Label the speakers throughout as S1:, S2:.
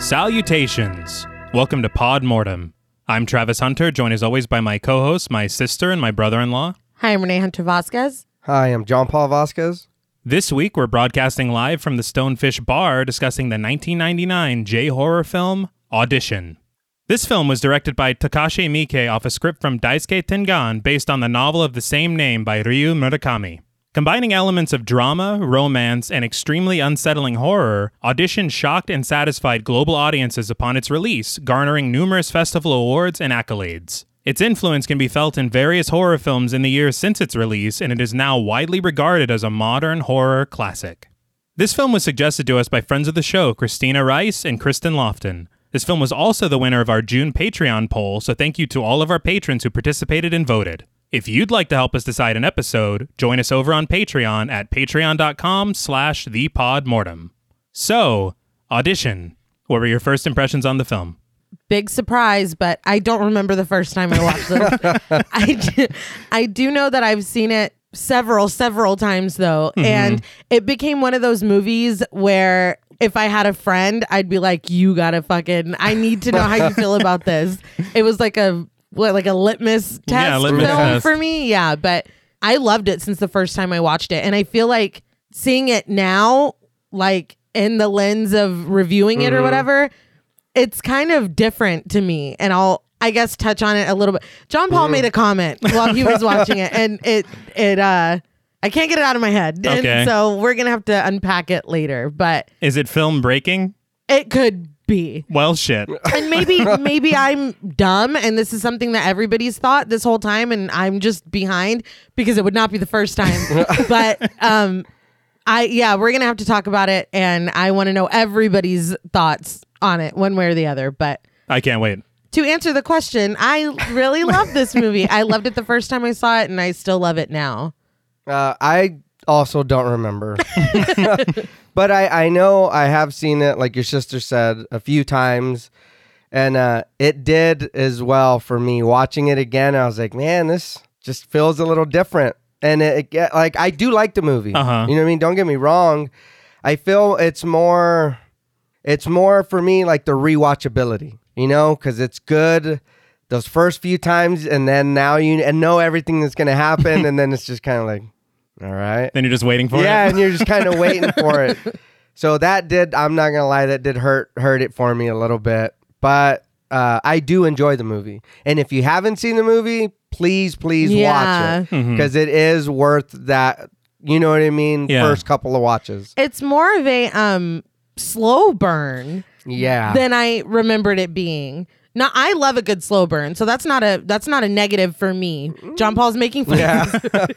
S1: Salutations! Welcome to Pod Mortem. I'm Travis Hunter, joined as always by my co host, my sister, and my brother in law.
S2: Hi, I'm Renee Hunter Vasquez.
S3: Hi, I'm John Paul Vasquez.
S1: This week, we're broadcasting live from the Stonefish Bar discussing the 1999 J horror film Audition. This film was directed by Takashi Miike off a script from Daisuke Tengan based on the novel of the same name by Ryu Murakami. Combining elements of drama, romance, and extremely unsettling horror, Audition shocked and satisfied global audiences upon its release, garnering numerous festival awards and accolades. Its influence can be felt in various horror films in the years since its release, and it is now widely regarded as a modern horror classic. This film was suggested to us by friends of the show, Christina Rice and Kristen Lofton. This film was also the winner of our June Patreon poll, so thank you to all of our patrons who participated and voted. If you'd like to help us decide an episode, join us over on Patreon at patreon.com slash thepodmortem. So, Audition. What were your first impressions on the film?
S2: Big surprise, but I don't remember the first time I watched it. I, do, I do know that I've seen it several, several times though.
S1: Mm-hmm.
S2: And it became one of those movies where if I had a friend, I'd be like, you gotta fucking, I need to know how you feel about this. It was like a, what, like a litmus test
S1: Yeah, litmus
S2: film
S1: test.
S2: for me. Yeah. But I loved it since the first time I watched it. And I feel like seeing it now, like in the lens of reviewing
S1: Mm-hmm.
S2: it or whatever, it's kind of different to me and i'll i guess touch on it a little bit john paul made a comment while he was watching it and it it uh i can't get it out of my head And
S1: Okay.
S2: so we're gonna have to unpack it later but
S1: Is it film breaking?
S2: it could be
S1: Well, shit.
S2: and maybe maybe i'm dumb and this is something that everybody's thought this whole time and i'm just behind because it would not be the first time but um i yeah we're gonna have to talk about it and i want to know everybody's thoughts on it one way or the other but
S1: I can't wait.
S2: to answer the question, I really love this movie. I loved it the first time I saw it, and I still love it now.
S3: Uh, I also don't remember, but I, I know I have seen it, like your sister said, a few times, and uh, it did as well for me. Watching it again, I was like, man, this just feels a little different. And it, it get- like I do like the movie.
S1: Uh-huh.
S3: You know what I mean? Don't get me wrong. I feel it's more it's more for me like the rewatchability, you know, because it's good those first few times, and then now you and know everything that's gonna happen, and then it's just kind of like, all right,
S1: Then you're just waiting for
S3: yeah,
S1: it?
S3: and you're just kind of waiting for it. So that did, I'm not gonna lie, that did hurt hurt it for me a little bit, but uh, I do enjoy the movie. And if you haven't seen the movie, please, please
S2: Yeah.
S3: watch it
S1: Mm-hmm.
S3: because is worth that. You know what I mean?
S1: Yeah.
S3: First couple of watches.
S2: It's more of a um slow burn
S3: Yeah.
S2: than I remembered it being. Now I love a good slow burn, so that's not a that's not a negative for me. John Paul's making fun.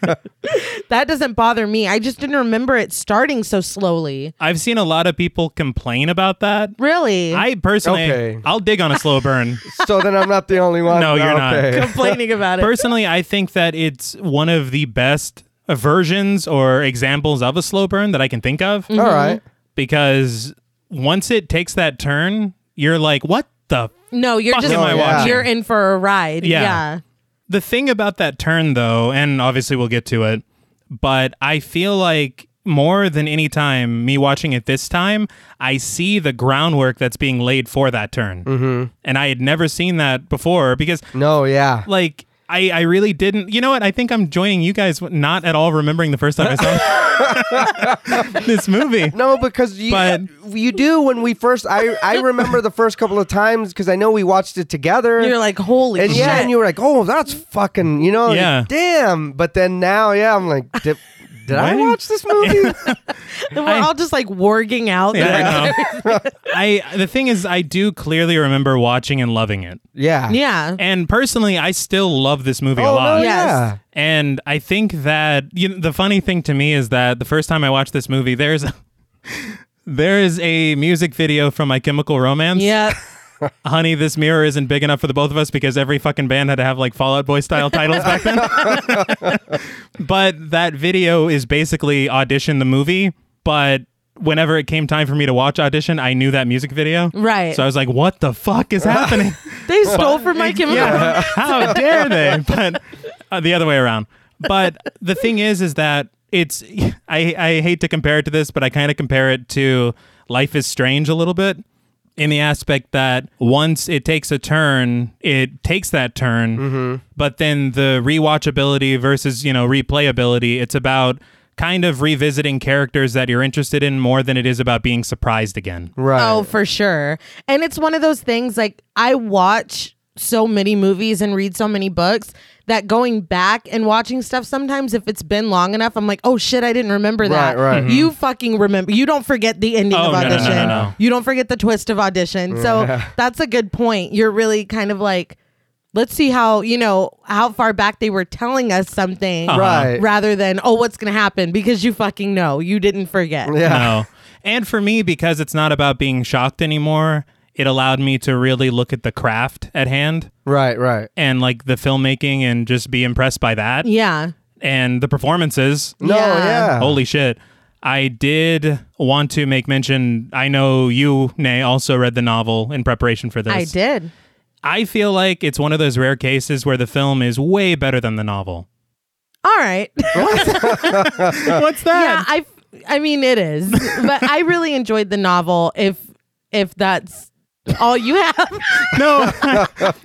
S2: that doesn't bother me. I just didn't remember it starting so slowly.
S1: I've seen a lot of people complain about that.
S2: Really,
S1: I personally,
S3: Okay.
S1: I'll dig on a slow burn.
S3: so then I'm not the only one.
S1: No, you're not.
S3: okay.
S2: complaining about it.
S1: personally, I think that it's one of the best versions or examples of a slow burn that I can think of
S3: All right.
S1: because once it takes that turn, you're like, what the? F-?
S2: no, you're
S1: Fuck
S2: just
S1: am
S3: I watching?
S2: you're in for a ride.
S1: Yeah.
S2: yeah.
S1: The thing about that turn, though, and obviously we'll get to it, but I feel like more than any time, me watching it this time, I see the groundwork that's being laid for that turn. Mm-hmm. And I had never seen that before because
S3: No, yeah.
S1: like I, I really didn't. You know what? I think I'm joining you guys, with not at all remembering the first time I saw this movie.
S3: No, because you uh,
S1: But-
S3: you do when we first. I I remember the first couple of times because I know we watched it together.
S2: You're like holy
S3: and
S2: shit.
S3: yeah, and you were like, oh, that's fucking, you know, like,
S1: Yeah.
S3: damn. But then now, yeah, I'm like, did, did I
S1: When-
S3: watch this movie?
S2: And we're
S1: I-
S2: all just like warging out. Yeah.
S1: Yeah, I, know. I the thing is, I do clearly remember watching and loving it.
S3: yeah,
S2: yeah.
S1: And personally, I still love this movie a
S3: Oh,
S1: lot.
S3: no,
S2: Yes.
S3: yeah.
S1: And I think that you know, the funny thing to me is that the first time I watched this movie, there's there is a music video from My Chemical Romance.
S2: Yeah.
S1: honey, this mirror isn't big enough for the both of us because every fucking band had to have like Fallout Boy style titles back then. but that video is basically audition the movie, but whenever it came time for me to watch audition, I knew that music video.
S2: Right.
S1: So I was like, what the fuck is happening?
S2: They stole from my chemical.
S1: Yeah. How dare they? But uh, the other way around. But the thing is, is that it's, I, I hate to compare it to this, but I kind of compare it to Life is Strange a little bit in the aspect that once it takes a turn, it takes that turn. But then the rewatchability versus, you know, replayability, it's about kind of revisiting characters that you're interested in more than it is about being surprised again.
S3: Right.
S2: Oh, for sure. And it's one of those things like I watch so many movies and read so many books that going back and watching stuff sometimes if it's been long enough I'm like, "Oh shit, I didn't remember that."
S3: Right, right.
S2: You fucking remember. You don't forget the ending
S1: Mm-hmm. Oh,
S2: of
S1: no, no, no,
S2: audition.
S1: no, no.
S2: You don't forget the twist of audition. So that's a good point. You're really kind of like let's see how, you know, how far back they were telling us something
S1: Uh-huh.
S3: Right.
S2: rather than oh, what's going to happen because you fucking know. You didn't forget.
S3: yeah.
S1: No. And for me, because it's not about being shocked anymore, it allowed me to really look at the craft at hand
S3: Right. Right.
S1: and like the filmmaking and just be impressed by that
S2: Yeah.
S1: and the performances.
S3: No.
S2: Yeah.
S3: Yeah.
S1: Holy shit. I did want to make mention. I know you, Nay, also read the novel in preparation for this.
S2: I did.
S1: I feel like it's one of those rare cases where the film is way better than the novel.
S2: All right.
S1: What's
S2: Uh. yeah, I I mean it is. But I really enjoyed the novel if if that's all you have.
S1: No,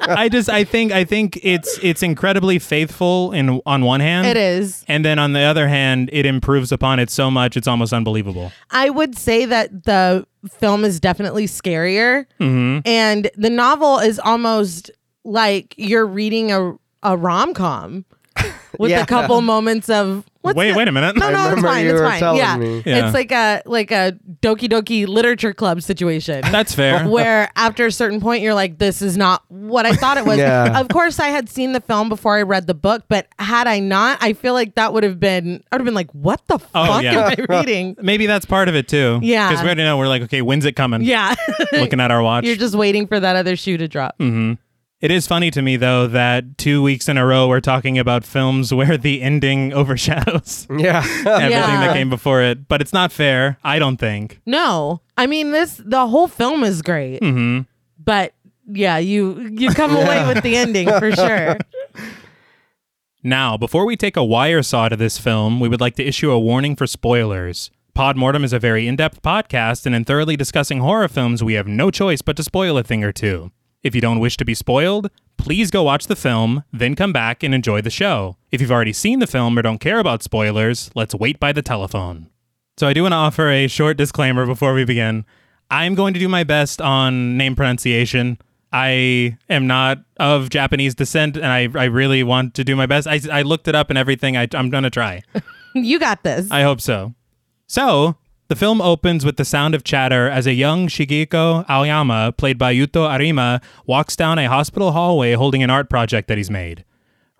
S1: I just I think I think it's it's incredibly faithful in on one hand,
S2: it is.
S1: and then on the other hand, it improves upon it so much it's almost unbelievable.
S2: I would say that the film is definitely scarier and the novel is almost like you're reading a a rom-com with
S3: Yeah.
S2: a couple moments of what's
S1: wait,
S2: the-
S1: wait a minute.
S2: No, no, it's
S3: remember
S2: fine.
S3: you
S2: It's
S3: were
S2: fine.
S3: telling
S2: Yeah.
S3: me.
S1: Yeah.
S2: It's like a like a doki doki literature club situation.
S1: That's fair.
S2: where after a certain point you're like this is not what i thought it was
S3: Yeah.
S2: of course i had seen the film before i read the book but had i not i feel like that would have been i would have been like what the
S1: Oh,
S2: fuck
S1: yeah.
S2: am i reading
S1: Maybe that's part of it too.
S2: Yeah.
S1: because we already know we're like, okay, when's it coming?
S2: yeah
S1: looking at our watch.
S2: you're just waiting for that other shoe to drop
S1: Mm-hmm. It is funny to me though that two weeks in a row we're talking about films where the ending overshadows
S3: Yeah.
S1: everything
S2: Yeah.
S1: that came before it, but it's not fair, I don't think.
S2: no i mean this the whole film is great
S1: Mm-hmm.
S2: but yeah you you come away with the ending for sure
S1: Now, before we take a wire saw to this film, we would like to issue a warning for spoilers. Podmortem is a very in depth podcast, and in thoroughly discussing horror films, we have no choice but to spoil a thing or two. If you don't wish to be spoiled, please go watch the film, then come back and enjoy the show. If you've already seen the film or don't care about spoilers, let's wait by the telephone. So, I do want to offer a short disclaimer before we begin. I'm going to do my best on name pronunciation. I am not of Japanese descent, and I, I really want to do my best. I, I looked it up and everything. I, I'm going to try.
S2: you got this
S1: I hope so. So, the film opens with the sound of chatter as a young Shigeko Aoyama, played by Yuto Arima, walks down a hospital hallway holding an art project that he's made.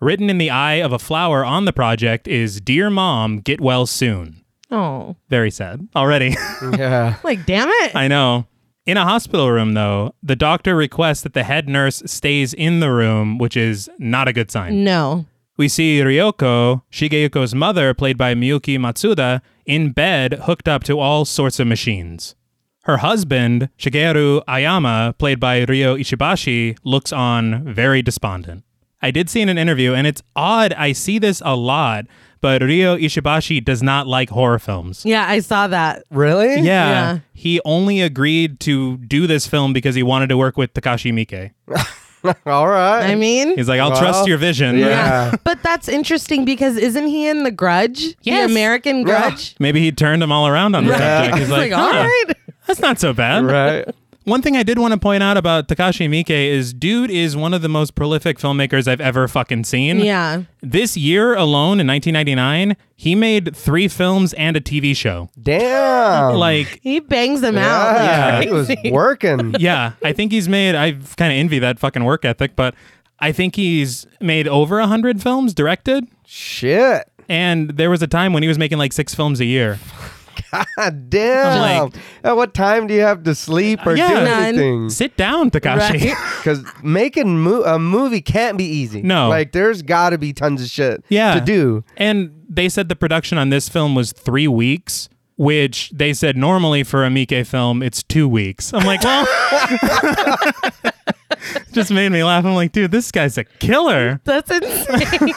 S1: Written in the eye of a flower on the project is Dear Mom, get well soon.
S2: oh
S1: Very sad already.
S3: Yeah.
S2: like damn it
S1: I know. In a hospital room, though, the doctor requests that the head nurse stays in the room, which is not a good sign.
S2: no
S1: We see Ryoko, Shigeyuko's mother, played by Miyuki Matsuda, in bed hooked up to all sorts of machines. Her husband, Shigeru Ayama, played by Ryo Ishibashi, looks on very despondent. I did see in an interview, and it's odd, I see this a lot, but Ryo Ishibashi does not like horror films.
S2: yeah i saw that
S1: Yeah.
S3: Really?
S2: Yeah.
S1: He only agreed to do this film because he wanted to work with Takashi Miike.
S3: All right.
S2: i mean
S1: He's like, I'll
S3: Well,
S1: trust your vision.
S3: yeah.
S2: But that's interesting because isn't he in The Grudge?
S1: Yes.
S2: The American
S3: Yeah.
S2: Grudge?
S1: Maybe he turned him all around on the subject. He's
S2: It's like,
S1: like,
S2: all
S1: "Huh,
S2: right.
S1: that's not so bad.
S3: right.
S1: One thing I did want to point out about Takashi Miike is dude is one of the most prolific filmmakers I've ever fucking seen.
S2: Yeah.
S1: This year alone in 1999, he made three films and a TV show.
S3: Damn.
S1: Like,
S2: He bangs them out.
S1: Yeah.
S3: yeah, it was working.
S1: yeah, I think he's made. I kind of envy that fucking work ethic, but I think he's made over 100 films directed.
S3: Shit.
S1: And there was a time when he was making like six films a year.
S3: God Ah, damn.
S1: Like-
S3: At what time do you have to sleep or
S1: Yeah.
S3: do
S1: None.
S3: anything?
S1: Sit down, Takashi.
S3: Because making mo- a movie can't be easy.
S1: No.
S3: Like, there's got to be tons of shit
S1: Yeah.
S3: to do.
S1: and they said the production on this film was three weeks, which they said normally for a Mike film, it's two weeks. I'm like, well. Just made me laugh. I'm like, dude, this guy's a killer.
S2: That's insane.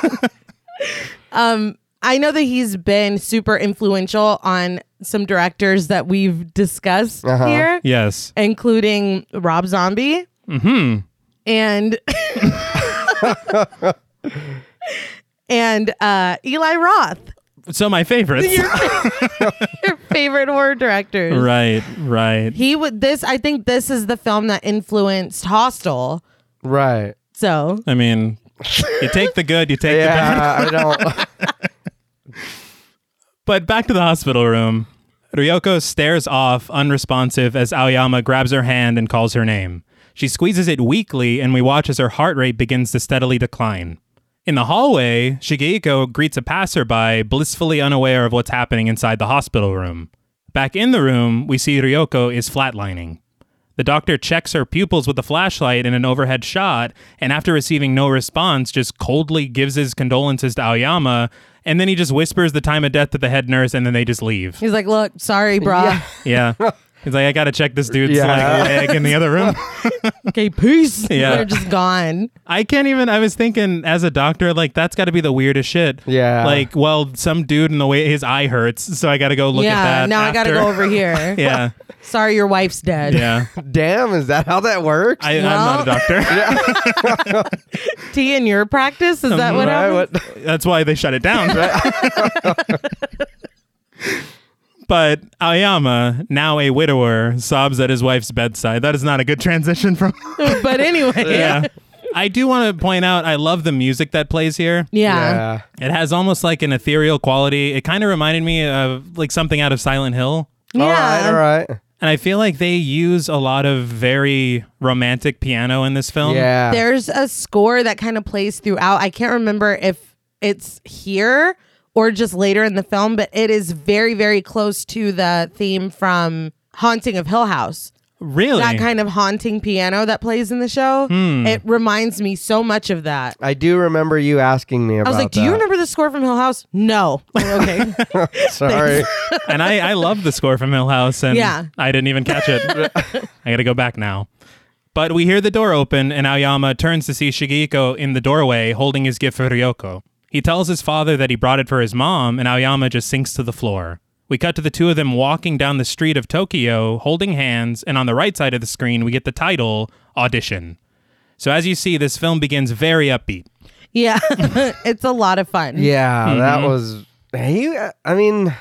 S2: um, I know that he's been super influential on some directors that we've discussed
S3: Uh-huh.
S2: here,
S1: Yes.
S2: including Rob Zombie.
S1: Hmm.
S2: and and uh, Eli Roth,
S1: So my favorites.
S2: your favorite horror directors.
S1: right. Right.
S2: He would this. I think this is the film that influenced Hostel.
S3: Right.
S2: So
S1: I mean, you take the good, you take the bad.
S3: Yeah, I don't.
S1: But back to the hospital room. Ryoko stares off, unresponsive, as Aoyama grabs her hand and calls her name. She squeezes it weakly, and we watch as her heart rate begins to steadily decline. In the hallway, Shigeiko greets a passerby, blissfully unaware of what's happening inside the hospital room. Back in the room, we see Ryoko is flatlining. The doctor checks her pupils with a flashlight in an overhead shot, and after receiving no response, just coldly gives his condolences to Aoyama, and then he just whispers the time of death to the head nurse, and then they just leave.
S2: he's like, "Look, sorry, brah.
S1: Yeah. He's like, I gotta check this dude's
S3: Yeah.
S1: like leg in the other room.
S2: Okay, peace."
S1: Yeah.
S2: they're just gone.
S1: I can't even. I was thinking as a doctor, like that's got to be the weirdest shit.
S3: Yeah.
S1: Like, well, some dude in the way his eye hurts, so I got to go look at
S2: yeah,
S1: that.
S2: now I gotta
S1: after.
S2: go over here.
S1: Yeah,
S2: Sorry, your wife's dead.
S1: yeah.
S3: Damn, is that how that works?
S1: I, I'm not a
S2: Well-
S1: doctor.
S2: Tea in your practice is
S1: Mm,
S2: that what
S3: Right,
S2: happened?
S3: what-
S1: That's why they shut it down. but Ayama, now a widower, sobs at his wife's bedside. That is not a good transition from.
S2: but anyway,
S1: yeah. I do want to point out. I love the music that plays here.
S2: yeah.
S3: yeah.
S1: It has almost like an ethereal quality. It kind of reminded me of like something out of Silent Hill.
S2: yeah.
S3: All right. All right.
S1: And I feel like they use a lot of very romantic piano in this film.
S3: yeah.
S2: There's a score that kind of plays throughout. I can't remember if it's here or just later in the film, but it is very, very close to the theme from Haunting of Hill House.
S1: Really?
S2: That kind of haunting piano that plays in the show.
S1: Hmm.
S2: It reminds me so much of that.
S3: I do remember you asking me about.
S2: I was like, Do you remember the score from Hill House? No. okay.
S3: Sorry.
S1: and I, I love the score from Hill House, and
S2: Yeah.
S1: I didn't even catch it. I got to go back now. But we hear the door open, and Aoyama turns to see Shigeko in the doorway holding his gift for Ryoko. He tells his father that he brought it for his mom, and Aoyama just sinks to the floor. We cut to the two of them walking down the street of Tokyo, holding hands, and on the right side of the screen, we get the title Audition. So, as you see, this film begins very upbeat.
S2: yeah. it's a lot of fun.
S3: yeah,
S1: Mm-hmm.
S3: that was. He. I mean,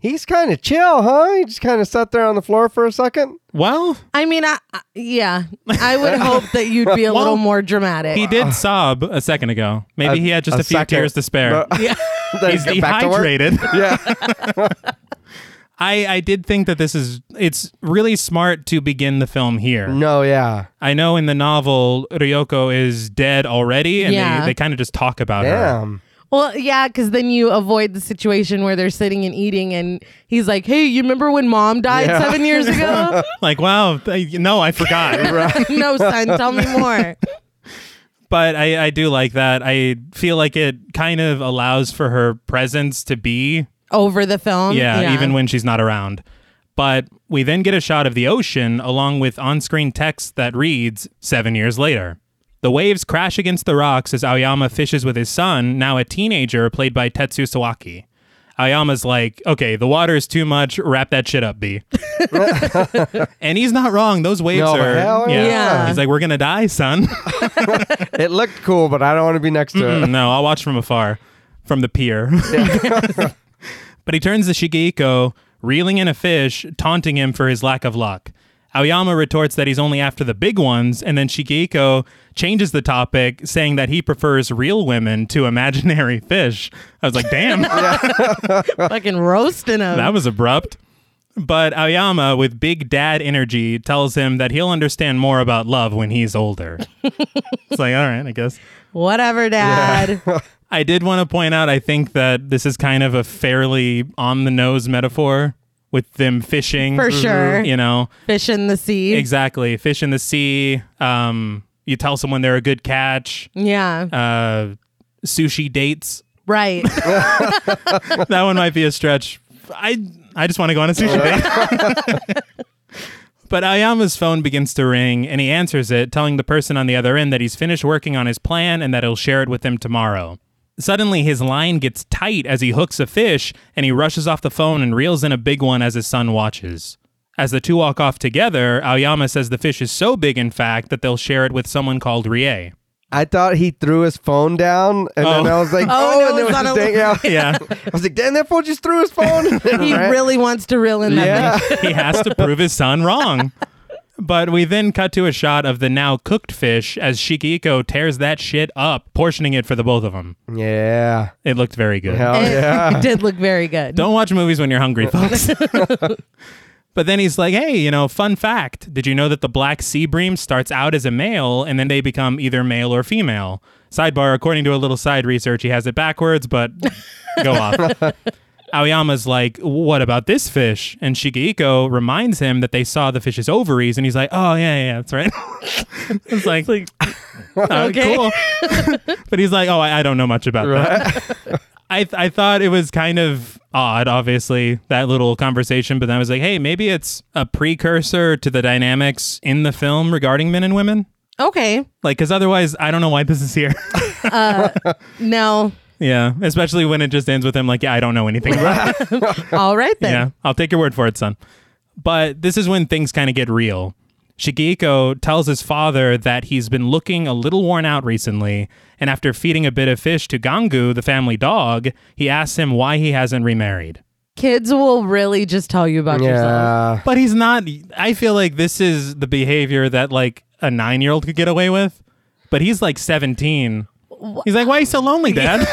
S3: he's kind of chill, huh? He just kind of sat there on the floor for a second.
S1: Well,
S2: I mean, I, I- yeah. I would hope that you'd be a little more dramatic.
S1: he did sob a second ago. Maybe he had just uh, a, few
S3: second.
S1: tears to spare.
S3: But-
S2: yeah.
S3: then
S1: He's
S3: get back to work.
S1: dehydrated.
S3: Yeah.
S1: I, I did think that this is it's really smart to begin the film here.
S3: No. Yeah.
S1: I know in the novel Ryoko is dead already and
S2: Yeah.
S1: they, they kind of just talk about her.
S3: Damn.
S2: Well, yeah, because then you avoid the situation where they're sitting and eating, and he's like, "Hey, you remember when Mom died
S3: Yeah.
S2: seven years ago?
S1: Like, wow, th- no, I forgot.
S2: no, son, tell me more."
S1: but I, I do like that. I feel like it kind of allows for her presence to be
S2: Over the film,
S1: Yeah, even when she's not around. But we then get a shot of the ocean along with on screen text that reads seven years later. The waves crash against the rocks as Aoyama fishes with his son, now a teenager, played by Tetsu Sawaki. Aoyama's like, okay, the water is too much. Wrap that shit up, B. and he's not wrong. Those waves
S3: No,
S1: are.
S3: hell
S2: yeah.
S1: He's like, we're going to die, son.
S3: It looked cool, but I don't want to be next to it.
S1: no, I'll watch from afar, from the pier. but he turns to Shigeiko, reeling in a fish, taunting him for his lack of luck. Aoyama retorts that he's only after the big ones, and then Shigeiko changes the topic, saying that he prefers real women to imaginary fish. I was like, damn.
S2: fucking roasting him.
S1: That was abrupt. But Aoyama, with big dad energy, tells him that he'll understand more about love when he's older. it's like, all right, I guess.
S2: Whatever, Dad.
S1: I did want to point out, I think that this is kind of a fairly on the nose metaphor with them fishing. Mm-hmm.
S2: For sure.
S1: You know,
S2: Fish in the sea.
S1: exactly. Fish in the sea. Um, you tell someone they're a good catch.
S2: yeah,
S1: Uh, sushi dates.
S2: right.
S1: that one might be a stretch. I I just want to go on a sushi date. but Ayama's phone begins to ring and he answers it, telling the person on the other end that he's finished working on his plan and that he'll share it with them tomorrow. Suddenly, his line gets tight as he hooks a fish, and he rushes off the phone and reels in a big one as his son watches. As the two walk off together, Aoyama says the fish is so big, in fact, that they'll share it with someone called Rie.
S3: I thought he threw his phone down, and
S1: Oh.
S3: then I was like,
S2: Oh,
S3: "Oh!"
S2: no,
S3: and it
S2: it's
S3: was
S2: not
S3: just
S2: a-
S3: dang out.
S1: Yeah,
S3: I was like, "Damn, that fool just threw his phone."
S2: He
S3: Right?
S2: really wants to reel in that
S3: Yeah.
S2: fish.
S1: he has to prove his son wrong. But we then cut to a shot of the now cooked fish as Shikiko tears that shit up, portioning it for the both of them.
S3: Yeah.
S1: It looked very good.
S3: Hell
S2: It,
S3: Oh, yeah.
S2: it did look very good.
S1: Don't watch movies when you're hungry, folks. but then he's like, hey, you know, fun fact. Did you know that the black sea bream starts out as a male and then they become either male or female? Sidebar, according to a little side research, he has it backwards, but go off. Aoyama's like, what about this fish? And Shigeiko reminds him that they saw the fish's ovaries, and he's like, oh, yeah, yeah, that's right. it's like, "Uh,
S2: okay.
S1: cool. but he's like, oh, I, I don't know much about that. I th- I thought it was kind of odd, obviously, that little conversation, but then I was like, hey, maybe it's a precursor to the dynamics in the film regarding men and women.
S2: Okay.
S1: Like, because otherwise, I don't know why this is here.
S2: No.
S1: yeah, especially when it just ends with him like, yeah, I don't know anything. about it."
S2: All right then.
S1: yeah, I'll take your word for it, son. But this is when things kind of get real. Shigeko tells his father that he's been looking a little worn out recently, and after feeding a bit of fish to Gangu, the family dog, he asks him why he hasn't remarried.
S2: Kids will really just tell you about yourself.
S3: Yeah.
S1: But he's not. I feel like this is the behavior that like a nine year old could get away with. But he's like 17. He's like, why are you so lonely, Dad?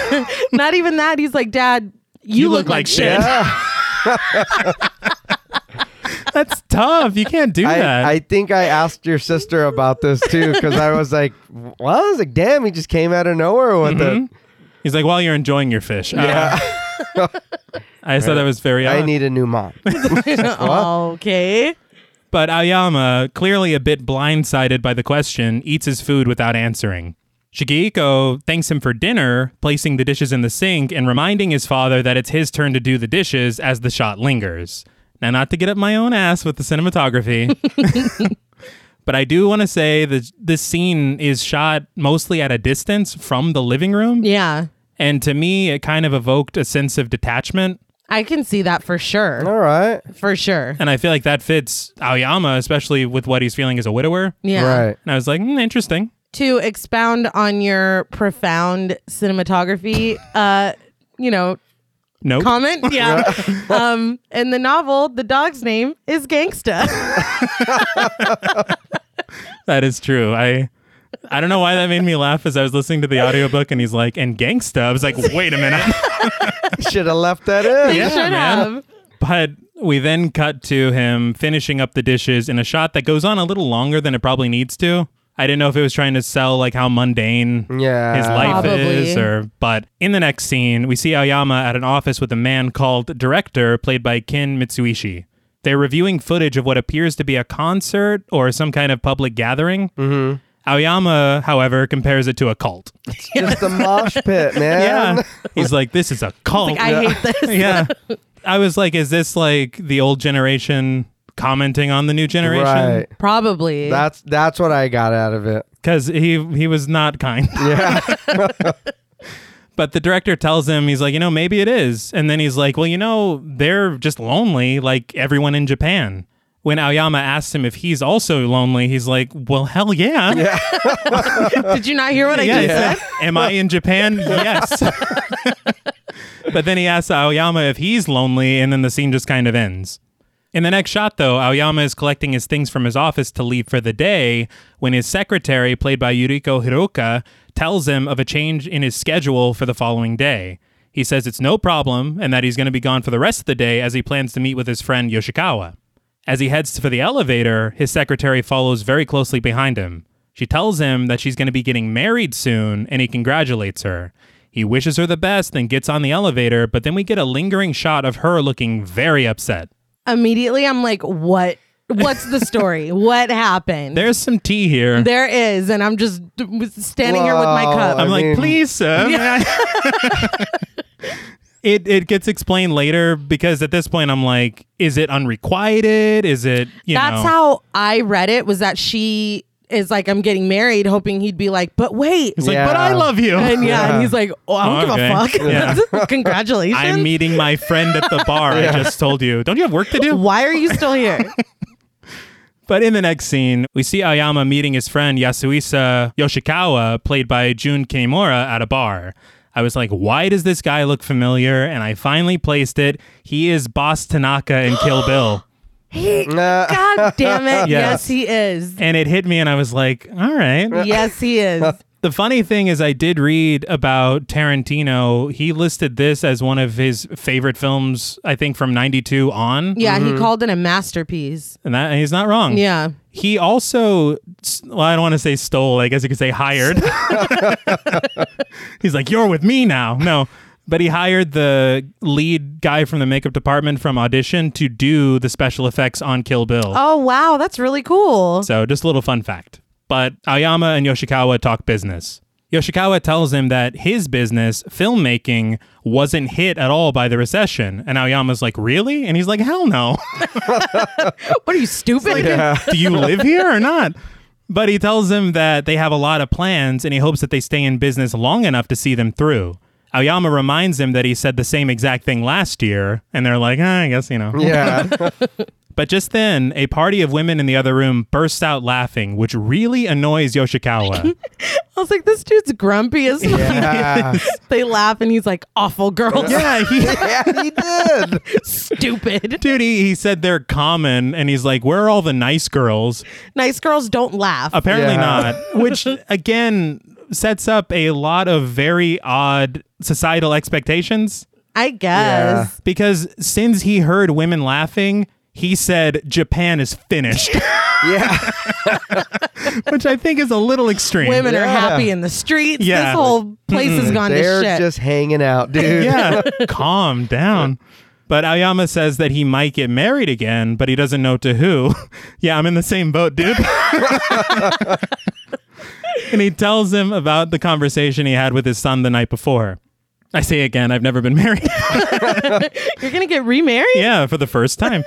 S2: Not even that. He's like, Dad, you, look, like shit.
S1: That's tough. You can't do that.
S3: I, I think I asked your sister about this too because I was like, "Well, I was like, damn, he just came out of nowhere with
S1: Mm-hmm.
S3: it."
S1: he's like, while you're enjoying your fish. Yeah. I just thought that was very odd.
S3: I need a new mom.
S2: okay.
S1: But Aoyama, clearly a bit blindsided by the question, eats his food without answering. Shigeiko thanks him for dinner, placing the dishes in the sink and reminding his father that it's his turn to do the dishes as the shot lingers. Now, not to get up my own ass with the cinematography, but I do want to say that this scene is shot mostly at a distance from the living room.
S2: Yeah.
S1: And to me, it kind of evoked a sense of detachment.
S2: I can see that for sure.
S3: All right.
S2: For sure.
S1: And I feel like that fits Aoyama, especially with what he's feeling as a widower.
S2: Yeah.
S3: Right.
S1: And I was like, mm, interesting.
S2: To expound on your profound cinematography, uh, you know,
S1: Nope.
S2: comment. Yeah. um, in the novel, the dog's name is Gangsta.
S1: that is true. I I don't know why that made me laugh as I was listening to the audiobook and he's like, and gangsta. I was like, wait a minute.
S3: Should have left that in.
S2: You should
S1: man.
S2: have.
S1: but we then cut to him finishing up the dishes in a shot that goes on a little longer than it probably needs to. I didn't know if it was trying to sell like how mundane
S3: Yeah.
S1: his life
S2: Probably.
S1: is or but in the next scene we see Aoyama at an office with a man called Director played by Ken Mitsuishi. They're reviewing footage of what appears to be a concert or some kind of public gathering. Mm-hmm. Aoyama, however, compares it to a cult.
S3: Just a mosh pit, man.
S1: Yeah. He's like, this is a cult.
S2: I hate this.
S1: yeah. I was like, is this like the old generation commenting on the new generation?
S3: Right.
S2: Probably.
S3: That's that's what I got out of it.
S1: Because he, he was not kind.
S3: Yeah.
S1: But the director tells him, he's like, you know, maybe it is. And then he's like, well, you know, they're just lonely, like everyone in Japan. When Aoyama asks him if he's also lonely, he's like, well, hell yeah. Yeah.
S2: Did you not hear what I
S1: he
S2: just said?
S1: said, Am I in Japan? yes. but then he asks Aoyama if he's lonely, and then the scene just kind of ends. In the next shot, though, Aoyama is collecting his things from his office to leave for the day when his secretary, played by Yuriko Hiroka, tells him of a change in his schedule for the following day. He says it's no problem and that he's going to be gone for the rest of the day as he plans to meet with his friend Yoshikawa. As he heads for the elevator, his secretary follows very closely behind him. She tells him that she's going to be getting married soon, and he congratulates her. He wishes her the best and gets on the elevator, but then we get a lingering shot of her looking very upset.
S2: Immediately, I'm like, what? What's the story? what happened?
S1: There's some tea here.
S2: there is, and I'm just d- was standing here with my cup.
S1: I'm
S3: I
S1: like,
S3: mean-
S1: please, sir. may I-" it it gets explained later because at this point I'm like, is it unrequited? Is it you
S2: That's
S1: know?
S2: how I read it. Was that she is like, I'm getting married, hoping he'd be like, but wait.
S1: He's like,
S3: Yeah.
S1: but I love you.
S2: And yeah,
S3: Yeah.
S2: and he's like, oh, I don't give
S1: Okay.
S2: a fuck. Congratulations.
S1: I'm meeting my friend at the bar. I just told you. Don't you have work to do?
S2: Why are you still here?
S1: But in the next scene, we see Ayama meeting his friend Yasuisa Yoshikawa, played by Jun Kimura, at a bar. I was like, why does this guy look familiar? And I finally placed it. He is Boss Tanaka in Kill Bill.
S2: He,
S3: Nah.
S2: God damn
S1: Yes.
S2: it. Yes, he is.
S1: And it hit me, and I was like, all right.
S2: Yes, he is.
S1: The funny thing is, I did read about Tarantino. He listed this as one of his favorite films, I think, from 92 on.
S2: Yeah, he called it a masterpiece.
S1: And, that, and he's not wrong.
S2: Yeah.
S1: He also, s- well, I don't want to say stole, I guess you could say hired. he's like, you're with me now. No. But he hired the lead guy from the makeup department from Audition to do the special effects on Kill Bill.
S2: Oh, wow. That's really cool.
S1: So, just a little fun fact. But Ayama and Yoshikawa talk business. Yoshikawa tells him that his business, filmmaking, wasn't hit at all by the recession. And Ayama's like, Really? And he's like, Hell no.
S2: What are you, stupid?
S1: Do you live here or not? But he tells him that they have a lot of plans and he hopes that they stay in business long enough to see them through. Aoyama reminds him that he said the same exact thing last year, and they're like, "Ah, I guess, you know.
S3: Yeah.
S1: But just then, a party of women in the other room bursts out laughing, which really annoys Yoshikawa.
S2: I was like, this dude's grumpy as fuck.
S3: Yeah.
S2: They laugh and he's like, awful girl,
S1: yeah, he,
S3: yeah, he did.
S2: stupid.
S1: dude, he, he said they're common, and he's like, where are all the nice girls?
S2: Nice girls don't laugh.
S1: Apparently
S3: Yeah.
S1: not. Which again sets up a lot of very odd societal expectations
S2: I guess.
S1: because since he heard women laughing, he said Japan is finished,
S3: Yeah.
S1: which I think is a little extreme.
S2: Women are
S3: Yeah.
S2: happy in the streets.
S1: Yeah. Mm-hmm.
S2: This whole place has gone
S3: They're
S2: to shit.
S3: just hanging out, dude.
S1: yeah, calm down. But Aoyama says that he might get married again, but he doesn't know to who. yeah, I'm in the same boat, dude. and he tells him about the conversation he had with his son the night before. I say again, I've never been married.
S2: You're gonna get remarried?
S1: yeah, for the first time.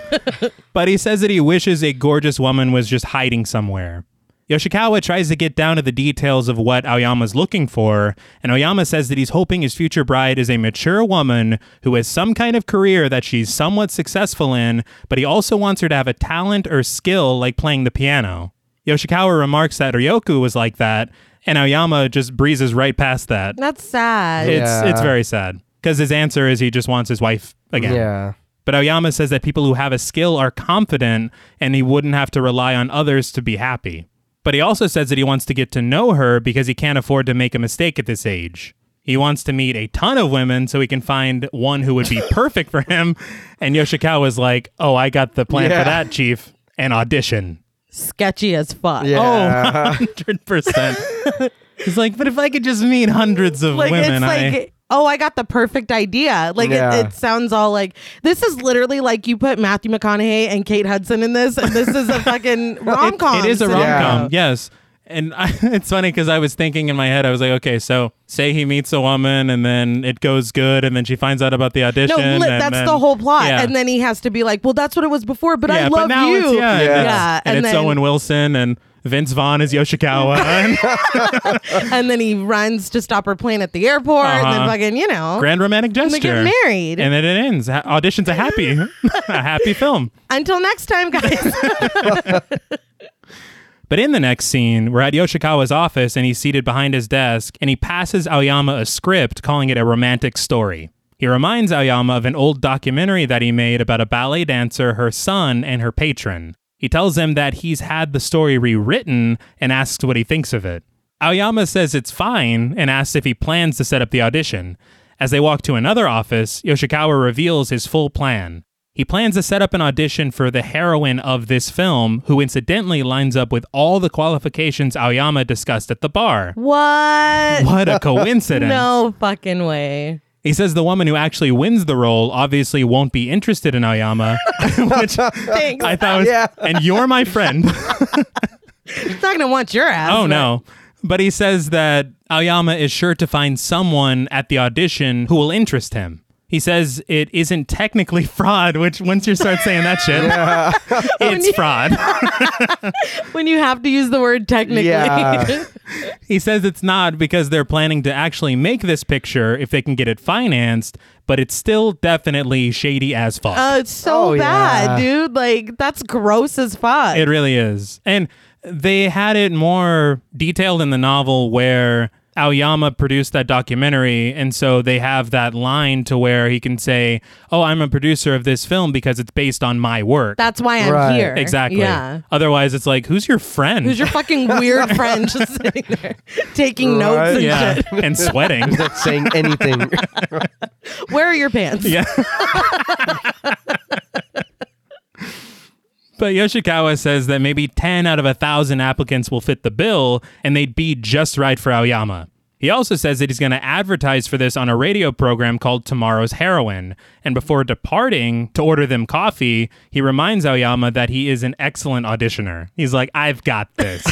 S1: but he says that he wishes a gorgeous woman was just hiding somewhere. Yoshikawa tries to get down to the details of what Aoyama's looking for, and Aoyama says that he's hoping his future bride is a mature woman who has some kind of career that she's somewhat successful in, but he also wants her to have a talent or skill like playing the piano. Yoshikawa remarks that Ryoku was like that, and Aoyama just breezes right past that.
S2: That's sad.
S1: It's
S3: Yeah.
S1: it's very sad because his answer is he just wants his wife again.
S3: Yeah.
S1: But Aoyama says that people who have a skill are confident and he wouldn't have to rely on others to be happy. But he also says that he wants to get to know her because he can't afford to make a mistake at this age. He wants to meet a ton of women so he can find one who would be perfect for him. And Yoshikawa's like, Oh, I got the plan
S3: Yeah.
S1: for that, Chief. An audition.
S2: Sketchy as fuck.
S3: Yeah.
S1: 100%. He's like, But if I could just meet hundreds of
S2: Like
S1: women,
S2: it's like
S1: I.
S2: Oh, I got the perfect idea. Like
S3: Yeah.
S2: it, it sounds all like this is literally like you put Matthew McConaughey and Kate Hudson in this, and this is a fucking rom com.
S1: It is a rom
S3: Yeah.
S1: com, yes. And I, it's funny because I was thinking in my head, I was like, okay, so say he meets a woman and then it goes good, and then she finds out about the audition.
S2: No, li-
S1: and
S2: that's
S1: then-
S2: the whole plot.
S1: Yeah.
S2: And then he has to be like, well, that's what it was before, but
S1: yeah,
S2: I
S1: but
S2: love
S1: now
S2: you.
S1: It's, yeah, and
S3: Yeah.
S1: it's-
S2: Yeah,
S1: and,
S2: and
S1: it's
S2: then-
S1: Owen Wilson and Vince Vaughn is Yoshikawa. and
S2: And then he runs to stop her plane at the airport and
S1: Uh-huh.
S2: then fucking, you know.
S1: grand romantic gesture.
S2: they get married.
S1: and then it ends. Ha- audition's a happy, a happy film.
S2: Until next time, guys.
S1: But in the next scene, we're at Yoshikawa's office and he's seated behind his desk and he passes Aoyama a script calling it a romantic story. He reminds Aoyama of an old documentary that he made about a ballet dancer, her son, and her patron. He tells him that he's had the story rewritten and asks what he thinks of it. Aoyama says it's fine and asks if he plans to set up the audition. As they walk to another office, Yoshikawa reveals his full plan. He plans to set up an audition for the heroine of this film, who incidentally lines up with all the qualifications Aoyama discussed at the bar.
S2: what?
S1: What a coincidence.
S2: No fucking way.
S1: He says the woman who actually wins the role obviously won't be interested in Aoyama, which
S2: Thanks.
S1: I thought was,
S3: Yeah.
S1: and you're my friend.
S2: He's not gonna want your ass.
S1: Oh no. But he says that Aoyama is sure to find someone at the audition who will interest him. He says it isn't technically fraud, which once you start saying that shit, it's fraud.
S2: when you have to use the word technically.
S3: Yeah.
S1: He says it's not because they're planning to actually make this picture if they can get it financed, but it's still definitely shady as fuck.
S2: Oh, it's so
S3: Oh,
S2: bad,
S3: yeah.
S2: dude. Like that's gross as fuck.
S1: It really is. And they had it more detailed in the novel where Aoyama produced that documentary. And so they have that line to where he can say, Oh, I'm a producer of this film because it's based on my work.
S2: that's why I'm
S3: Right.
S2: here.
S1: exactly.
S2: Yeah.
S1: Otherwise, it's like, Who's your friend?
S2: Who's your fucking weird friend just sitting there taking notes
S3: Right.
S2: and
S1: yeah.
S2: shit?
S1: and sweating.
S3: Not saying anything.
S2: Where are your pants?
S1: Yeah. But Yoshikawa says that maybe 10 out of 1,000 applicants will fit the bill and they'd be just right for Aoyama. He also says that he's going to advertise for this on a radio program called Tomorrow's Heroine. And before departing to order them coffee, he reminds Aoyama that he is an excellent auditioner. He's like, I've got this.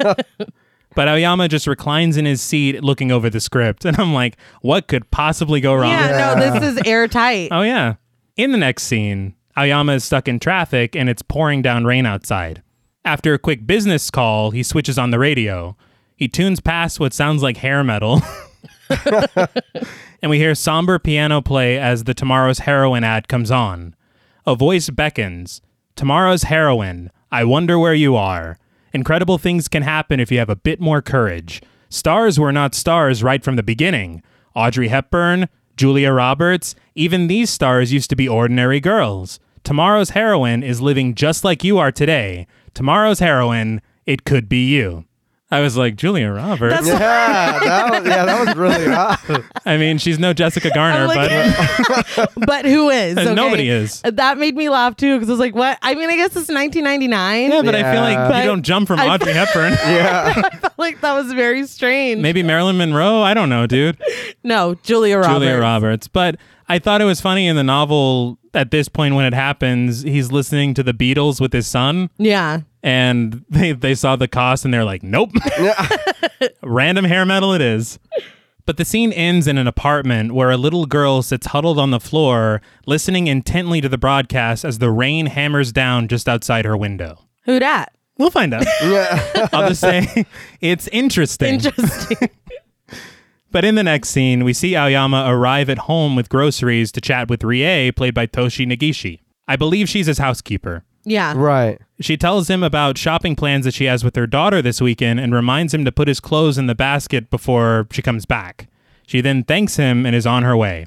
S1: but Aoyama just reclines in his seat looking over the script. And I'm like, what could possibly go wrong?
S2: Yeah, no, this is airtight.
S1: Oh yeah. In the next scene, Aoyama is stuck in traffic and it's pouring down rain outside. After a quick business call, he switches on the radio. He tunes past what sounds like hair metal. and we hear somber piano play as the Tomorrow's Heroine ad comes on. A voice beckons Tomorrow's Heroine, I wonder where you are. Incredible things can happen if you have a bit more courage. Stars were not stars right from the beginning. Audrey Hepburn, Julia Roberts, even these stars used to be ordinary girls. Tomorrow's heroine is living just like you are today. Tomorrow's heroine, it could be you. I was like, Julia Roberts?
S2: That's-
S3: yeah, that was, yeah, that was really hot.
S1: I mean, she's no Jessica Garner,
S2: I'm like,
S1: but.
S2: but who is? okay?
S1: Nobody is.
S2: That made me laugh too because I was like, "What?" I mean, I guess it's 1999.
S1: Yeah, but I feel like
S3: Yeah.
S2: But
S1: you don't jump from
S2: I-
S1: Audrey Hepburn.
S3: Yeah.
S2: I felt like that was very strange.
S1: Maybe Marilyn Monroe. I don't know, dude.
S2: no, Julia Roberts.
S1: Julia Roberts. But I thought it was funny in the novel at this point when it happens, he's listening to the Beatles with his son,
S2: Yeah,
S1: and they, they saw the cost and they're like, nope. Random hair metal it is. But the scene ends in an apartment where a little girl sits huddled on the floor, listening intently to the broadcast as the rain hammers down just outside her window.
S2: who dat?
S1: We'll find out.
S3: Yeah.
S1: I'll just say it's interesting.
S2: Interesting.
S1: But in the next scene, we see Aoyama arrive at home with groceries to chat with Rie, played by Toshi Nagishi. I believe she's his housekeeper.
S2: yeah.
S3: Right.
S1: She tells him about shopping plans that she has with her daughter this weekend and reminds him to put his clothes in the basket before she comes back. She then thanks him and is on her way.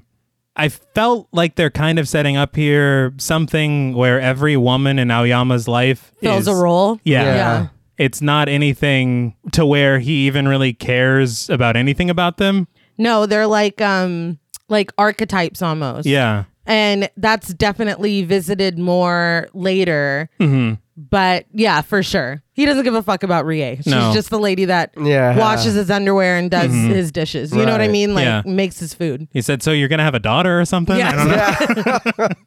S1: I felt like they're kind of setting up here something where every woman in Aoyama's life is,
S2: Fills a role.
S1: Yeah.
S2: Yeah.
S1: It's not anything to where he even really cares about anything about them.
S2: No, they're like um like archetypes almost.
S1: Yeah.
S2: And that's definitely visited more later.
S1: Mm-hmm.
S2: But yeah, for sure. He doesn't give a fuck about Rie. She's
S1: No. Mm-hmm.
S2: just the lady that
S3: Yeah.
S2: washes his underwear and does his dishes. You know what I
S3: Right.
S2: mean? Like
S1: Yeah.
S2: makes his food.
S1: He said, "So you're gonna have a daughter or something?"
S2: Yes.
S1: I don't know.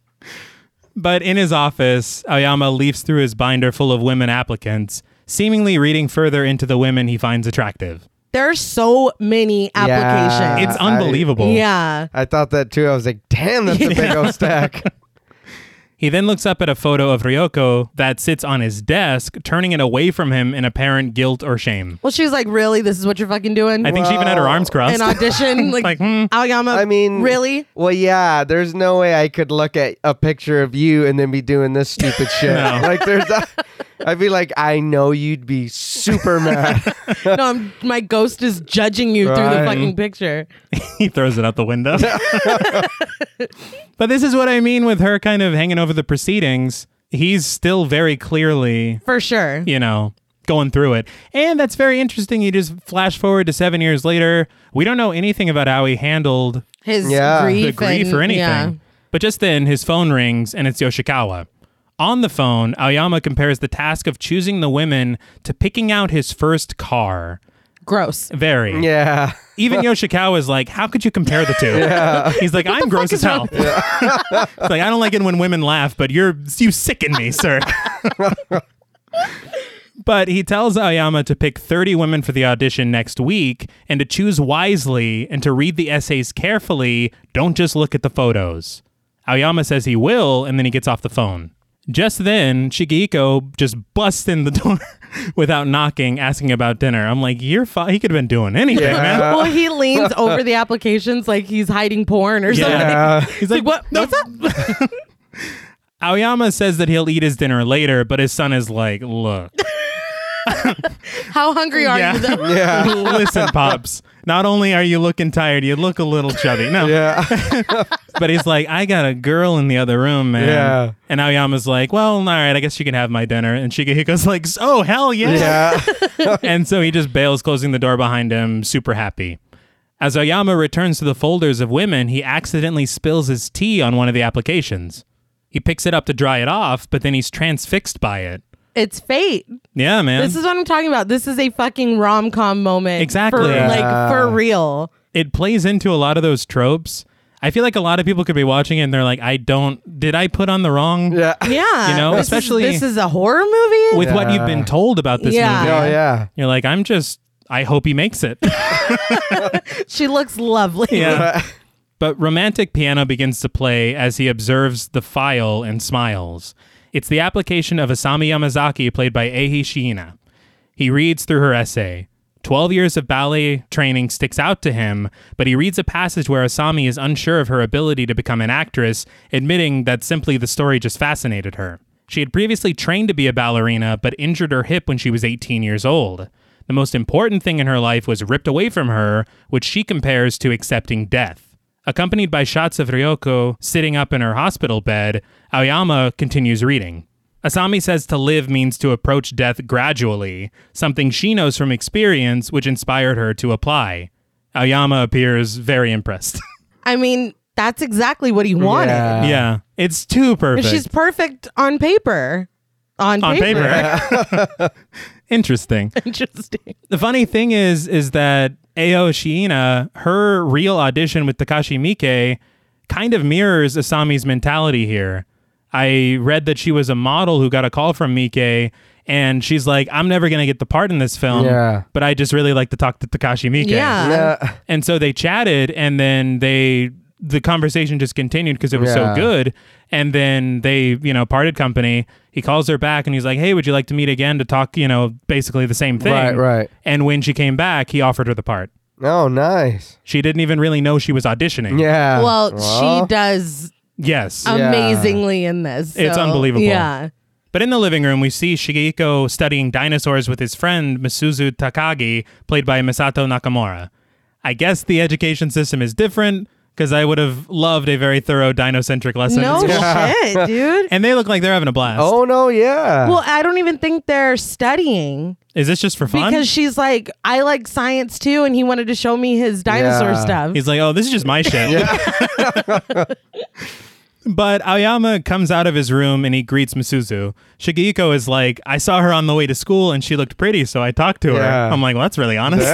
S1: But in his office, Aoyama leafs through his binder full of women applicants, seemingly reading further into the women he finds attractive.
S2: There are so many applications.
S1: It's
S3: I-
S1: unbelievable.
S2: yeah.
S3: I thought that too. I was like, damn, that's a big old stack.
S1: He then looks up at a photo of Ryoko that sits on his desk, turning it away from him in apparent guilt or shame.
S2: Well, she was like, really? This is what you're fucking doing?
S1: I think she even had her arms crossed.
S2: An audition? Like,
S1: Like, hmm.
S2: Aoyama?
S3: I mean,
S2: really?
S3: Well, yeah. There's no way I could look at a picture of you and then be doing this stupid shit.
S1: No.
S3: Like, there's, i I'd be like, I know you'd be super mad.
S2: no, I'm, my ghost is judging you through the
S3: Right.
S2: fucking picture.
S1: he throws it out the window. but this is what I mean with her kind of hanging over the proceedings. He's still very clearly
S2: For sure.
S1: you know, going through it. And that's very interesting. You just flash forward to seven years later. We don't know anything about how he handled
S2: His
S3: Yeah.
S2: grief.
S1: the grief
S2: and-
S1: or anything.
S2: yeah.
S1: But just then, his phone rings and it's Yoshikawa. On the phone, Aoyama compares the task of choosing the women to picking out his first car.
S2: Gross.
S1: Very.
S3: yeah.
S1: Even Yoshikawa is like, how could you compare the two? He's like, I'm gross as hell. It's like I don't like it when women laugh, but you're you sicken me, sir. But he tells Aoyama to pick 30 women for the audition next week and to choose wisely and to read the essays carefully. Don't just look at the photos. Aoyama says he will, and then he gets off the phone. Just then, Shigehiko just busts in the door without knocking, asking about dinner. I'm like, you're fine. He could have been doing anything, man.
S2: well, he leans over the applications like he's hiding porn or something.
S3: Yeah.
S1: He's like,
S2: What? What's up?
S1: Aoyama says that he'll eat his dinner later, but his son is like, look.
S2: How hungry are you? Though?
S1: yeah. Listen, Pops. Not only are you looking tired, you look a little chubby. No.
S3: yeah.
S1: But he's like, I got a girl in the other room, man.
S3: Yeah.
S1: And Aoyama's like, well, all right, I guess you can have my dinner. And Shigehiko's like, oh, hell yeah.
S3: Yeah.
S1: and so he just bails, closing the door behind him, super happy. As Aoyama returns to the folders of women, he accidentally spills his tea on one of the applications. He picks it up to dry it off, but then he's transfixed by it.
S2: It's fate.
S1: Yeah, man.
S2: This is what I'm talking about. This is a fucking rom com moment.
S1: Exactly.
S2: For,
S1: Yeah.
S2: Like for real.
S1: it plays into a lot of those tropes. I feel like a lot of people could be watching it and they're like, I don't, did I put on the wrong
S3: Yeah.
S2: Yeah.
S1: You know,
S2: This is-
S1: especially-
S2: this is a horror movie.
S1: with what you've been told about this
S2: Yeah.
S1: movie?
S3: Oh yeah.
S1: You're like, I'm just, I hope he makes it.
S2: she looks lovely.
S1: yeah. But romantic piano begins to play as he observes the file and smiles. It's the application of Asami Yamazaki, played by Eiji Shiina. He reads through her essay. Twelve years of ballet training sticks out to him, but he reads a passage where Asami is unsure of her ability to become an actress, admitting that simply the story just fascinated her. She had previously trained to be a ballerina, but injured her hip when she was 18 years old. The most important thing in her life was ripped away from her, which she compares to accepting death. Accompanied by shots of Ryoko sitting up in her hospital bed, Aoyama continues reading. Asami says to live means to approach death gradually, something she knows from experience, which inspired her to apply. Aoyama appears very impressed.
S2: I mean, that's exactly what he wanted.
S3: Yeah.
S1: yeah, it's too
S2: But
S1: perfect.
S2: She's perfect on paper. On,
S1: on paper. Interesting.
S2: Interesting.
S1: The funny thing is, is that Ayo Shiina, her real audition with Takashi Miike, kind of mirrors Asami's mentality here. I read that she was a model who got a call from Miike, and she's like, "I'm never gonna get the part in this film,
S3: Yeah.
S1: but I just really like to talk to Takashi Miike."
S2: Yeah.
S3: Yeah.
S1: And so they chatted, and then they the conversation just continued because it was so
S3: Yeah.
S1: good. And then they, you know, parted company. He calls her back, and he's like, "Hey, would you like to meet again to talk? You know, basically the same thing."
S3: Right, right.
S1: And when she came back, he offered her the part.
S3: Oh, nice.
S1: She didn't even really know she was auditioning.
S3: Yeah.
S2: Well, she does
S1: Yes.
S2: Oh.
S3: Yeah.
S2: amazingly in this.
S1: It's
S2: so,
S1: unbelievable.
S2: Yeah.
S1: But in the living room, we see Shigehiko studying dinosaurs with his friend Misuzu Takagi, played by Misato Nakamura. I guess the education system is different because I would have loved a very thorough dinocentric lesson. in
S2: No
S1: school.
S2: shit, dude.
S1: And they look like they're having a blast.
S3: Oh no, yeah.
S2: Well, I don't even think they're studying
S1: Is this just for fun?
S2: because she's like, I like science too, and he wanted to show me his dinosaur
S3: Yeah.
S2: stuff.
S1: He's like, oh, this is just my shit. but Aoyama comes out of his room and he greets Misuzu. Shigehiko is like, I saw her on the way to school and she looked pretty, so I talked to her.
S3: Yeah.
S1: I'm like, well, that's really honest.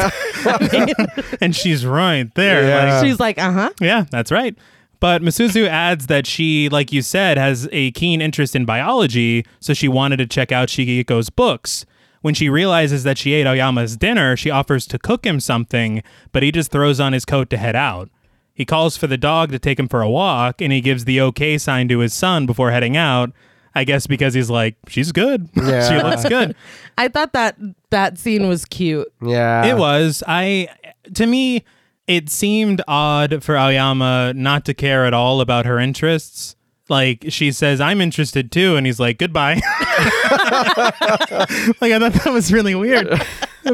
S1: and she's right there.
S3: Yeah.
S1: Like,
S2: She's like, uh huh.
S1: yeah, that's right. But Misuzu adds that she, like you said, has a keen interest in biology, so she wanted to check out Shigehiko's books. When she realizes that she ate Aoyama's dinner, she offers to cook him something, but he just throws on his coat to head out. He calls for the dog to take him for a walk, and he gives the okay sign to his son before heading out. I guess because he's like, she's good. she
S3: Yeah.
S1: looks good.
S2: I thought that that scene was cute.
S3: yeah.
S1: It was. I to me, it seemed odd for Aoyama not to care at all about her interests. Like she says, "I'm interested too," and he's like, "Goodbye." like I thought that was really weird.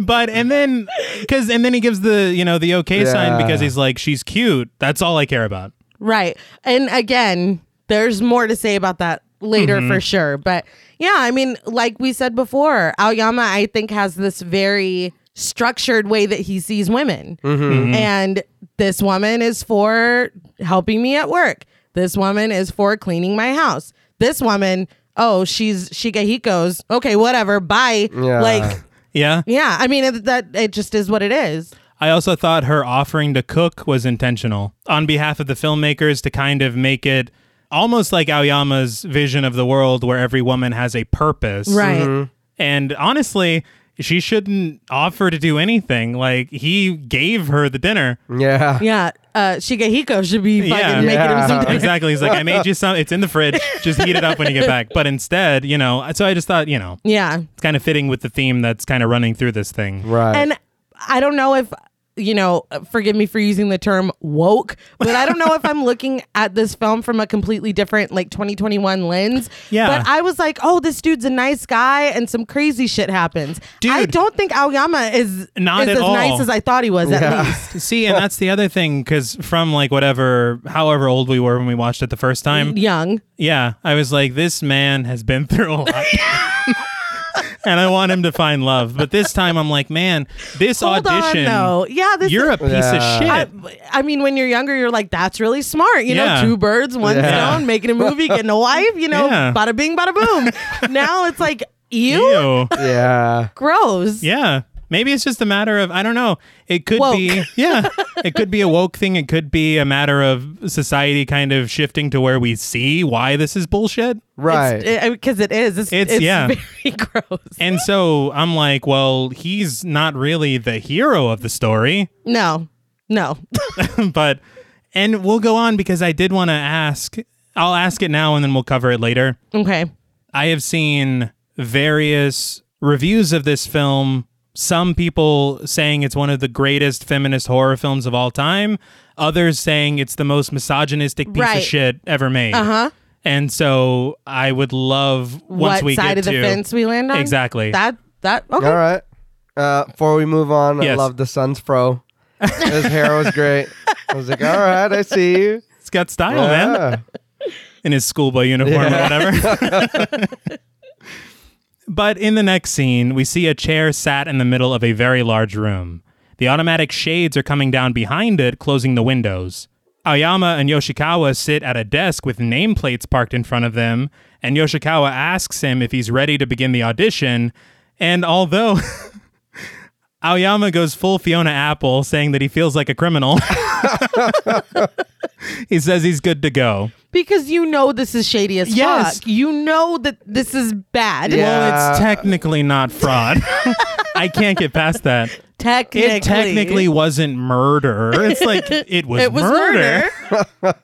S1: But and then because and then he gives the you know the okay sign
S3: Yeah.
S1: because he's like, "She's cute." That's all I care about.
S2: Right. And again, there's more to say about that later for sure. But yeah, I mean, like we said before, Aoyama, I think, has this very structured way that he sees women. And this woman is for helping me at work. This woman is for cleaning my house. This woman, oh, she's Shigehiko's. Okay, whatever. Bye.
S3: Yeah.
S2: Like,
S1: Yeah.
S2: yeah, I mean, it, that it just is what it is.
S1: I also thought her offering to cook was intentional on behalf of the filmmakers to kind of make it almost like Aoyama's vision of the world where every woman has a purpose.
S2: Right.
S1: And honestly, she shouldn't offer to do anything. Like he gave her the dinner.
S3: Yeah.
S2: Yeah, uh, Shigehiko should be fucking
S1: Yeah.
S2: making
S3: Yeah.
S2: him some dinner.
S1: Exactly. He's like, I made you some. It's in the fridge. Just heat it up when you get back. But instead, you know, so I just thought, you know,
S2: Yeah,
S1: it's kind of fitting with the theme that's kind of running through this thing.
S3: Right.
S2: and I don't know if you know. Forgive me for using the term woke, but I don't know if I'm looking at this film from a completely different like 2021 lens.
S1: Yeah.
S2: but I was like, oh, this dude's a nice guy, and some crazy shit happens. I
S1: Dude.
S2: don't think Aoyama is
S1: Not
S2: is
S1: at
S2: as
S1: all.
S2: nice as I thought he was. At least,
S1: See, and that's the other thing, because from like whatever, however old we were when we watched it the first
S2: Mm-hmm.
S1: time,
S2: young.
S1: yeah, I was like, this man has been through a lot. and I want him to find love. But this time I'm like, man, this
S2: Hold on,
S1: audition,
S2: though. Yeah, this
S1: you're a piece
S3: Yeah.
S1: of shit.
S2: I, I mean, when you're younger, you're like, that's really smart. You
S1: Yeah.
S2: know, two birds, one
S1: Yeah.
S2: stone, making a movie, getting a wife, you know,
S1: Yeah.
S2: bada bing, bada boom. now it's like, ew,
S1: Ew.
S3: yeah.
S2: gross.
S1: Yeah. Maybe it's just a matter of I don't know. It could
S2: Woke.
S1: be yeah. It could be a woke thing. It could be a matter of society kind of shifting to where we see why this is bullshit.
S3: Right.
S2: Because it is. It's,
S1: It's-
S2: it's,
S1: yeah.
S2: very gross.
S1: And so I'm like, well, he's not really the hero of the story,
S2: No, no.
S1: but and we'll go on because I did want to ask. I'll ask it now and then we'll cover it later.
S2: okay.
S1: I have seen various reviews of this film. Some people saying it's one of the greatest feminist horror films of all time, others saying it's the most misogynistic piece of
S2: Right. Uh-huh.
S1: shit ever made. Uh huh. And so I would love once
S2: what
S1: we
S2: side
S1: get
S2: of the
S1: to
S2: fence we land on?
S1: exactly
S2: That, that, okay.
S3: All right. Uh, before we move on, I
S1: Yes.
S3: love the sun's fro. His hair was great. I was like, all right, I see you.
S1: it's got style, man,
S3: Yeah.
S1: in his schoolboy uniform
S3: Yeah.
S1: or whatever. But in the next scene, we see a chair sat in the middle of a very large room. The automatic shades are coming down behind it, closing the windows. Aoyama and Yoshikawa sit at a desk with nameplates parked in front of them, and Yoshikawa asks him if he's ready to begin the audition. And although Aoyama goes full Fiona Apple, saying that he feels like a criminal, he says he's good to go.
S2: Because you know this is shady as
S1: Yes.
S2: fuck. You know that this is bad.
S3: Yeah.
S1: Well, it's technically not fraud. I can't get past that.
S2: Technically.
S1: It technically wasn't murder. It's like it was,
S2: It was
S1: murder,
S2: murder.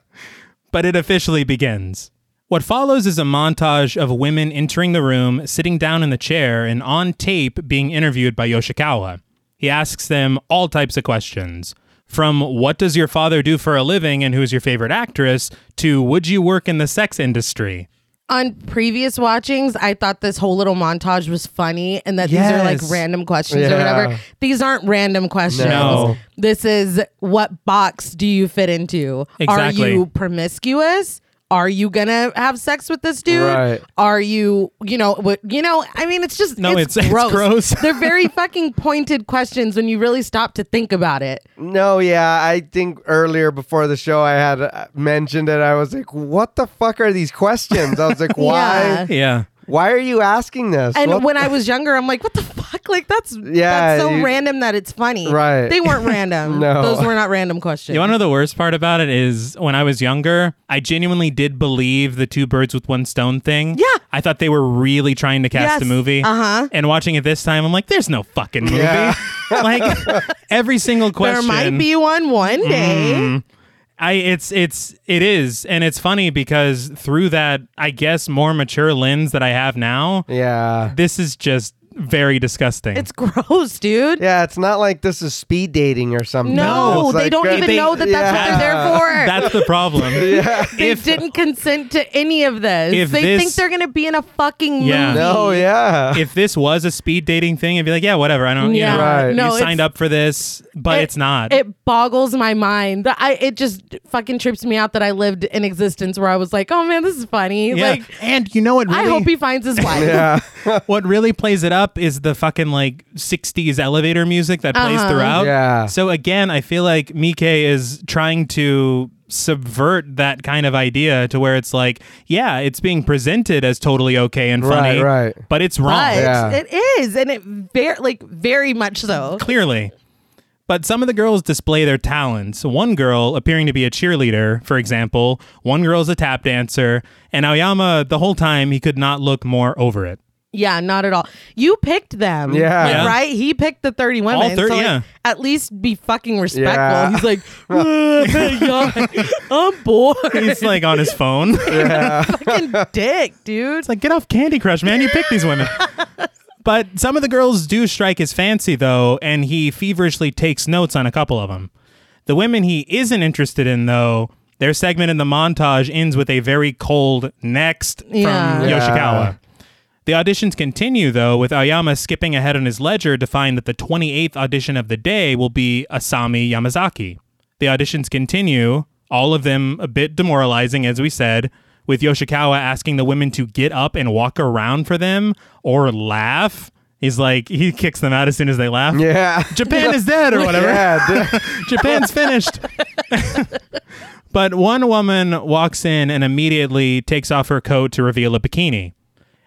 S1: but it officially begins. What follows is a montage of women entering the room, sitting down in the chair, and on tape being interviewed by Yoshikawa. He asks them all types of questions. From what does your father do for a living and who's your favorite actress to would you work in the sex industry?
S2: on previous watchings, I thought this whole little montage was funny and that these are
S1: Yes.
S2: like random questions
S3: Yeah.
S2: or whatever. These aren't random questions.
S1: No.
S2: This is what box do you fit into? Are
S1: Exactly.
S2: you promiscuous? Are you gonna have sex with this dude?
S3: Right.
S2: Are you, you know, what, you know? I mean, it's just
S1: No,
S2: it's,
S1: it's- it's
S2: gross.
S1: gross.
S2: They're very fucking pointed questions when you really stop to think about it.
S3: No, yeah, I think earlier before the show I had uh, mentioned it. I was like, "What the fuck are these questions?" I was like, "Why?
S2: Yeah.
S1: Yeah.
S3: Why are you asking this?"
S2: And
S3: What
S2: when I was younger, I'm like, what the fuck? Like that's
S3: Yeah,
S2: that's so
S3: you-
S2: random that it's funny.
S3: Right.
S2: They weren't random.
S3: No.
S2: Those were not random questions.
S1: You want to know the worst part about it is when I was younger, I genuinely did believe the two birds with one stone thing.
S2: Yeah.
S1: I thought they were really trying to cast
S2: Yes.
S1: a movie.
S2: Uh-huh.
S1: And watching it this time, I'm like, there's no fucking movie.
S3: Yeah.
S1: like every single
S2: there
S1: question. Mm.
S2: might be one one day.
S1: I it's it's it is, and it's funny because through that, I guess, more mature lens that I have now,
S3: yeah,
S1: this is just very disgusting.
S2: It's gross, dude.
S3: yeah. It's not like this is speed dating or something.
S2: No,
S3: It's
S2: they
S3: like,
S2: don't
S3: uh,
S2: even
S1: they-
S2: know that that's what
S3: yeah.
S2: they're there for.
S1: that's the problem.
S2: they didn't consent to any of
S1: If
S2: this. They
S1: this-
S2: think they're gonna be in a fucking
S1: Yeah.
S2: movie.
S3: No, yeah.
S1: If this was a speed dating thing, I'd be like, yeah, whatever. I don't.
S2: Yeah.
S1: You know,
S3: Right.
S2: No,
S1: you signed
S2: it's-
S1: up for this, but
S2: It-
S1: it's not.
S2: It boggles my mind. That I it just fucking trips me out that I lived an existence where I was like, oh man, this is funny.
S1: Yeah.
S2: Like
S1: and you know what really
S2: I hope he finds his wife.
S3: yeah.
S1: what really plays it up is the fucking like 60s elevator music that plays
S2: Uh-huh.
S1: throughout.
S3: Yeah.
S1: So again, I feel like Mike is trying to subvert that kind of idea to where it's like, yeah, it's being presented as totally okay and funny,
S3: Right, right.
S1: but it's wrong.
S2: but
S3: Yeah.
S2: it is, and it very like very much so.
S1: Clearly. But some of the girls display their talents. One girl appearing to be a cheerleader, for example, one girl's a tap dancer, and Aoyama, the whole time, he could not look more over it.
S2: Yeah, not at all. You picked them.
S3: Yeah.
S2: Like,
S1: Yeah.
S2: Right? He picked the 30 women.
S1: All 30,
S2: so, like,
S1: yeah.
S2: At least be fucking respectful.
S3: Yeah.
S2: He's like, "Ugh, I'm bored.
S1: He's like on his phone. it's
S2: fucking dick, dude.
S1: like, get off Candy Crush, man. You pick these women. But some of the girls do strike his fancy, though, and he feverishly takes notes on a couple of them. The women he isn't interested in, though, their segment in the montage ends with a very cold next
S2: Yeah.
S1: from
S3: Yeah.
S1: Yoshikawa. The auditions continue, though, with Aoyama skipping ahead on his ledger to find that the 28th audition of the day will be Asami Yamazaki. The auditions continue, all of them a bit demoralizing, as we said, with Yoshikawa asking the women to get up and walk around for them or laugh. He's like, he kicks them out as soon as they laugh.
S3: Yeah.
S1: Japan is dead or whatever.
S3: Yeah, dude.
S1: Japan's finished. but one woman walks in and immediately takes off her coat to reveal a bikini.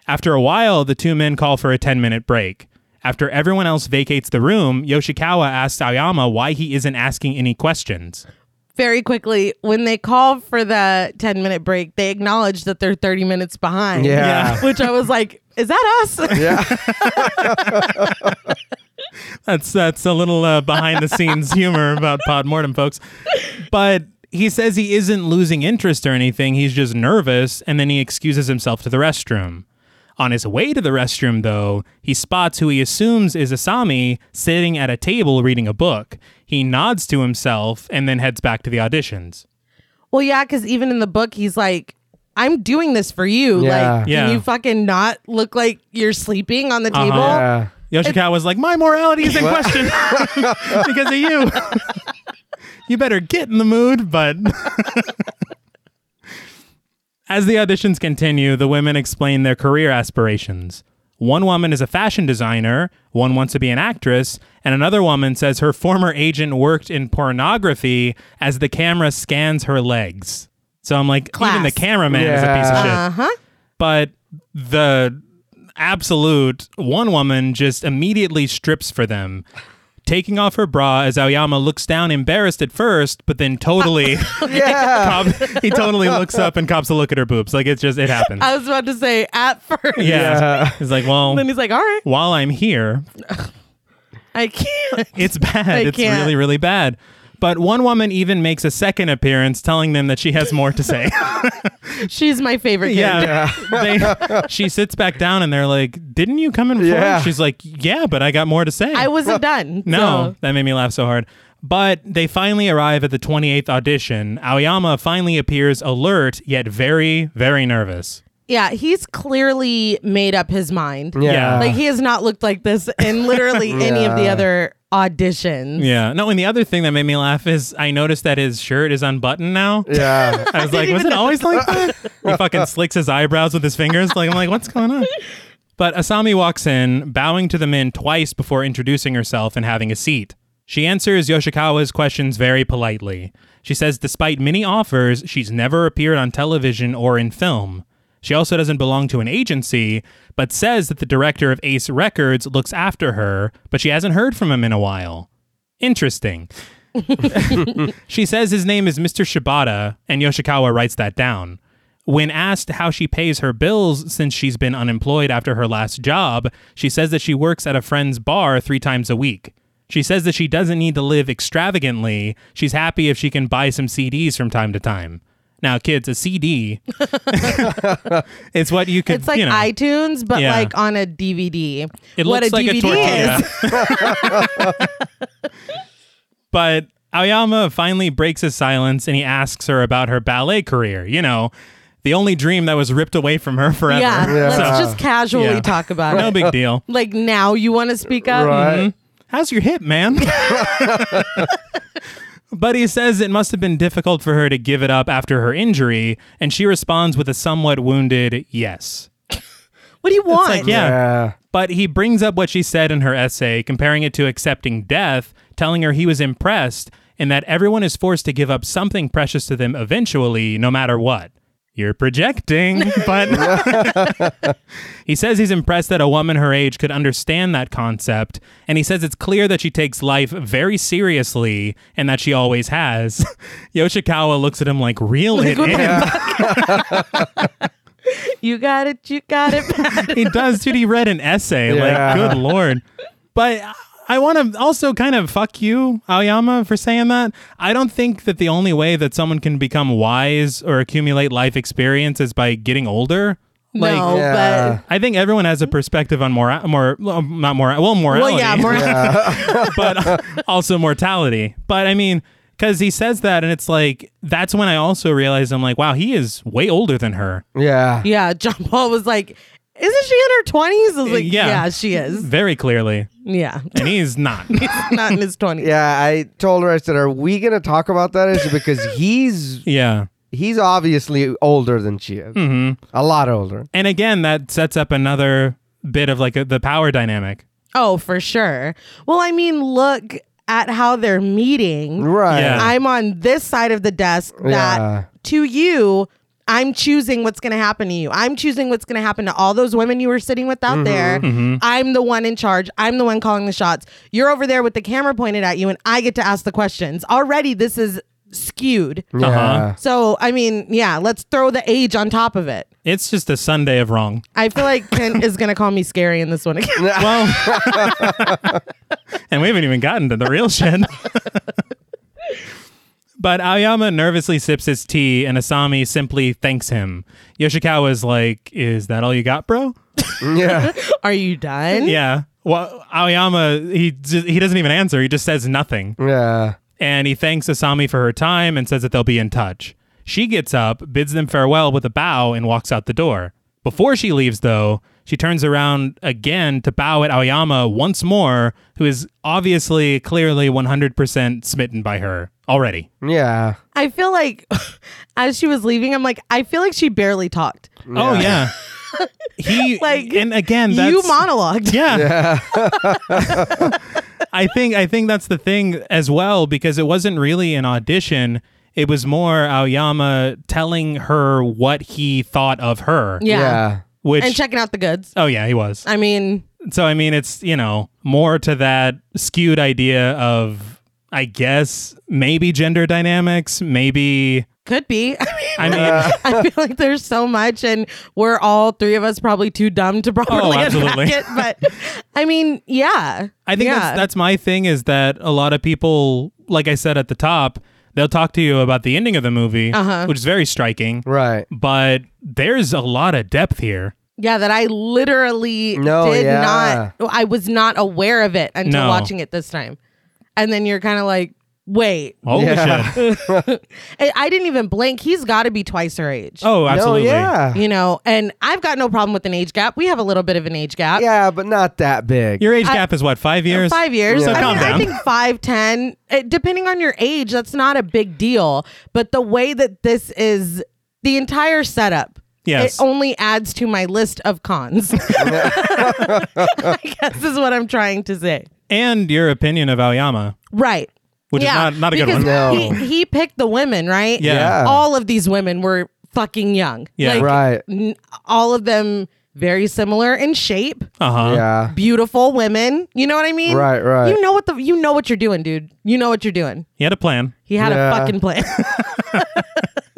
S1: After a while, the two men call for a 10 minute break. After everyone else vacates the room, Yoshikawa asks Aoyama why he isn't asking any questions.
S2: Very quickly, when they call for the 10 minute break, they acknowledge that they're 30 minutes behind.
S3: Yeah.
S2: Which I was like, is that us?
S1: That's that's a little uh, behind the scenes humor about Pod Mortem, folks. But he says he isn't losing interest or anything. He's just nervous, and then he excuses himself to the restroom. On his way to the restroom, though, he spots who he assumes is Asami sitting at a table reading a book. He nods to himself and then heads back to the auditions.
S2: Well, yeah, because even in the book, he's like, I'm doing this for you.
S3: Yeah.
S2: Like,
S1: Yeah. Uh-huh.
S2: can you fucking not look like you're sleeping on the table?
S3: Yeah.
S1: Yoshikawa was like, "My morality is in question because of you. you better get in the mood." But as the auditions continue, the women explain their career aspirations. One woman is a fashion designer, one wants to be an actress, and another woman says her former agent worked in pornography as the camera scans her legs. So I'm like, even
S2: Class.
S1: the cameraman is a piece of
S3: Yeah.
S1: shit
S2: Uh-huh.
S1: but the absolute one woman just immediately strips for them. Taking off her bra as Aoyama looks down embarrassed at first, but then totally
S3: Yeah.
S1: cop, he totally looks up and cops a look at her boobs. Like it's just it happens.
S2: I was about to say at first.
S1: yeah.
S3: Yeah.
S1: He's like, well,
S2: Then he's like, all right,
S1: while I'm here,
S2: I can't.
S1: it's bad. It's
S2: can't.
S1: really, really bad. But one woman even makes a second appearance telling them that she has more to say.
S2: She's my favorite character.
S1: Yeah. They, she sits back down and they're like, Didn't you come in for
S3: Yeah.
S1: She's like, Yeah, but I got more to say.
S2: I wasn't done.
S1: No,
S2: so-
S1: that made me laugh so hard. But they finally arrive at the 28th audition. Aoyama finally appears alert, yet very, very nervous.
S2: Yeah, he's clearly made up his mind.
S1: Yeah.
S2: Like, he has not looked like this in literally any of the
S3: Yeah.
S2: other auditions.
S1: Yeah. No, and the other thing that made me laugh is I noticed that his shirt is unbuttoned now.
S3: yeah.
S1: I was like, was it always like that? He fucking slicks his eyebrows with his fingers. Like, I'm like, what's going on? But Asami walks in, bowing to the men twice before introducing herself and having a seat. She answers Yoshikawa's questions very politely. She says, despite many offers, she's never appeared on television or in film. She also doesn't belong to an agency, but says that the director of Ace Records looks after her, but she hasn't heard from him in a while. Interesting. She says his name is Mr. Shibata, and Yoshikawa writes that down. When asked how she pays her bills since she's been unemployed after her last job, she says that she works at a friend's bar three times a week. She says that she doesn't need to live extravagantly. She's happy if she can buy some CDs from time to time. Now, kids, a CD, it's what you could,
S2: It's like
S1: you know,
S2: iTunes, but
S1: Yeah.
S2: like on a DVD.
S1: it
S2: what
S1: looks
S2: a
S1: like
S2: DVD
S1: a
S2: is.
S1: tortilla. But Aoyama finally breaks his silence and he asks her about her ballet career. You know, the only dream that was ripped away from her forever.
S2: Yeah,
S3: Yeah.
S2: let's just casually
S1: Yeah.
S2: talk about
S1: No
S2: it.
S1: big deal.
S2: Like now, you want to speak up?
S3: Right.
S1: How's your hip, man? but he says it must have been difficult for her to give it up after her injury, and she responds with a somewhat wounded yes.
S2: What do you want?
S1: like, yeah.
S3: Yeah.
S1: But he brings up what she said in her essay, comparing it to accepting death, telling her he was impressed and that everyone is forced to give up something precious to them eventually, no matter what. You're projecting, but he says he's impressed that a woman her age could understand that concept. And he says it's clear that she takes life very seriously and that she always has. Yoshikawa looks at him like, reel it in.
S2: You got it. You got it. Patty.
S1: he does, dude. He read an essay. Like,
S3: Yeah.
S1: good lord. But I want to also kind of fuck you, Aoyama, for saying that. I don't think that the only way that someone can become wise or accumulate life experience is by getting older. Like,
S2: no,
S3: Yeah.
S1: I think everyone has a perspective on mora- more, well, not more, well,
S2: but
S1: morality,
S2: well, yeah, more.
S1: but also mortality. But I mean, because he says that, and it's like that's when I also realized I'm like, wow, he is way older than her.
S3: Yeah.
S2: Yeah, John Paul was like, "Isn't she in her 20s? I was like,
S1: yeah.
S2: "Yeah, she is.
S1: Very clearly,
S2: Yeah,
S1: and he's not.
S2: not in his 20s."
S3: Yeah, I told her. I said, "Are we gonna talk about that issue? Because he's
S1: yeah.
S3: he's obviously older than she is, mm-hmm. a lot older."
S1: And again, that sets up another bit of like a, the power dynamic.
S2: Oh, for sure. Well, I mean, look at how they're meeting.
S3: Right.
S1: Yeah.
S2: I'm on this side of the desk that
S3: Yeah.
S2: to you, I'm choosing what's going to happen to you. I'm choosing what's going to happen to all those women you were sitting with out there. I'm the one in charge. I'm the one calling the shots. You're over there with the camera pointed at you, and I get to ask the questions. Already, this is skewed.
S3: Yeah.
S1: Uh-huh.
S2: So, I mean, yeah, let's throw the age on top of it.
S1: It's just a Sunday of wrong.
S2: I feel like Ken is going to call me scary in this one again.
S1: Well, and we haven't even gotten to the real shit. but Aoyama nervously sips his tea, and Asami simply thanks him. Yoshikawa is like, "Is that all you got, bro?"
S3: Yeah.
S2: Are you done?
S1: Yeah. Well, Aoyama he j- he doesn't even answer. He just says nothing,
S3: Yeah.
S1: and he thanks Asami for her time and says that they'll be in touch. She gets up, bids them farewell with a bow, and walks out the door. Before she leaves, though, she turns around again to bow at Aoyama once more, who is obviously, clearly 100% smitten by her already.
S3: Yeah.
S2: I feel like as she was leaving, I'm like, I feel like she barely talked.
S1: Oh, yeah. he,
S2: Like,
S1: and again, that's.
S2: you monologued.
S1: Yeah. I think I think that's the thing as well because it wasn't really an audition. It was more Aoyama telling her what he thought of her.
S2: Yeah.
S3: Yeah.
S1: Which
S2: And checking out the goods.
S1: Oh yeah, he was.
S2: I mean,
S1: So I mean it's, you know, more to that skewed idea of I guess maybe gender dynamics, maybe
S2: could be. I mean,
S1: I mean
S2: I feel like there's so much, and we're all three of us probably too dumb to properly unpack
S1: Oh, absolutely.
S2: it. But I mean, yeah,
S1: I think
S2: yeah.
S1: that's that's my thing is that a lot of people, like I said at the top, they'll talk to you about the ending of the movie,
S2: Uh-huh.
S1: which is very striking.
S3: Right.
S1: But there's a lot of depth here.
S2: yeah. That I literally
S3: No,
S2: did
S3: yeah.
S2: not. I was not aware of it until
S1: No.
S2: watching it this time, and then you're kind of like, wait,
S1: Holy
S3: Yeah.
S1: shit!
S2: I, I didn't even blink. He's got to be twice her age.
S1: Oh, absolutely.
S3: No, yeah.
S2: You know, and I've got no problem with an age gap. We have a little bit of an age gap.
S3: Yeah, but not that big.
S1: Your age gap is what five years?
S2: Five years.
S1: So
S2: I,
S1: calm
S2: mean, I
S1: down.
S2: think five, ten, it, depending on your age, that's not a big deal. But the way that this is, the entire setup,
S1: Yes.
S2: it only adds to my list of cons. I guess is what I'm trying to say.
S1: and your opinion of Aoyama,
S2: Right.
S1: which
S2: yeah,
S1: is not not a good
S2: because
S1: one.
S3: No.
S2: He, he picked the women, right?
S1: Yeah.
S3: Yeah.
S2: All of these women were fucking young.
S1: Yeah.
S2: Like,
S3: right.
S2: n- all of them very similar in shape.
S1: Uh huh.
S3: Yeah.
S2: beautiful women. You know what I mean?
S3: Right, right.
S2: You know what the you know what you're doing, dude. You know what you're doing.
S1: He had a plan.
S2: He had
S3: Yeah.
S2: a fucking plan.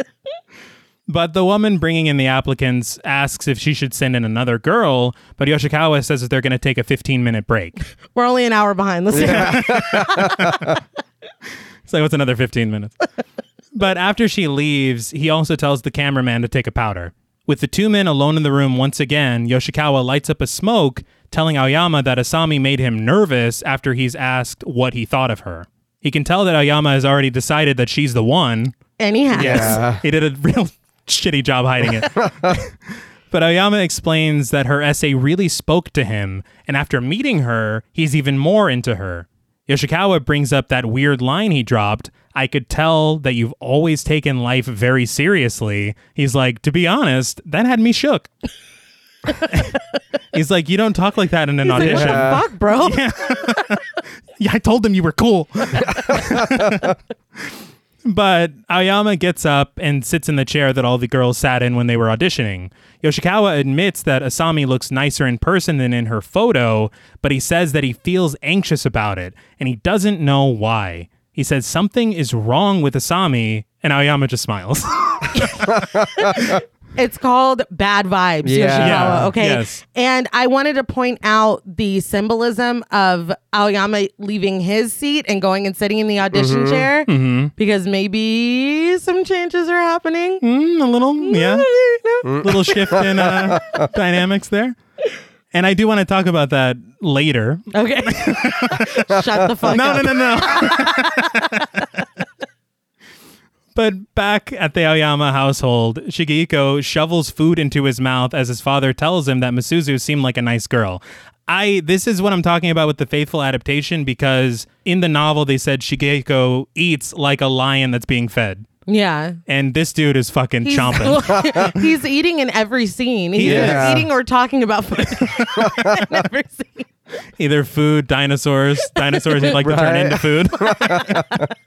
S1: But the woman bringing in the applicants asks if she should send in another girl, but Yoshikawa says that they're going to take a 15 minute break.
S2: We're only an hour behind. Let's
S1: It's like, what's another 15 minutes? but after she leaves, he also tells the cameraman to take a powder. With the two men alone in the room once again, Yoshikawa lights up a smoke, telling Aoyama that Asami made him nervous after he's asked what he thought of her. He can tell that Aoyama has already decided that she's the one.
S2: and he has.
S3: Yeah.
S1: He did a real shitty job hiding it. but Aoyama explains that her essay really spoke to him, and after meeting her, he's even more into her. Yoshikawa brings up that weird line he dropped. I could tell that you've always taken life very seriously. He's like, to be honest, that had me shook. He's like, you don't talk like that in an
S2: Like,
S1: audition.
S2: what the fuck, bro?
S1: Yeah, I told them you were cool. but Aoyama gets up and sits in the chair that all the girls sat in when they were auditioning. Yoshikawa admits that Asami looks nicer in person than in her photo, but he says that he feels anxious about it and he doesn't know why. He says something is wrong with Asami, and Aoyama just smiles.
S2: It's called Bad Vibes,
S3: Yeah.
S2: Yoshikawa.
S1: Yeah.
S2: Okay.
S1: Yes.
S2: And I wanted to point out the symbolism of Aoyama leaving his seat and going and sitting in the audition
S3: Mm-hmm.
S2: chair
S1: Mm-hmm.
S2: because maybe some changes are happening.
S1: Mm, a little, yeah,
S3: Mm-hmm.
S1: little shift in uh, dynamics there. And I do want to talk about that later.
S2: Okay. Shut the fuck
S1: No,
S2: up.
S1: no, no, no. but back at the Aoyama household, Shigehiko shovels food into his mouth as his father tells him that Misuzu seemed like a nice girl. I this is what I'm talking about with the faithful adaptation because in the novel they said Shigehiko eats like a lion that's being fed.
S2: Yeah.
S1: And this dude is fucking
S2: He's,
S1: chomping.
S2: he's eating in every scene. He's
S1: is.
S2: either eating or talking about food. in every scene.
S1: either food, dinosaurs, dinosaurs they like to turn
S3: Right.
S1: into food.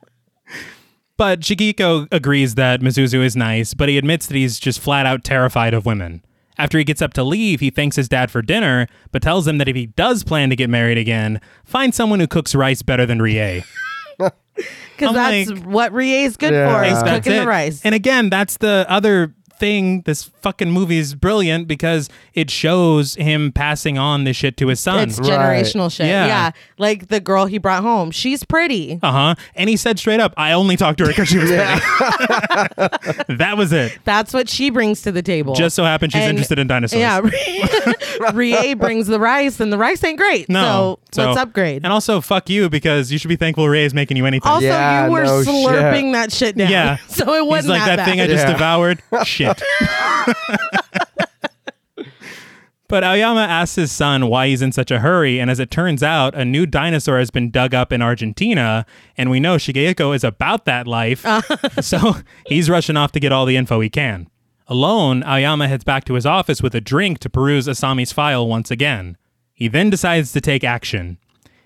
S1: but Shigiko agrees that Mizuzu is nice, but he admits that he's just flat out terrified of women. After he gets up to leave, he thanks his dad for dinner, but tells him that if he does plan to get married again, find someone who cooks rice better than Rie.
S2: Because
S1: I'm
S2: that's
S1: like-
S2: what Rie is good
S3: Yeah.
S2: for, is
S3: Yes,
S1: That's
S2: cooking
S1: it.
S2: the rice.
S1: And again, that's the other thing. This fucking movie's brilliant because it shows him passing on this shit to his son.
S2: It's generational shit.
S1: Yeah.
S2: Yeah. Like the girl he brought home. She's pretty.
S1: Uh huh. And he said straight up, I only talked to her because she was pretty. that was it.
S2: That's what she brings to the table.
S1: Just so happened she's
S2: And-
S1: interested in dinosaurs.
S2: Yeah. Rie brings the rice, and the rice ain't great.
S1: No.
S2: So, let's upgrade.
S1: And also, fuck you because you should be thankful Ray is making you anything.
S2: Also,
S3: Yeah,
S2: you were
S3: no
S2: slurping
S3: shit.
S2: that shit down.
S1: Yeah.
S2: So it
S1: He's
S2: wasn't
S1: like that,
S2: that, bad.
S1: thing I just
S3: Yeah.
S1: devoured. Shit. but Aoyama asks his son why he's in such a hurry, and as it turns out, a new dinosaur has been dug up in Argentina, and we know Shigeko is about that life,
S2: Uh.
S1: so he's rushing off to get all the info he can. Alone, Aoyama heads back to his office with a drink to peruse Asami's file once again. He then decides to take action.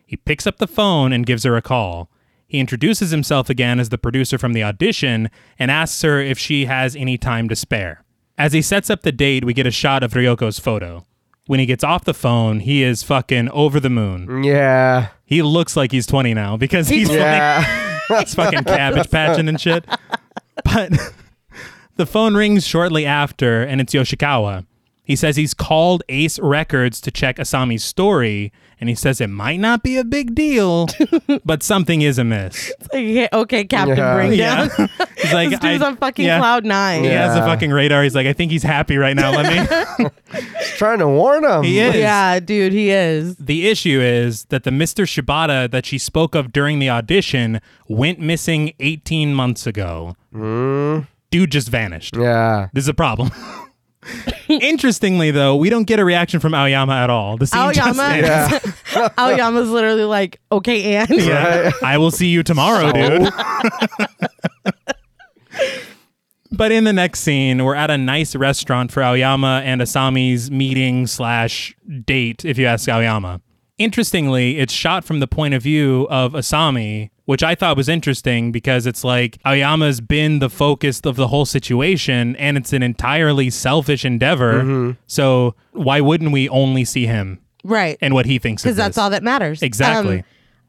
S1: He picks up the phone and gives her a call. He introduces himself again as the producer from the audition and asks her if she has any time to spare. As he sets up the date, we get a shot of Ryoko's photo. When he gets off the phone, he is fucking over the moon.
S3: Yeah.
S1: He looks like he's 20 now because he's
S3: Yeah.
S1: like, it's fucking cabbage patching and shit. But the phone rings shortly after, and it's Yoshikawa. He says he's called Ace Records to check Asami's story, and he says it might not be a big deal, but something is amiss.
S2: Okay, okay, Captain
S3: Yeah.
S2: Bring
S1: Yeah.
S2: down.
S1: He's like,
S2: This dude's
S1: I-
S2: on fucking
S1: yeah.
S2: cloud nine.
S1: He
S2: Yeah.
S1: has a
S3: Yeah.
S1: fucking radar. He's like, I think he's happy right now. Let me.
S3: Trying to warn him.
S1: He is.
S2: dude, he is.
S1: The issue is that the Mr. Shibata that she spoke of during the audition went missing 18 months ago. Dude just vanished.
S3: Yeah.
S1: This is a problem. Interestingly, though, we don't get a reaction from Aoyama at all. The scene just
S2: Aoyama,
S1: ends.
S2: Aoyama's literally like, okay, and
S1: Yeah. I will see you tomorrow, dude. but in the next scene, we're at a nice restaurant for Aoyama and Asami's meeting slash date, if you ask Aoyama. Interestingly, it's shot from the point of view of Asami, which I thought was interesting because it's like Aoyama's been the focus of the whole situation and it's an entirely selfish endeavor. So why wouldn't we only see him
S2: right,
S1: and what he thinks of
S2: because that's
S1: this?
S2: all that matters. Um,
S1: Exactly.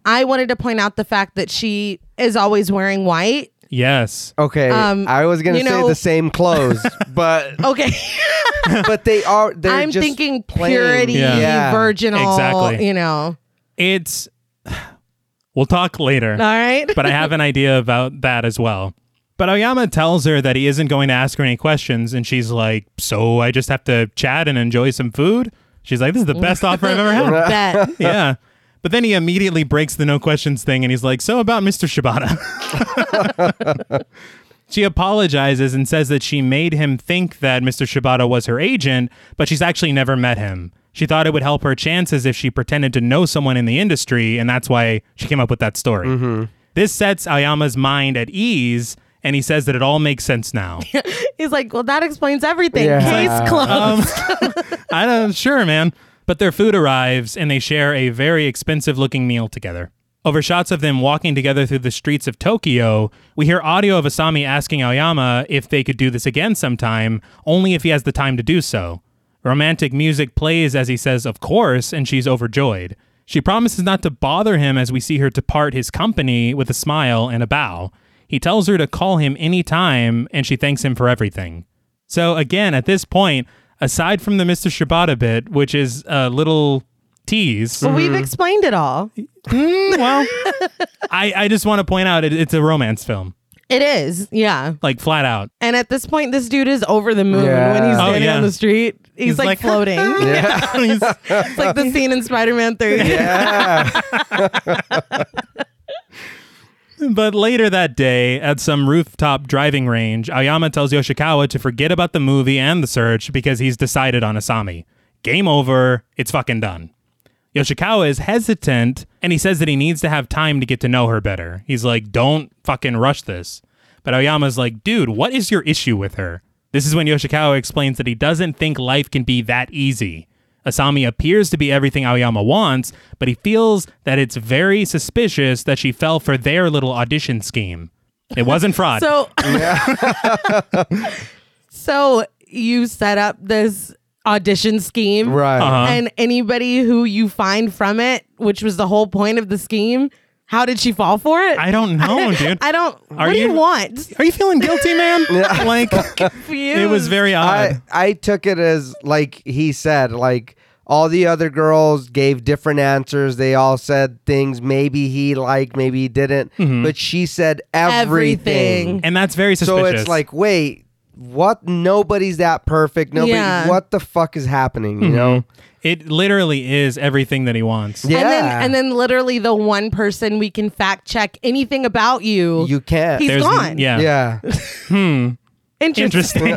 S2: I wanted to point out the fact that she is always wearing white.
S1: Yes.
S3: Okay,
S2: Um,
S3: I was gonna
S2: you
S3: say
S2: know-
S3: the same clothes, but
S2: Okay,
S3: but they are. They're
S2: I'm
S3: just
S2: thinking
S3: plain.
S2: purity,
S1: Yeah.
S3: Yeah.
S2: virginal.
S1: Exactly.
S2: You know,
S1: it's we'll talk later
S2: all right.
S1: but i have an idea about that as well but oyama tells her that he isn't going to ask her any questions and she's like so i just have to chat and enjoy some food she's like this is the best offer i've ever had
S2: Bet.
S1: yeah but then he immediately breaks the no questions thing and he's like so about mr shibata she apologizes and says that she made him think that Mr. Shibata was her agent, but she's actually never met him. She thought it would help her chances if she pretended to know someone in the industry, and that's why she came up with that story. This sets Aoyama's mind at ease, and he says that it all makes sense now.
S2: He's like, well, that explains everything.
S3: Yeah.
S2: Case closed.
S1: I don't sure, man. But their food arrives and they share a very expensive looking meal together. Over shots of them walking together through the streets of Tokyo, we hear audio of Asami asking Aoyama if they could do this again sometime, only if he has the time to do so. Romantic music plays as he says, Of course, and she's overjoyed. She promises not to bother him as we see her depart his company with a smile and a bow. He tells her to call him anytime, and she thanks him for everything. So again, at this point, aside from the Mr. Shibata bit, which is a little tease,
S2: Well, we've explained it all.
S1: mm, well, I, I just want to point out it, it's a romance film,
S2: It is, yeah.
S1: like flat out.
S2: And at this point, this dude is over the moon
S3: Yeah.
S2: when he's
S1: Oh,
S2: standing
S1: yeah.
S2: on the street. He's,
S1: He's
S2: like,
S1: like,
S2: floating.
S1: He's-
S2: it's like the scene in Spider Man 3.
S1: But later that day, at some rooftop driving range, Ayama tells Yoshikawa to forget about the movie and the search because he's decided on Asami. Game over. It's fucking done. Yoshikawa is hesitant and he says that he needs to have time to get to know her better. He's like, don't fucking rush this. But Ayama's like, dude, what is your issue with her? This is when Yoshikawa explains that he doesn't think life can be that easy. Asami appears to be everything Aoyama wants, but he feels that it's very suspicious that she fell for their little audition scheme. It wasn't fraud.
S2: So, so you set up this audition scheme.
S3: Right.
S1: Uh-huh.
S2: And anybody who you find from it, which was the whole point of the scheme, how did she fall for it?
S1: I don't know, dude.
S2: I don't.
S1: Are
S2: what do you
S1: you-
S2: want?
S1: Are you feeling guilty, man? Like, it was very odd.
S3: I, I took it as like he said, like all the other girls gave different answers. They all said things maybe he liked, maybe he didn't,
S1: Mm-hmm.
S3: but she said everything.
S2: Everything.
S1: and that's very
S3: So
S1: suspicious.
S3: it's like, wait, what? Nobody's that perfect. Nobody.
S2: Yeah.
S3: What the fuck is happening? You know?
S1: It literally is everything that he wants.
S3: Yeah.
S2: And then, and then, literally, the one person we can fact check anything about you.
S3: you can't.
S2: He's
S1: There's-
S2: gone.
S1: Yeah.
S3: yeah.
S2: Interesting.
S1: Interesting.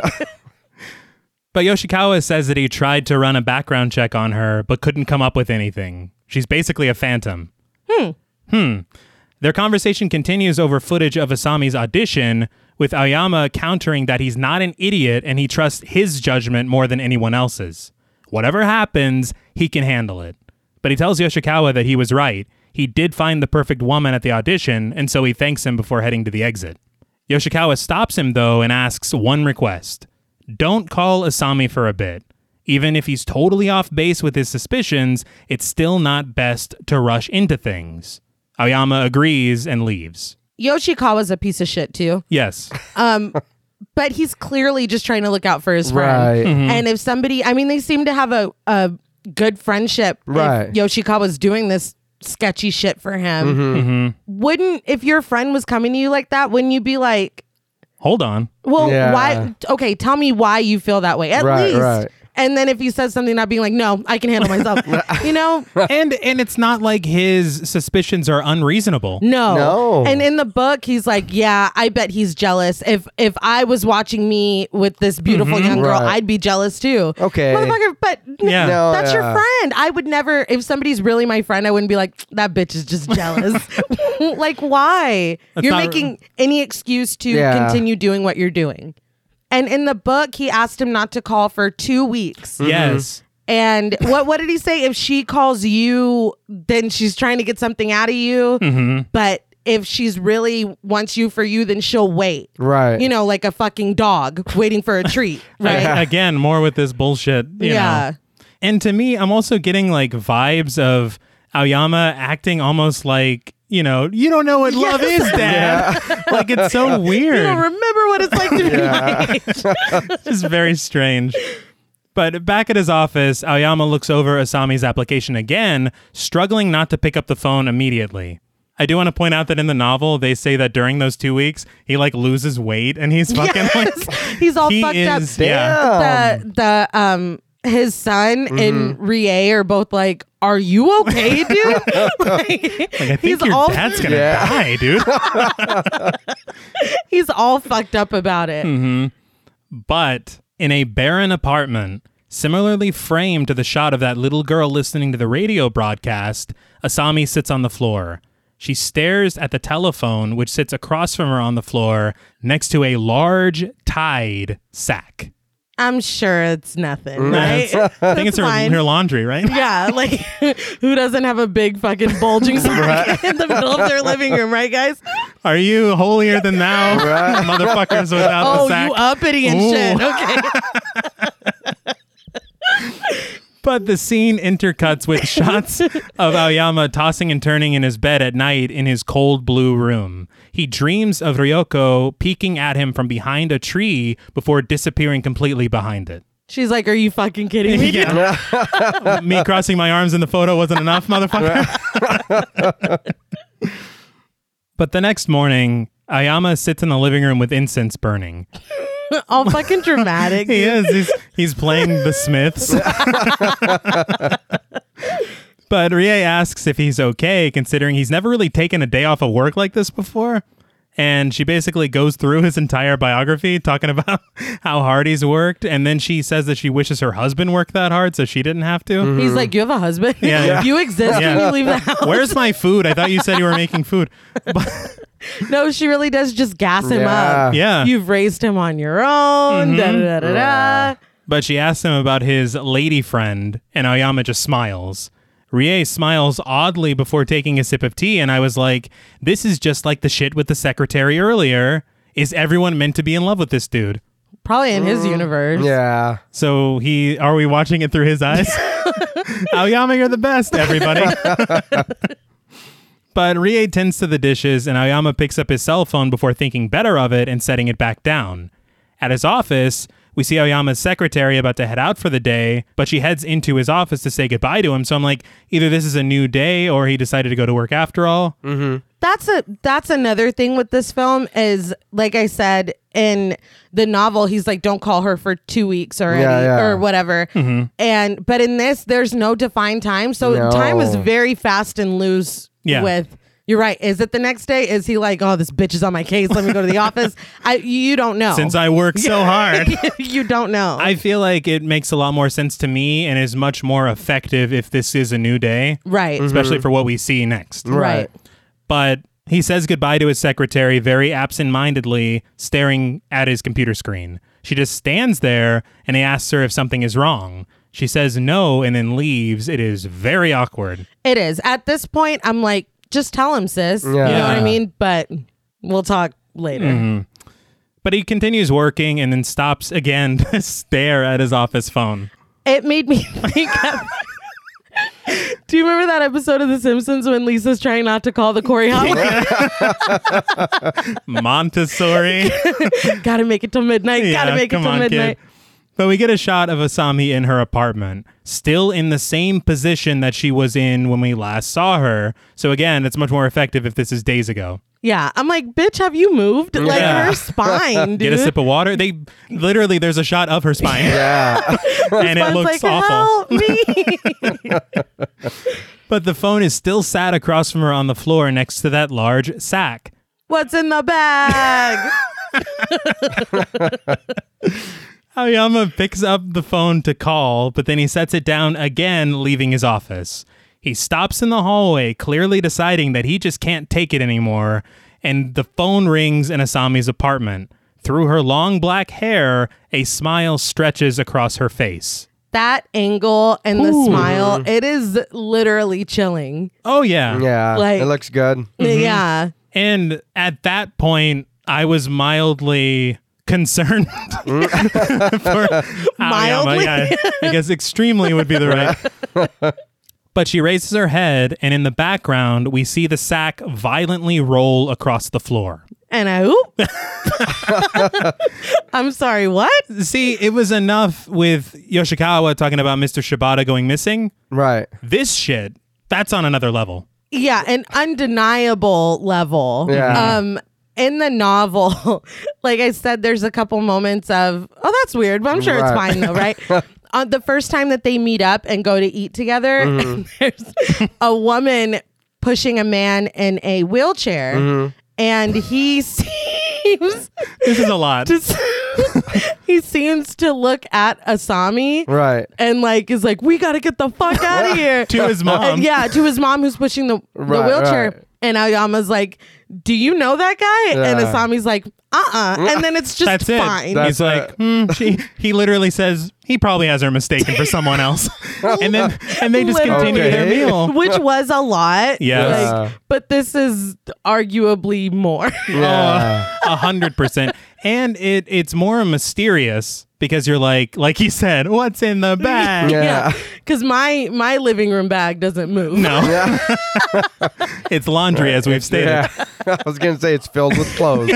S1: but Yoshikawa says that he tried to run a background check on her, but couldn't come up with anything. She's basically a phantom. Hmm. Hmm. Their conversation continues over footage of Asami's audition, with Aoyama countering that he's not an idiot and he trusts his judgment more than anyone else's. Whatever happens, he can handle it. But he tells Yoshikawa that he was right. He did find the perfect woman at the audition, and so he thanks him before heading to the exit. Yoshikawa stops him though and asks one request. Don't call Asami for a bit. Even if he's totally off base with his suspicions, it's still not best to rush into things. Aoyama agrees and leaves.
S2: Yoshikawa's a piece of shit too,
S1: Yes.
S2: but he's clearly just trying to look out for his friend.
S1: Mm-hmm.
S3: Right.
S2: And if somebody, I mean, they seem to have a, a good friendship. if
S3: Right.
S2: Yoshikawa's doing this sketchy shit for him.
S3: Mm-hmm.
S2: Wouldn't, if your friend was coming to you like that, wouldn't you be like,
S1: Hold on.
S2: well,
S3: Yeah.
S2: why? Okay, tell me why you feel that way, at
S3: Right,
S2: least.
S3: right.
S2: And then if he says something, not being like, no, I can handle myself. you know,
S1: And and it's not like his suspicions are unreasonable.
S2: No.
S3: No.
S2: And in the book, he's like, "Yeah, I bet he's jealous. If if I was watching me with this beautiful young girl,
S3: Right.
S2: I'd be jealous too."
S3: Okay.
S2: motherfucker. But n-
S1: Mm-hmm. Yeah.
S3: No,
S2: that's your
S3: yeah.
S2: friend. I would never. If somebody's really my friend, I wouldn't be like, "That bitch is just jealous." like, why?
S1: That's
S2: you're
S1: not-
S2: making any excuse to
S3: Yeah.
S2: continue doing what you're doing. And in the book, he asked him not to call for two weeks.
S1: Yes.
S2: And what what did he say? If she calls you, then she's trying to get something out of you.
S1: Mm-hmm.
S2: But if she's really wants you for you, then she'll wait.
S3: Right.
S2: You know, like a fucking dog waiting for a treat. Right.
S1: A- Again, more with this bullshit. you
S2: Yeah.
S1: know. And to me, I'm also getting like vibes of Aoyama acting almost like, you know, you don't know what love is, Dad. like it's so weird.
S2: You don't remember what it's like to be my age.
S1: It's very strange. But back at his office, Aoyama looks over Asami's application again, struggling not to pick up the phone immediately. I do want to point out that in the novel, they say that during those two weeks, he like loses weight and he's fucking like
S2: He's all
S1: he
S2: fucked
S1: is,
S2: up.
S1: Yeah.
S2: The the um his son and Rie are both like, "Are you okay, dude?" like,
S1: Like, I think
S2: he's
S1: your
S2: all
S1: dad's gonna
S3: Yeah.
S1: die, dude.
S2: he's all fucked up about it.
S1: but in a barren apartment, similarly framed to the shot of that little girl listening to the radio broadcast, Asami sits on the floor. She stares at the telephone, which sits across from her on the floor next to a large tied sack.
S2: I'm sure it's nothing, right?
S1: Mm. I think it's her,
S2: fine.
S1: her laundry, right?
S2: Yeah, like who doesn't have a big fucking bulging sack in the middle of their living room, right, guys?
S1: Are you holier than thou, motherfuckers without the
S2: Oh,
S1: sack?
S2: you uppity and
S1: Ooh.
S2: shit. Okay,
S1: But the scene intercuts with shots of Aoyama tossing and turning in his bed at night in his cold blue room. He dreams of Ryoko peeking at him from behind a tree before disappearing completely behind it.
S2: She's like, "Are you fucking kidding me?"
S1: Yeah. Me crossing my arms in the photo wasn't enough, motherfucker. but the next morning, Ayama sits in the living room with incense burning.
S2: All fucking dramatic.
S1: He is. He's, he's playing the Smiths. but Rie asks if he's okay, considering he's never really taken a day off of work like this before. And she basically goes through his entire biography, talking about how hard he's worked. And then she says that she wishes her husband worked that hard so she didn't have to.
S2: He's like, "You have a husband?
S1: Mm. Yeah, yeah.
S2: you exist
S1: Yeah.
S2: when you leave the house."
S1: Where's my food? I thought you said you were making food. But,
S2: No, she really does just gas him
S3: Yeah.
S2: up.
S1: yeah.
S2: You've raised him on your own. Da, da, da, da, da.
S1: But she asks him about his lady friend, and Aoyama just smiles. Rie smiles oddly before taking a sip of tea, and I was like, this is just like the shit with the secretary earlier. Is everyone meant to be in love with this dude?
S2: Probably in
S1: Mm.
S2: his universe.
S3: yeah.
S1: So he are we watching it through his eyes? Aoyama, you're the best, everybody. but Rie tends to the dishes and Aoyama picks up his cell phone before thinking better of it and setting it back down. At his office, we see Aoyama's secretary about to head out for the day, but she heads into his office to say goodbye to him. So I'm like, either this is a new day or he decided to go to work after all.
S2: that's a that's another thing with this film is like I said in the novel he's like don't call her for two weeks already
S3: Yeah, yeah.
S2: or whatever
S1: Mm-hmm.
S2: and but in this there's no defined time so
S3: No.
S2: time is very fast and loose
S1: Yeah.
S2: with you're right is it the next day is he like oh this bitch is on my case let me go to the office I you don't know
S1: Since I work so hard.
S2: you don't know
S1: I feel like it makes a lot more sense to me and is much more effective if this is a new day.
S2: right
S1: especially for what we see next.
S2: right
S1: But he says goodbye to his secretary very absent-mindedly, staring at his computer screen. She just stands there and he asks her if something is wrong. She says no and then leaves. It is very awkward.
S2: it is at this point I'm like just tell him sis you know what I
S1: Yeah.
S2: mean but we'll talk later
S1: But he continues working and then stops again to stare at his office phone.
S2: it made me think of Do you remember that episode of The Simpsons when Lisa's trying not to call the Corey hotline?
S1: Montessori.
S2: gotta make it till midnight. gotta make it till midnight.
S1: Kid. But we get a shot of Asami in her apartment, still in the same position that she was in when we last saw her. So again, it's much more effective if this is days ago.
S2: Yeah. I'm like, bitch, have you moved? Like
S1: Yeah.
S2: her spine, dude.
S1: Get a sip of water. They literally there's a shot of her spine
S3: Yeah.
S1: and it
S2: Spine's
S1: looks
S2: like,
S1: awful.
S2: Help me.
S1: But the phone is still sat across from her on the floor next to that large sack.
S2: What's in the bag?
S1: Aoyama picks up the phone to call, but then he sets it down again, leaving his office. He stops in the hallway, clearly deciding that he just can't take it anymore, and the phone rings in Asami's apartment. Through her long black hair, a smile stretches across her face.
S2: that angle and the smile, it is literally chilling.
S1: Oh, yeah.
S3: Yeah.
S2: Like-
S3: it looks good.
S1: Mm-hmm.
S2: Yeah.
S1: And at that point, I was mildly concerned for Aoyama.
S2: Mildly?
S1: Yeah, I guess extremely would be the right. But she raises her head, and in the background, we see the sack violently roll across the floor.
S2: And I oop. I'm sorry, what?
S1: See, it was enough with Yoshikawa talking about Mr. Shibata going missing.
S3: Right.
S1: This shit, that's on another level.
S2: yeah an undeniable level
S3: Yeah.
S2: um in the novel like i said there's a couple moments of oh that's weird but i'm sure it's
S3: Right.
S2: fine though right uh, the first time that they meet up and go to eat together
S3: Mm-hmm.
S2: there's a woman pushing a man in a wheelchair
S3: Mm-hmm.
S2: and he seems
S1: This is a lot.
S2: he seems to look at asami
S3: Right.
S2: and like is like we gotta get the fuck out of here
S1: to his mom.
S2: and Uh, yeah, to his mom who's pushing the,
S3: Right,
S2: the wheelchair.
S3: right.
S2: And Aoyama's like, Do you know that guy? And
S3: Yeah.
S2: Asami's like, Uh uh And then it's just
S1: That's it.
S2: fine.
S1: He's
S3: That's
S1: like, hmm, she, he literally says he probably has her mistaken for someone else, and then and they just continue their
S3: Literally.
S1: meal.
S2: Which was a lot.
S1: Yes.
S2: Like, but this is arguably more.
S1: A
S3: Yeah.
S1: Oh, hundred percent. and it it's more mysterious because you're like like you said, what's in the bag?
S3: Yeah.
S2: Because my my living room bag doesn't move.
S1: No, it's laundry as we've stated.
S3: Yeah. I was going to say it's filled with clothes.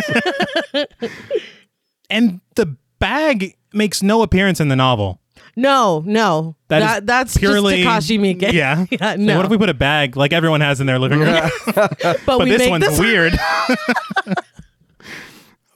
S1: And the bag makes no appearance in the novel.
S2: no, no.
S1: That is
S2: that's
S1: purely
S2: just Takashi Miike.
S1: Yeah.
S2: yeah.
S1: Like,
S2: No,
S1: what if we put a bag like everyone has in their living room?
S2: but,
S1: but
S2: we
S1: this
S2: make
S1: one's
S2: this
S1: weird.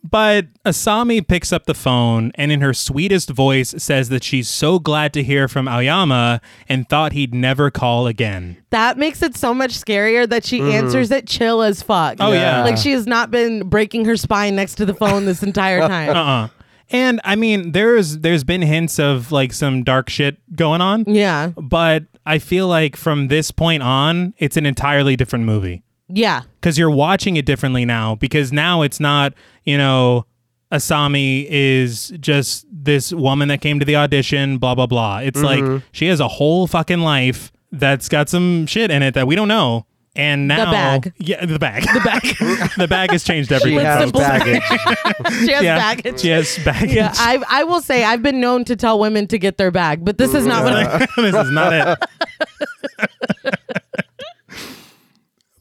S1: but Asami picks up the phone and in her sweetest voice says that she's so glad to hear from Aoyama and thought he'd never call again.
S2: That makes it so much scarier that she answers it chill as fuck.
S1: Mm-hmm. Oh, yeah.
S2: Like she has not been breaking her spine next to the phone this entire time.
S1: Uh-uh. And I mean, there's there's been hints of like some dark shit going on,
S2: yeah.
S1: but I feel like from this point on, it's an entirely different movie.
S2: Yeah.
S1: because you're watching it differently now because now it's not you know asami is just this woman that came to the audition blah blah blah it's like she has a whole fucking life that's got some shit in it that we don't know and now
S2: bag.
S1: yeah the bag the bag the bag has changed
S3: She
S1: everything
S3: has
S2: simple-
S3: baggage.
S2: She has
S1: yeah
S2: baggage.
S1: she has baggage
S2: Yeah, I I will say I've been known to tell women to get their bag, but this is not what I
S1: this is not it.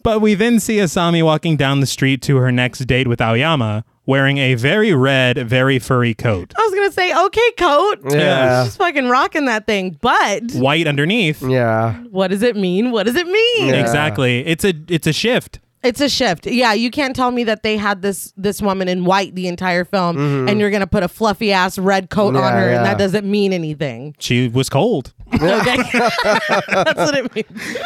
S1: but we then see Asami walking down the street to her next date with Aoyama, wearing a very red, very furry coat,
S2: I was gonna say. Okay, coat.
S3: Yeah.
S2: She's fucking rocking that thing, but
S1: white underneath.
S3: Yeah.
S2: what does it mean? What does it mean?
S3: Yeah.
S1: Exactly. It's a it's a shift.
S2: It's a shift. Yeah, you can't tell me that they had this this woman in white the entire film, and you're gonna put a fluffy ass red coat on
S3: Mm-hmm. Yeah,
S2: her,
S3: yeah.
S2: and that doesn't mean anything.
S1: She was cold.
S2: Okay, that's what it means.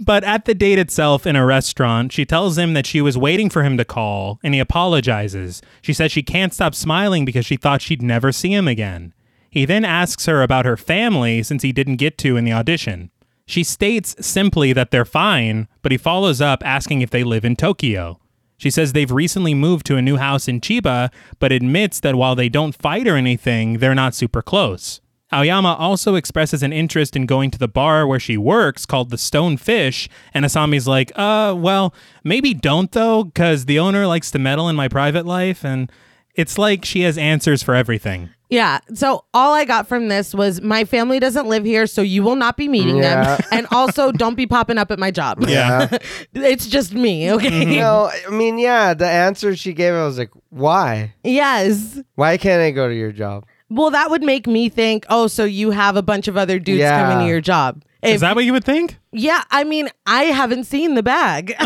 S1: But at the date itself in a restaurant, she tells him that she was waiting for him to call and he apologizes. She says she can't stop smiling because she thought she'd never see him again. He then asks her about her family since he didn't get to in the audition. She states simply that they're fine, but he follows up asking if they live in Tokyo. She says they've recently moved to a new house in Chiba, but admits that while they don't fight or anything, they're not super close. Aoyama also expresses an interest in going to the bar where she works called the Stone Fish, and Asami's like, uh, well, maybe don't though, because the owner likes to meddle in my private life, and it's like she has answers for everything.
S2: Yeah. So all I got from this was my family doesn't live here, so you will not be meeting
S3: Yeah.
S2: them, and also don't be popping up at my job.
S1: Yeah.
S2: it's just me. Okay.
S3: Mm-hmm. No, I mean, yeah, the answer she gave, I was like, why?
S2: Yes.
S3: Why can't I go to your job?
S2: Well, that would make me think. Oh, so you have a bunch of other dudes
S3: Yeah.
S2: coming to your job. If
S1: Is that what you would think?
S2: Yeah, I mean, I haven't seen the bag.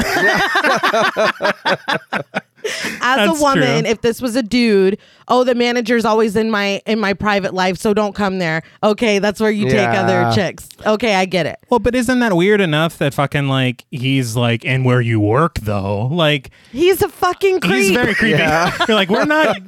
S2: As
S1: That's
S2: a woman,
S1: true.
S2: if this was a dude, oh, the manager's always in my in my private life, so don't come there. Okay, that's where you take
S3: Yeah.
S2: other chicks. Okay, I get it.
S1: Well, but isn't that weird enough that fucking like he's like, and where you work though? Like
S2: He's a fucking creep.
S1: he's very creepy. You're like, we're not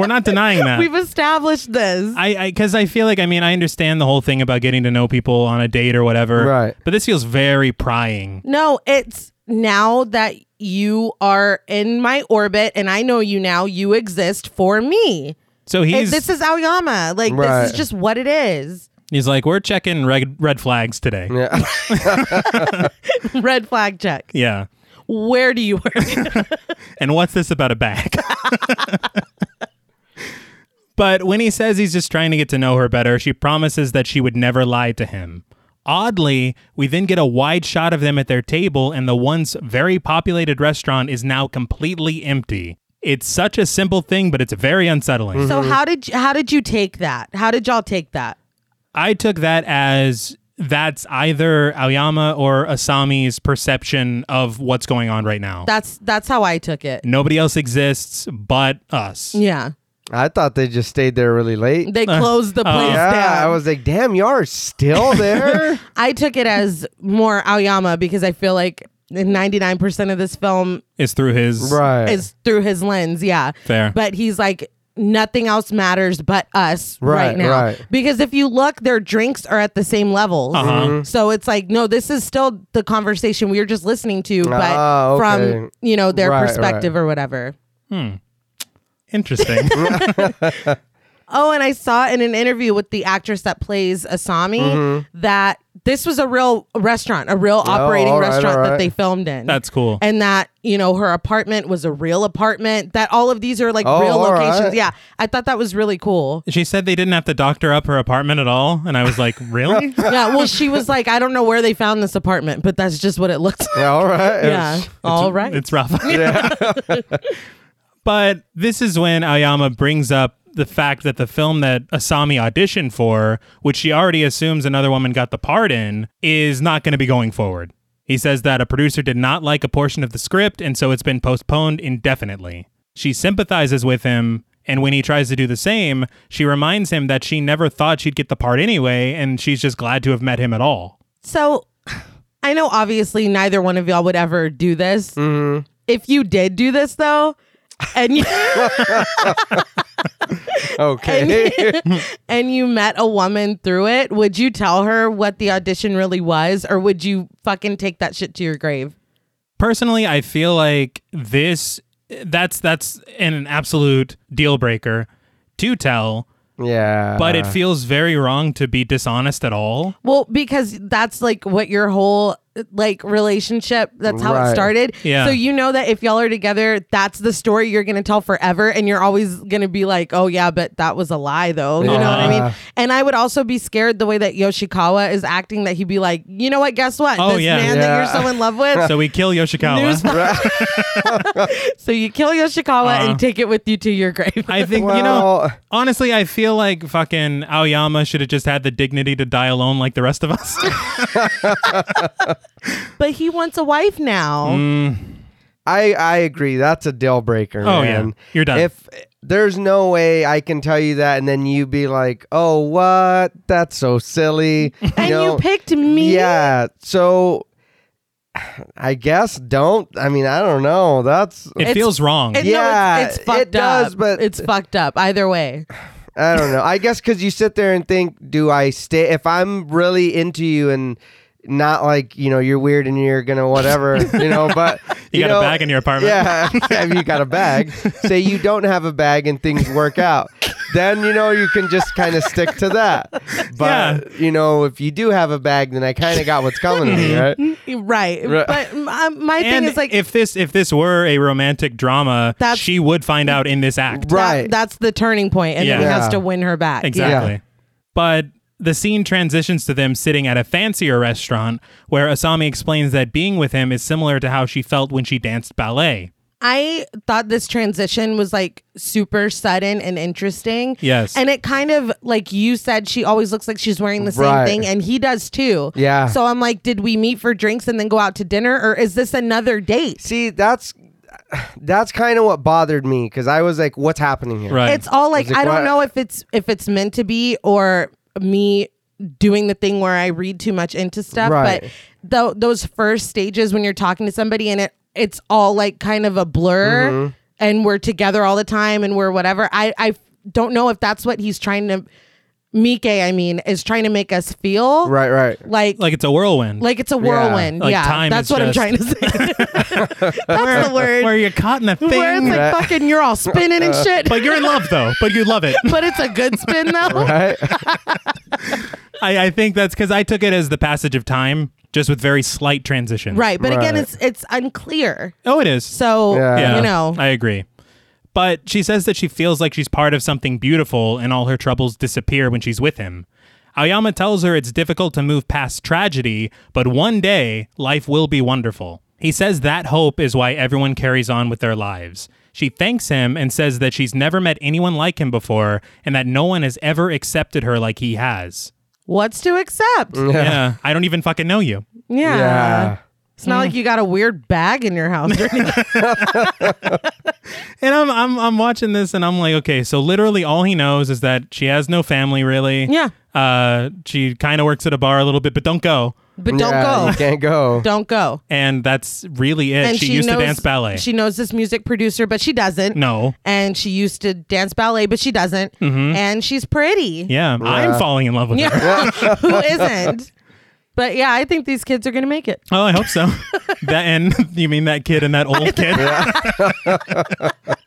S1: we're not denying that.
S2: We've established this.
S1: I because I, feel like I mean I understand the whole thing about getting to know people on a date or whatever,
S3: Right.
S1: But this feels very prying.
S2: No, it's now that you are in my orbit and I know you now, you exist for me.
S1: So
S2: It-
S1: he's
S2: this is Aoyama. Like this
S3: Right.
S2: is just what it is.
S1: he's like we're checking red red flags today. Yeah.
S3: Yeah.
S2: Red flag check. Where do you work?
S1: And what's this about a bag? but when he says he's just trying to get to know her better, she promises that she would never lie to him. Oddly, we then get a wide shot of them at their table, and the once very populated restaurant is now completely empty. It's such a simple thing, but it's very unsettling.
S2: so how did you, how did you take that? How did y'all take that?
S1: I took that as that's either Aoyama or Asami's perception of what's going on right now.
S2: That's that's how I took it.
S1: Nobody else exists but us.
S2: Yeah,
S3: I thought they just stayed there really late.
S2: they closed the place
S3: yeah,
S2: down.
S3: I was like, damn, you are still there?
S2: I took it as more Aoyama because I feel like ninety nine percent of this film
S1: Is through his
S3: right.
S2: is through his lens. Yeah,
S1: Fair.
S2: But he's like nothing else matters but us right,
S3: Right,
S2: now
S3: right. Uh-huh.
S2: because if you look, their drinks are at the same levels. So it's like no, this is still the conversation we were just listening to, but
S3: Ah, okay.
S2: from you know their
S3: Right,
S2: perspective or whatever.
S1: Interesting.
S2: oh, and I saw in an interview with the actress that plays Asami that this was a real restaurant, a real operating
S3: Mm-hmm. Oh, all right,
S2: restaurant
S3: all
S2: that
S3: right.
S2: they filmed in.
S1: That's cool.
S2: and that you know her apartment was a real apartment. That all of these are like
S3: Oh,
S2: real
S3: all
S2: locations.
S3: right.
S2: Yeah, I thought that was really cool.
S1: she said they didn't have to doctor up her apartment at all, and I was like, really?
S2: yeah, well, she was like, I don't know where they found this apartment, but that's just what it looked like.
S3: Yeah, all right.
S2: Yeah, all right.
S1: It's rough. but this is when Ayama brings up the fact that the film that Asami auditioned for, which she already assumes another woman got the part in, is not going to be going forward. He says that a producer did not like a portion of the script, and so it's been postponed indefinitely. She sympathizes with him, and when he tries to do the same, she reminds him that she never thought she'd get the part anyway, and she's just glad to have met him at all.
S2: So I know obviously neither one of y'all would ever do this.
S1: Mm-hmm.
S2: If you did do this though, and you
S3: Okay.
S2: and you met a woman through it, would you tell her what the audition really was, or would you fucking take that shit to your grave?
S1: personally i feel like this that's that's an absolute deal breaker to tell
S3: yeah.
S1: but it feels very wrong to be dishonest at all
S2: Well, because that's like what your whole like relationship that's how it
S3: Right.
S2: started.
S1: Yeah.
S2: So you know that if y'all are together, that's the story you're gonna tell forever and you're always gonna be like, Oh yeah, but that was a lie though. You know what I mean?
S3: Yeah.
S2: And I would also be scared the way that Yoshikawa is acting that he'd be like, you know what, guess what?
S1: Oh,
S2: this
S1: yeah.
S2: man that
S3: Yeah.
S2: you're so in love with.
S1: so uh, we kill yoshikawa
S2: newsflash. so you kill Yoshikawa
S1: Uh-huh.
S2: and take it with you to your grave.
S1: i think you know
S3: Well,
S1: honestly i feel like fucking aoyama should have just had the dignity to die alone like the rest of us
S2: but he wants a wife now.
S3: Mm. I I agree. That's a deal breaker.
S1: Oh, yeah.
S3: man.
S1: You're done.
S3: If there's no way I can tell you that, and then you be like, "Oh, what? That's so silly."
S2: And
S3: know?
S2: you picked me.
S3: Yeah. So I guess don't. I mean, I don't know. That's
S1: it
S2: It's-
S1: feels wrong
S2: And
S3: Yeah,
S2: no, it's, it's fucked
S3: it does,
S2: up.
S3: but-
S2: it's fucked up either way.
S3: I don't know. I guess because you sit there and think, do I stay? If I'm really into you and not like you know you're weird and you're gonna whatever you know, but
S1: you, got
S3: know,
S1: a bag in your apartment
S3: Yeah, if you got a bag, say you don't have a bag and things work out, then you know you can just kind of stick to that. But you know, if you do have a bag, then I kind of got what's coming to
S1: Mm-hmm.
S3: me, right?
S2: Right.
S3: Right.
S2: But my, my
S1: and
S2: thing is like
S1: if this if this were a romantic drama
S2: That's-
S1: she would find out in this act
S2: that-
S3: Right.
S2: that's the turning point and then he
S1: Yeah.
S2: has to win her back.
S1: Exactly. But the scene transitions to them sitting at a fancier restaurant where Asami explains that being with him is similar to how she felt when she danced ballet.
S2: I thought this transition was like super sudden and interesting.
S1: Yes.
S2: And it kind of like you said she always looks like she's wearing the same
S3: Right.
S2: thing and he does too.
S3: Yeah.
S2: So I'm like did we meet for drinks and then go out to dinner or is this another date?
S3: See, that's that's kind of what bothered me because I was like, what's happening here?
S1: Right.
S2: It's all like,
S3: like,
S2: I don't
S3: what-
S2: know if it's if it's meant to be or me doing the thing where I read too much into stuff.
S3: Right.
S2: But tho- those first stages when you're talking to somebody and it it's all like kind of a blur,
S3: Mm-hmm.
S2: and we're together all the time and we're whatever. I I don't know if that's what he's trying to. Mike, I mean, is trying to make us feel
S3: Right, right.
S2: like
S1: like it's a whirlwind.
S2: like it's a whirlwind. Yeah,
S1: Like time is
S2: that's what I'm
S1: just-
S2: trying to say. that's the word.
S1: where you're caught in a thing.
S2: Where it's like fucking, you're all spinning and shit.
S1: but you're in love though. But you love it.
S2: but it's a good spin though.
S3: Right?
S1: I, I think that's because I took it as the passage of time, just with very slight transitions.
S2: Right, but again,
S3: Right.
S2: it's it's unclear.
S1: Oh, it is.
S2: So
S3: Yeah.
S1: Yeah,
S2: you know,
S1: I agree. But she says that she feels like she's part of something beautiful and all her troubles disappear when she's with him. Aoyama tells her it's difficult to move past tragedy, but one day life will be wonderful. He says that hope is why everyone carries on with their lives. She thanks him and says that she's never met anyone like him before and that no one has ever accepted her like he has.
S2: what's to accept? Yeah,
S1: Yeah, I don't even fucking know you.
S3: Mm, yeah.
S2: it's not
S1: Mm.
S2: like you got a weird bag in your house. Or anything.
S1: And I'm I'm I'm watching this and I'm like, okay, so literally all he knows is that she has no family really.
S2: Yeah.
S1: Uh she kind of works at a bar a little bit, but don't go.
S2: but don't
S3: Yeah, You
S2: go,
S3: can't go.
S2: don't go.
S1: And that's really it.
S2: And
S1: she, used to dance ballet.
S2: She knows this music producer, but she doesn't.
S1: no. Mm-hmm.
S2: And she used to dance ballet, but she doesn't. And she's pretty.
S1: Yeah, I'm falling in love with her.
S2: Yeah. Who isn't? But yeah, I think these kids are gonna make it.
S1: Oh, I hope so. that and you mean that kid and that old kid.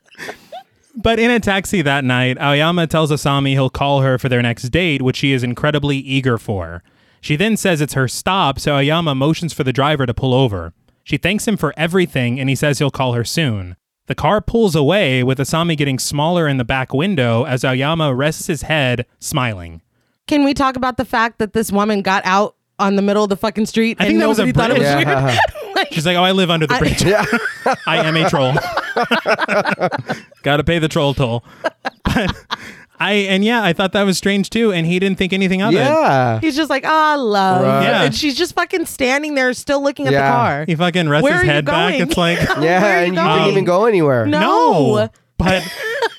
S1: But in a taxi that night, Aoyama tells Asami he'll call her for their next date, which she is incredibly eager for. She then says it's her stop, so Aoyama motions for the driver to pull over. She thanks him for everything, and he says he'll call her soon. The car pulls away, with Asami getting smaller in the back window as Aoyama rests his head, smiling.
S2: Can we talk about the fact that this woman got out on the middle of the fucking street
S1: I
S2: and
S1: think that was a
S2: nobody thought it was
S1: Brit.
S2: weird? Like,
S1: She's like, Oh, I live under the bridge.
S3: Yeah.
S1: I am a troll. Gotta pay the troll toll. But I and yeah, I thought that was strange too, and he didn't think anything of it.
S3: yeah.
S2: he's just like, ah, love.
S3: Right.
S1: Yeah.
S2: And she's just fucking standing there, still looking at
S3: Yeah.
S2: the
S1: He
S2: car.
S1: fucking rests
S2: Where
S1: his
S2: are you
S1: head back.
S2: going?
S1: It's like
S2: Where are
S3: Yeah.
S2: you
S3: And you didn't
S2: going?
S3: even go anywhere.
S2: No.
S1: no. But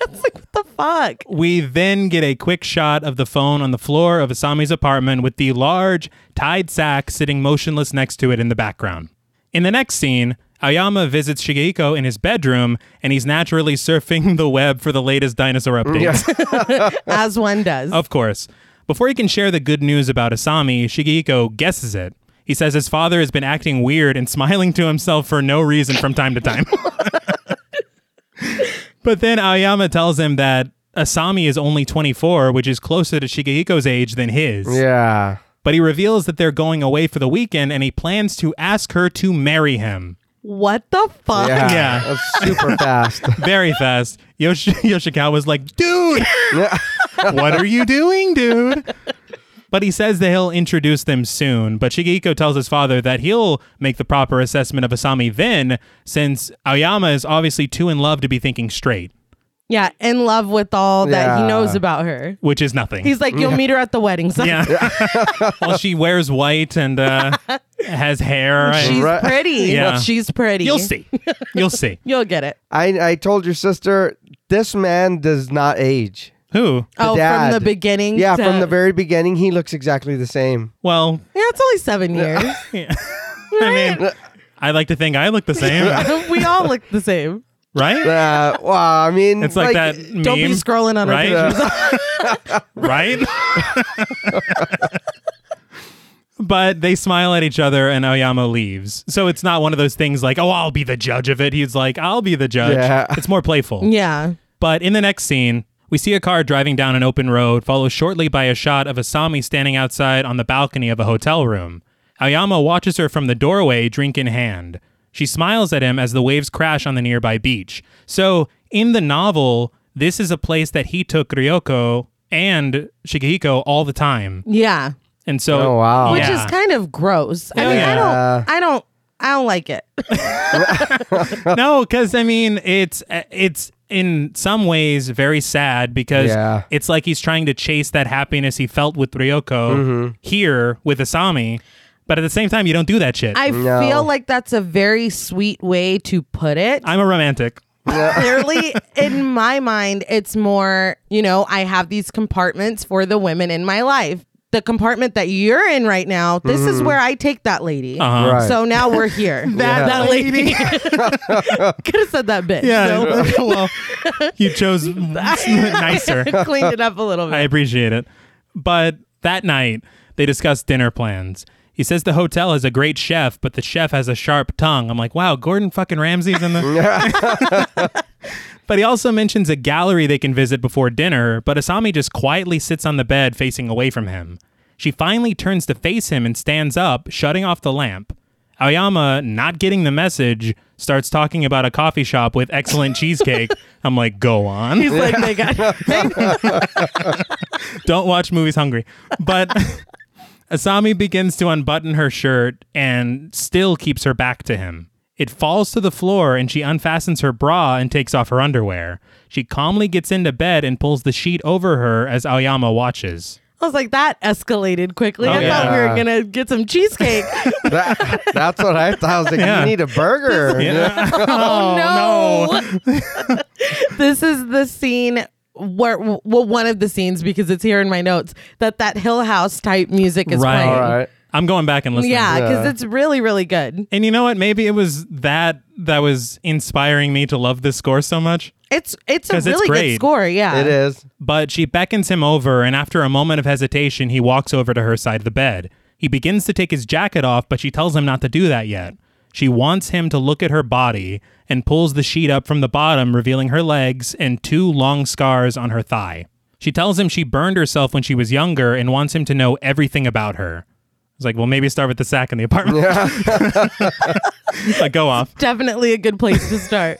S2: it's like, what the fuck?
S1: we then get a quick shot of the phone on the floor of Asami's apartment with the large tied sack sitting motionless next to it in the background. In the next scene, Aoyama visits Shigehiko in his bedroom and he's naturally surfing the web for the latest dinosaur updates.
S2: As one does.
S1: Of course. Before he can share the good news about Asami, Shigehiko guesses it. He says his father has been acting weird and smiling to himself for no reason from time to time. but then Aoyama tells him that Asami is only 24, which is closer to Shigehiko's age than his.
S3: Yeah.
S1: But he reveals that they're going away for the weekend and he plans to ask her to marry him.
S2: What the fuck?
S3: Yeah.
S1: Yeah.
S3: That's super fast.
S1: Very fast. Yoshi- Yoshikawa was like, dude,
S3: yeah.
S1: what are you doing, dude? But he says that he'll introduce them soon. But Shigehiko tells his father that he'll make the proper assessment of Asami then, since Aoyama is obviously too in love to be thinking straight,
S2: Yeah, in love with all that he
S3: Yeah.
S2: knows about her.
S1: which is nothing.
S2: He's like, you'll meet her at the wedding. So
S1: yeah. well, she wears white and uh, has hair.
S2: she's
S3: Right.
S2: pretty.
S1: Yeah.
S2: She's pretty.
S1: You'll see. You'll see.
S2: You'll get it.
S3: I, I told your sister, this man does not age.
S1: Who?
S2: oh,
S3: dad.
S2: from the beginning.
S3: Yeah,
S2: to-
S3: from the very beginning, he looks exactly the same.
S1: Well,
S2: Yeah, it's only seven years.
S1: I mean, I like to think I look the same,
S2: we all look the same.
S1: right?
S3: Uh, well, I mean,
S1: It's like, that meme,
S2: Don't be scrolling on
S1: right?
S2: our pictures.
S1: right? but they smile at each other and Aoyama leaves. So it's not one of those things like, oh, I'll be the judge of it. He's like, I'll be the judge.
S3: Yeah.
S1: It's more playful.
S2: Yeah.
S1: But in the next scene, we see a car driving down an open road, followed shortly by a shot of Asami standing outside on the balcony of a hotel room. Aoyama watches her from the doorway, drink in hand. She smiles at him as the waves crash on the nearby beach. So, in the novel, this is a place that he took Ryoko and Shigehiko all the time.
S2: Yeah.
S1: And so,
S3: Oh, wow.
S2: Which
S1: Yeah. Oh,
S2: is kind of gross. I
S1: Yeah.
S2: mean, I
S3: Yeah.
S2: don't I don't I don't like it.
S1: no, because I mean, it's uh, it's in some ways very sad because
S3: Yeah.
S1: it's like he's trying to chase that happiness he felt with Ryoko here with Asami, but at the same time, you don't do that shit. I,
S2: I
S3: No.
S2: feel like that's a very sweet way to put it.
S1: am a romantic.
S2: Clearly, in my mind, it's more, you know, I have these compartments for the women in my life. The compartment that you're in right now, this is where I take that lady.
S1: Uh-huh.
S3: Mm-hmm. Right.
S2: So now we're here.
S1: That- that
S2: lady. Could have said that bitch.
S1: Yeah, well, you chose nicer.
S2: So cleaned it up a little
S1: I
S2: bit.
S1: appreciate it. But that night, they discuss dinner plans. He says the hotel has a great chef, but the chef has a sharp tongue. I'm like, wow, Gordon fucking Ramsay's in the. but he also mentions a gallery they can visit before dinner, but Asami just quietly sits on the bed facing away from him. She finally turns to face him and stands up, shutting off the lamp. Aoyama, not getting the message, starts talking about a coffee shop with excellent cheesecake. I'm like, go on
S2: He's like, they got
S1: don't watch movies hungry. But Asami begins to unbutton her shirt and still keeps her back to him. It falls to the floor and she unfastens her bra and takes off her underwear. She calmly gets into bed and pulls the sheet over her as Aoyama watches.
S2: I was like, that escalated quickly. I
S1: Oh,
S2: thought we
S3: yeah.
S2: were gonna get some cheesecake.
S3: That- that's what I thought. I was like,
S1: Yeah.
S3: you need a burger.
S2: oh, no. this is the scene where well one of the scenes because it's here in my notes that that hill house type music is
S1: Right.
S2: playing
S3: All right.
S1: I'm going back and listening.
S2: yeah because
S3: Yeah.
S2: it's really really good
S1: And you know what? Maybe it was that that was inspiring me to love this score so much.
S2: it's it's a
S1: 'Cause it's
S2: really
S1: great.
S2: good score yeah
S3: It is.
S1: but she beckons him over, and after a moment of hesitation, he walks over to her side of the bed. He begins to take his jacket off, but she tells him not to do that yet. She wants him to look at her body and pulls the sheet up from the bottom, revealing her legs and two long scars on her thigh. She tells him she burned herself when she was younger and wants him to know everything about her. It's like, well, maybe start with the sack in the apartment. like, go off.
S2: Definitely a good place to start.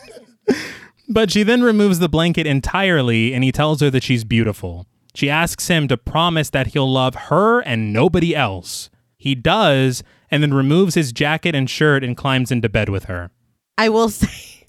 S1: But she then removes the blanket entirely and he tells her that she's beautiful. She asks him to promise that he'll love her and nobody else. He does and then removes his jacket and shirt and climbs into bed with her.
S2: I will say,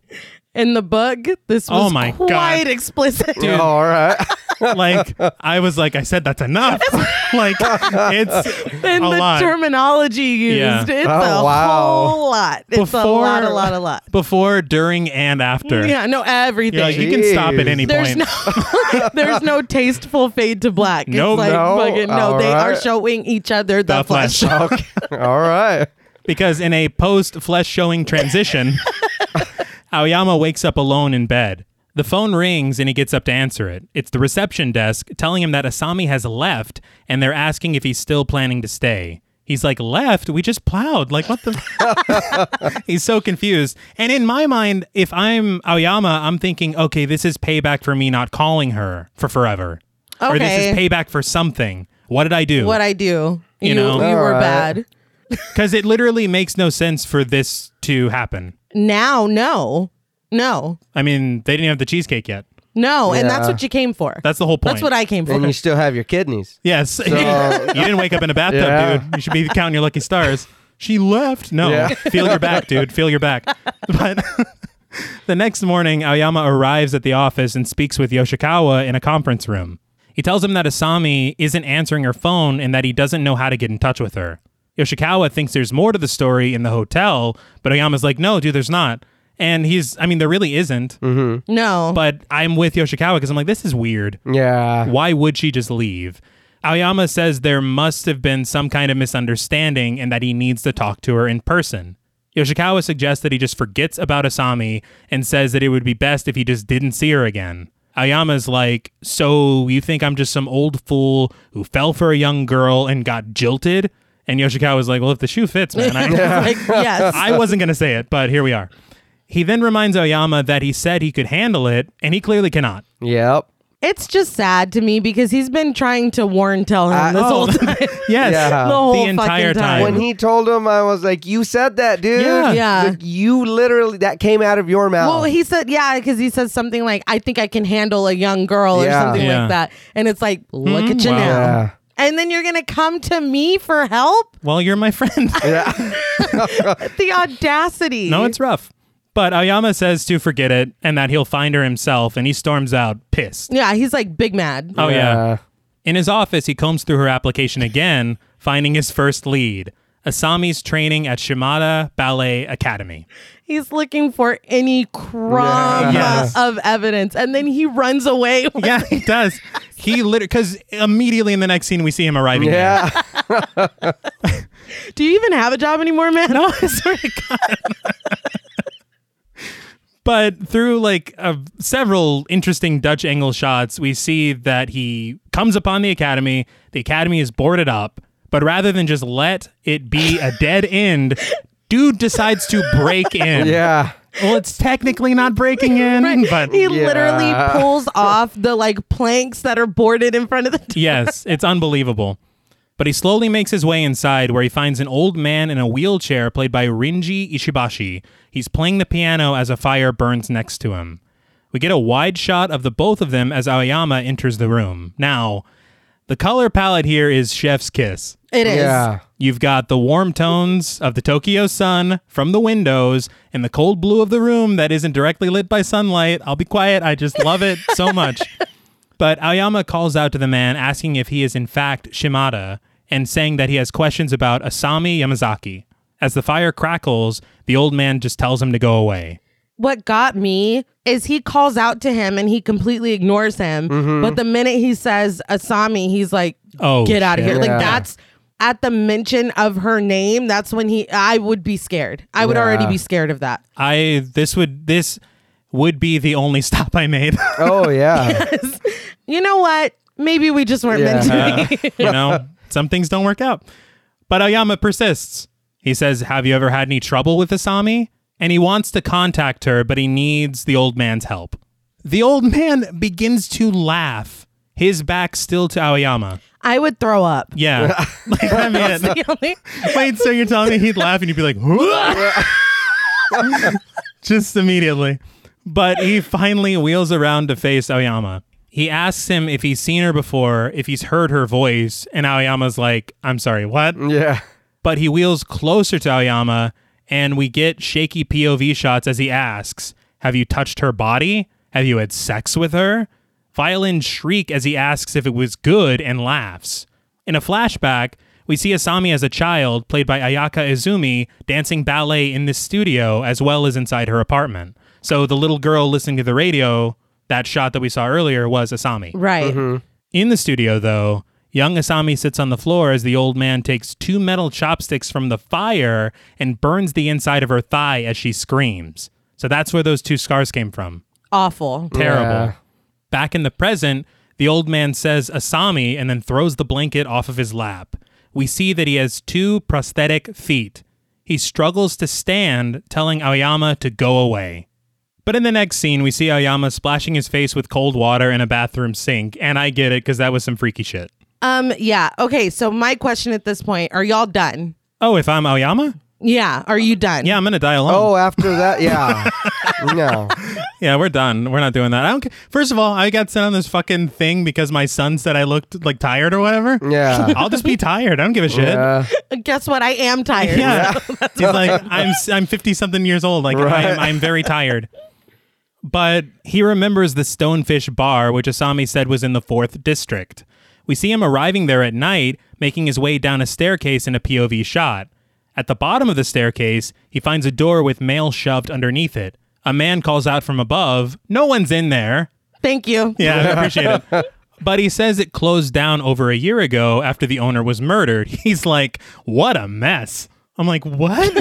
S2: in the book, this
S1: Oh
S2: was
S1: my God.
S2: quite explicit.
S1: Dude.
S3: all right.
S1: Like, I was like, I said that's enough. like, it's
S2: And
S1: a
S2: the
S1: lot.
S2: terminology used,
S1: Yeah.
S2: it's
S3: Oh,
S2: a
S3: wow.
S2: whole lot. It's a lot, a lot, a lot.
S1: Before, during, and after.
S2: Yeah,
S1: You're
S2: no,
S1: like,
S2: everything.
S1: you can stop at any
S2: There's
S1: point.
S2: no, there's no tasteful fade to black.
S1: No,
S2: it's like
S3: no,
S2: fucking, no.
S3: all
S2: They are
S3: right.
S2: showing each other the,
S1: The
S2: flesh.
S1: flesh.
S3: Okay. All right.
S1: because in a post flesh showing transition, Aoyama wakes up alone in bed. The phone rings and he gets up to answer it. It's the reception desk telling him that Asami has left and they're asking if he's still planning to stay. He's like, left? We just plowed. Like, what the? he's so confused. And in my mind, if I'm Aoyama, I'm thinking, okay, this is payback for me not calling her for forever. Or this is
S2: Okay.
S1: payback for something. What did I do?
S2: What I do,
S1: You
S2: you,
S1: know.
S2: you were
S3: Alright.
S2: bad.
S1: Because it literally makes no sense for this to happen.
S2: Now, no, no,
S1: I mean, they didn't have the cheesecake yet.
S2: no, and that's
S3: Yeah.
S2: what you came for.
S1: That's the whole point.
S2: That's what I came for.
S3: And you still have your kidneys.
S1: Yes. you didn't wake up in a bathtub,
S3: Yeah.
S1: dude. You should be counting your lucky stars. She left. No.
S3: Yeah.
S1: Feel your back, dude. Feel your back. But the next morning, Aoyama arrives at the office and speaks with Yoshikawa in a conference room. He tells him that Asami isn't answering her phone and that he doesn't know how to get in touch with her. Yoshikawa thinks there's more to the story in the hotel, but Aoyama's like, no, dude, there's not. And he's, I mean, there really isn't,
S3: Mm-hmm.
S2: no,
S1: but I'm with Yoshikawa because I'm like, this is weird.
S3: Yeah.
S1: Why would she just leave? Aoyama says there must have been some kind of misunderstanding and that he needs to talk to her in person. Yoshikawa suggests that he just forgets about Asami and says that it would be best if he just didn't see her again. Aoyama's like, So you think I'm just some old fool who fell for a young girl and got jilted? And Yoshikawa's like, Well, if the shoe fits, man, I,
S2: like, yes,
S1: I wasn't going to say it, but here we are. He then reminds Aoyama that he said he could handle it, and he clearly cannot.
S3: Yep.
S2: it's just sad to me because he's been trying to warn, tell him
S3: I-
S2: this
S3: oh,
S2: whole time.
S1: Yes.
S2: the
S3: Yeah.
S2: whole
S1: entire
S2: fucking
S1: time.
S2: time.
S3: When he told him, I was like, "You said that, dude.
S1: Yeah.
S2: Yeah.
S3: Like, you literally that came out of your mouth.
S2: Well, he said, yeah, because he says something like, I think I can handle a young girl
S3: Yeah.
S2: or something
S1: Yeah. Hmm,
S2: like that. And it's like, look at you
S1: wow.
S2: now.
S3: Yeah.
S2: And then you're going to come to me for help?
S1: Well, you're my friend.
S3: yeah.
S2: The audacity.
S1: no, it's rough. But Aoyama says to forget it and that he'll find her himself, and he storms out, pissed.
S2: Yeah, he's like big mad.
S1: Oh, yeah. In his office, he combs through her application again, finding his first lead Asami's training at Shimada Ballet Academy.
S2: He's looking for any crumb
S1: Yeah. Yes.
S2: of evidence. And then he runs away.
S1: Yeah, he does. He literally, because immediately in the next scene, we see him arriving. there.
S3: Yeah.
S2: Do you even have a job anymore, man?
S1: No, I swear to God. but through like uh, several interesting Dutch angle shots, we see that he comes upon the academy. The academy is boarded up, but rather than just let it be a dead end, dude decides to break in.
S3: Yeah.
S1: Well, it's technically not breaking in, but.
S2: He literally pulls off the like planks that are boarded in front of the door.
S1: yes, it's unbelievable. But he slowly makes his way inside where he finds an old man in a wheelchair played by Rinji Ishibashi. He's playing the piano as a fire burns next to him. We get a wide shot of the both of them as Aoyama enters the room. Now, the color palette here is Chef's Kiss.
S2: It is.
S3: Yeah.
S1: You've got the warm tones of the Tokyo sun from the windows and the cold blue of the room that isn't directly lit by sunlight. I'll be quiet. I just love it so much. But Aoyama calls out to the man, asking if he is in fact Shimada, and saying that he has questions about Asami Yamazaki. As the fire crackles, the old man just tells him to go away.
S2: what got me is he calls out to him and he completely ignores him. But the minute he says Asami, he's like,
S1: Mm-hmm. Oh,
S2: get out of
S1: shit.
S2: here.
S3: Yeah.
S2: Like that's at the mention of her name. That's when he. I would be scared. I would already
S3: Yeah.
S2: be scared of that.
S1: I this would this would be the only stop I made.
S3: Oh yeah.
S2: You know what? Maybe we just weren't meant to.
S3: Yeah.
S1: you know, some things don't work out. But Aoyama persists. He He says, Have you ever had any trouble with Asami? And he wants to contact her, but he needs the old man's help. The old man begins to laugh, his back still to Aoyama.
S2: I would throw up.
S1: Yeah. like, I mean,
S2: The only-
S1: wait, so you're telling me he'd laugh and you'd be like, "Huh?" just immediately. But he finally wheels around to face Aoyama. He asks him if he's seen her before, if he's heard her voice, and Aoyama's like, I'm sorry, what?
S3: Yeah.
S1: but he wheels closer to Aoyama and we get shaky POV shots as he asks, Have you touched her body? Have you had sex with her? Violin shriek as he asks if it was good and laughs. In a flashback, we see Asami as a child, played by Ayaka Izumi, dancing ballet in this studio as well as inside her apartment. So the little girl listening to the radio, that shot that we saw earlier was Asami.
S2: right.
S1: Mm-hmm. In the studio, though, young Asami sits on the floor as the old man takes two metal chopsticks from the fire and burns the inside of her thigh as she screams. So that's where those two scars came from.
S2: Awful.
S1: Terrible.
S3: Yeah.
S1: Back in the present, the old man says Asami and then throws the blanket off of his lap. We see that he has two prosthetic feet. He struggles to stand, telling Aoyama to go away. But in the next scene, we see Aoyama splashing his face with cold water in a bathroom sink, and I get it because that was some freaky shit.
S2: Um. Yeah. Okay. So my question at this point: Are y'all done?
S1: Oh, if I'm Aoyama?
S2: Yeah. Are you done?
S1: Yeah, I'm gonna die alone.
S3: Oh, after that, yeah. no.
S1: Yeah, we're done. We're not doing that. I don't. ca- First of all, I got sent on this fucking thing because my son said I looked like tired or whatever.
S3: Yeah.
S1: I'll just be tired. I don't give a shit.
S3: Uh,
S2: Guess what? I am tired.
S1: Yeah. He's like, I'm I'm 50 something years old. Like, I'm, I'm very tired. But he remembers the Stonefish Bar, which Asami said was in the fourth district. We see him arriving there at night, making his way down a staircase in a POV shot. At the bottom of the staircase, he finds a door with mail shoved underneath it. A man calls out from above, No one's in there.
S2: Thank you.
S1: Yeah, I appreciate it. But he says it closed down over a year ago after the owner was murdered. He's like, what a mess. I'm like, what?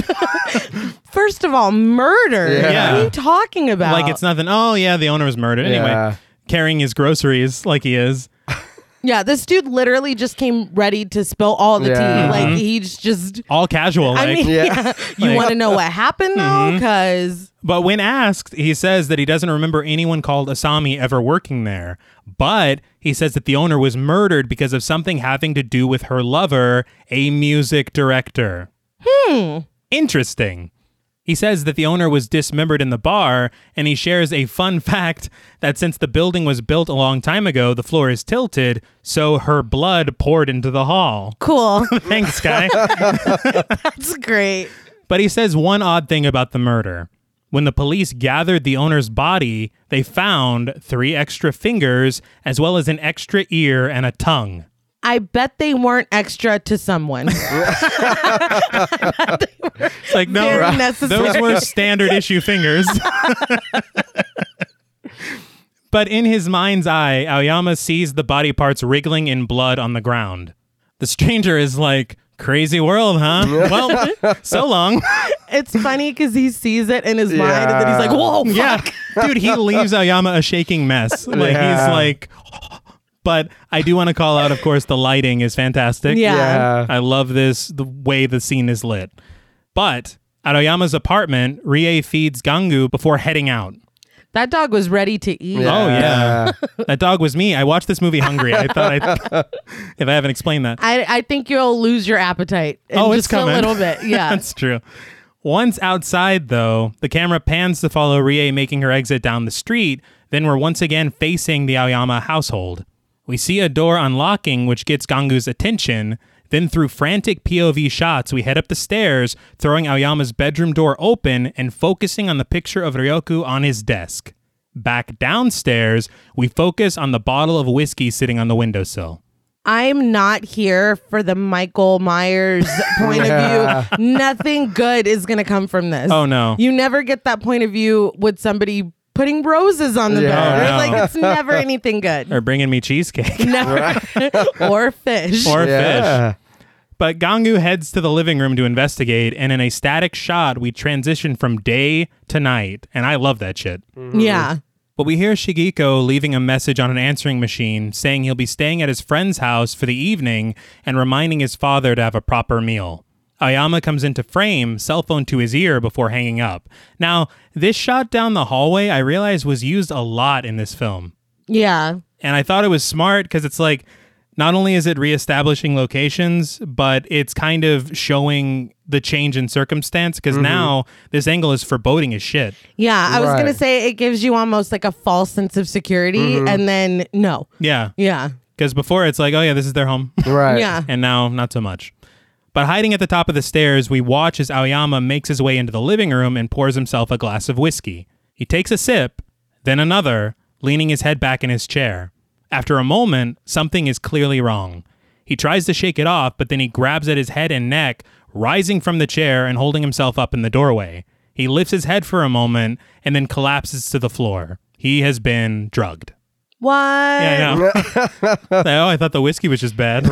S2: First of all, murder.
S3: Yeah.
S2: What are you talking about?
S1: like, it's nothing. Oh, yeah, the owner was murdered. Anyway,
S3: Yeah.
S1: carrying his groceries like he is.
S2: Yeah, this dude literally just came ready to spill all the
S3: Yeah.
S2: tea. Like he's just.
S1: All casual. Mm-hmm. Like.
S2: I mean,
S3: Yeah.
S2: yeah. You
S1: Like- Mm-hmm.
S2: want to know what happened though, because
S1: But when asked, he says that he doesn't remember anyone called Asami ever working there. But he says that the owner was murdered because of something having to do with her lover, a music director. Hmm. Interesting. He says that the owner was dismembered in the bar, and he shares a fun fact that since the building was built a long time ago, the floor is tilted, so her blood poured into the hall.
S2: cool.
S1: Thanks, guy.
S2: That's great.
S1: But he says one odd thing about the murder. When the police gathered the owner's body, they found three extra fingers, as well as an extra ear and a tongue.
S2: I bet they weren't extra to someone.
S1: It's like, no,
S2: Very
S1: right.
S2: necessary.
S1: those were standard issue fingers. but in his mind's eye, Aoyama sees the body parts wriggling in blood on the ground. The stranger is like, crazy world, huh? well, so long.
S2: it's funny because he sees it in his mind, and then he's like,
S3: Yeah.
S2: "Whoa, fuck."
S1: Yeah. Dude, he leaves Aoyama a shaking mess. Like
S3: Yeah.
S1: he's like but I do want to call out of course the lighting is fantastic.
S2: Yeah.
S3: yeah.
S1: I love this the way the scene is lit. But at Aoyama's apartment, Rie feeds Gangu before heading out.
S2: that dog was ready to eat."
S1: Oh yeah. that dog was me. I watched this movie hungry. I thought I if I haven't explained that.
S2: I, I think you'll lose your appetite. in
S1: Oh, it's
S2: just
S1: coming.
S2: a little bit. Yeah.
S1: That's true. Once outside, though, the camera pans to follow Rie making her exit down the street. Then we're once again facing the Aoyama household. We see a door unlocking, which gets Gangu's attention. Then, through frantic POV shots, we head up the stairs, throwing Aoyama's bedroom door open and focusing on the picture of Ryoku on his desk. Back downstairs, we focus on the bottle of whiskey sitting on the windowsill.
S2: I'm not here for the Michael Myers point of view. Nothing good is going to come from this.
S1: Oh, no.
S2: You never get that point of view with somebody putting roses on the
S3: Yeah.
S2: bed.
S1: Oh, no.
S2: It's like it's never anything good.
S1: Or bringing me cheesecake
S2: Never. or fish.
S1: or fish.
S3: Yeah.
S1: But Gangu heads to the living room to investigate, and in a static shot, we transition from day to night. And I love that shit.
S3: Mm-hmm.
S2: yeah.
S1: But we hear Shigiko leaving a message on an answering machine saying he'll be staying at his friend's house for the evening and reminding his father to have a proper meal. Ayama comes into frame, cell phone to his ear before hanging up. Now, this shot down the hallway, I realized was used a lot in this film.
S2: Yeah.
S1: And I thought it was smart because it's like not only is it reestablishing locations, but it's kind of showing the change in circumstance because now this angle is foreboding as shit.
S2: Yeah. I was going to
S3: Right. Mm-hmm.
S2: say it gives you almost like a false sense of security. And then, no.
S1: Yeah.
S2: Yeah.
S1: Because before it's like, oh, yeah, this is their home.
S3: Right.
S2: Yeah.
S1: and now not so much. But hiding at the top of the stairs, we watch as Aoyama makes his way into the living room and pours himself a glass of whiskey. He takes a sip, then another, leaning his head back in his chair. After a moment, something is clearly wrong. He tries to shake it off, but then he grabs at his head and neck, rising from the chair and holding himself up in the doorway. He lifts his head for a moment and then collapses to the floor. He has been drugged.
S2: What?
S1: Yeah, I know. oh, I thought the whiskey was just bad.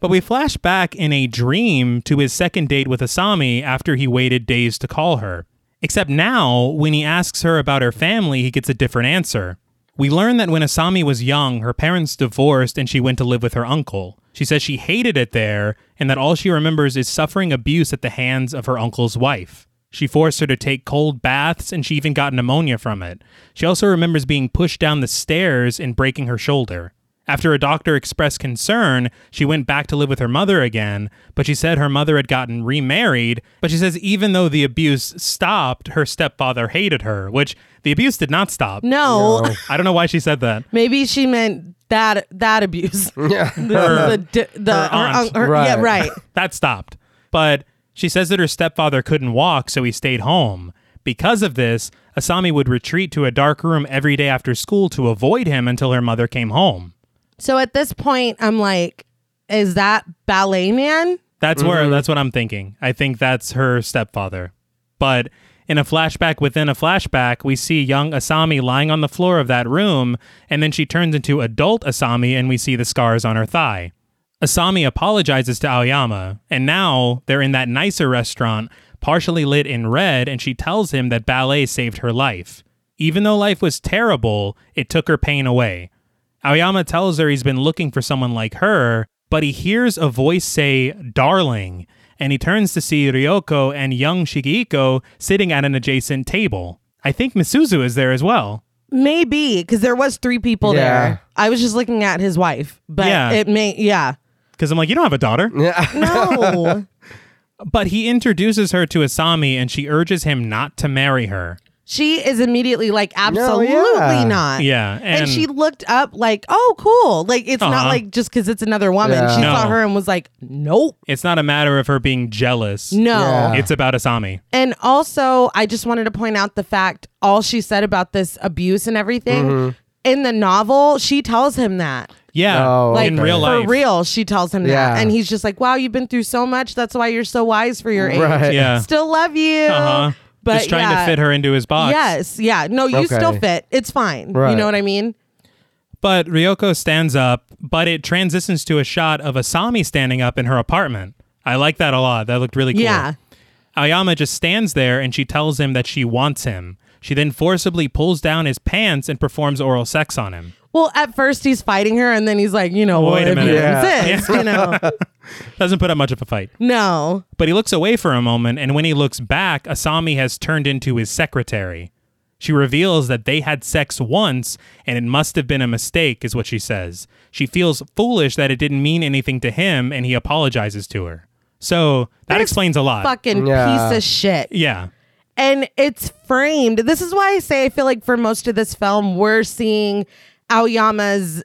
S1: but we flash back in a dream to his second date with Asami after he waited days to call her. Except now, when he asks her about her family, he gets a different answer. We learn that when Asami was young, her parents divorced and she went to live with her uncle. She says she hated it there and that all she remembers is suffering abuse at the hands of her uncle's wife. She forced her to take cold baths and she even got pneumonia from it. She also remembers being pushed down the stairs and breaking her shoulder. After a doctor expressed concern, she went back to live with her mother again, but she said her mother had gotten remarried. But she says even though the abuse stopped, her stepfather hated her, which the abuse did not stop.
S2: No.
S1: I don't know why she said that.
S2: Maybe she meant that that abuse.
S3: Yeah.
S2: the, the, the, her
S1: aunt.
S2: un- her- Yeah,
S3: Right.
S2: right.
S1: That stopped. But she says that her stepfather couldn't walk, so he stayed home. Because of this, Asami would retreat to a dark room every day after school to avoid him until her mother came home.
S2: So at this point, I'm like, is that Ballet Man?
S1: That's where that's what I'm thinking. I think that's her stepfather. But in a flashback within a flashback, we see young Asami lying on the floor of that room, and then she turns into adult Asami and we see the scars on her thigh. Asami apologizes to Aoyama, and now they're in that nicer restaurant, partially lit in red, and she tells him that ballet saved her life. Even though life was terrible, it took her pain away. Aoyama tells her he's been looking for someone like her, but he hears a voice say, darling, and he turns to see Ryoko and young Shigeiko sitting at an adjacent table. I think Misuzu is there as well.
S2: Maybe because there was three people
S3: Yeah.
S2: there. I was just looking at his wife, but
S1: Yeah.
S2: it may yeah.
S1: Because I'm like, you don't have a daughter.
S2: Mm. No,
S1: But he introduces her to Asami and she urges him not to marry her.
S2: she is immediately like absolutely
S3: yeah.
S2: not.
S1: Yeah.
S2: And,
S1: And,
S2: she looked up like, oh, cool. Like it's not
S1: Uh-huh.
S2: like just because it's another woman.
S3: Yeah.
S2: She
S1: No.
S2: saw her and was like, nope,
S1: it's not a matter of her being jealous.
S2: no.
S3: Yeah.
S1: It's about Asami.
S2: And also, I just wanted to point out the fact all she said about this abuse and everything
S3: Mm-hmm.
S2: in the novel, she tells him that.
S1: Yeah.
S3: Oh,
S2: Like
S1: in real life.
S2: for real, she tells him
S3: Yeah.
S2: that, and he's just like, "Wow, you've been through so much. That's why you're so wise for your age.
S3: Right.
S1: Yeah.
S2: Still love you,
S1: Uh-huh.
S2: but
S1: Just trying
S2: yeah.
S1: to fit her into his box.
S2: Yes, yeah, no, you
S3: Okay.
S2: still fit. It's fine. You
S3: Right.
S2: know what I mean?
S1: But Ryoko stands up, but it transitions to a shot of Asami standing up in her apartment. I like that a lot. That looked really cool.
S2: Yeah.
S1: Ayama just stands there and she tells him that she wants him. She then forcibly pulls down his pants and performs oral sex on him.
S2: Well, at first he's fighting her, and then he's like, you know,
S1: Wait
S2: what
S1: a
S2: if you
S1: minute.
S3: Yeah.
S2: insist? You know,
S1: Doesn't put up much of a fight.
S2: no,
S1: But he looks away for a moment, and when he looks back, Asami has turned into his secretary. She reveals that they had sex once, and it must have been a mistake, is what she says. She feels foolish that it didn't mean anything to him, and he apologizes to her. So that explains a lot.
S2: fucking
S3: Yeah.
S2: piece of shit.
S1: Yeah.
S2: and it's framed. This is why I say I feel like for most of this film, we're seeing Aoyama's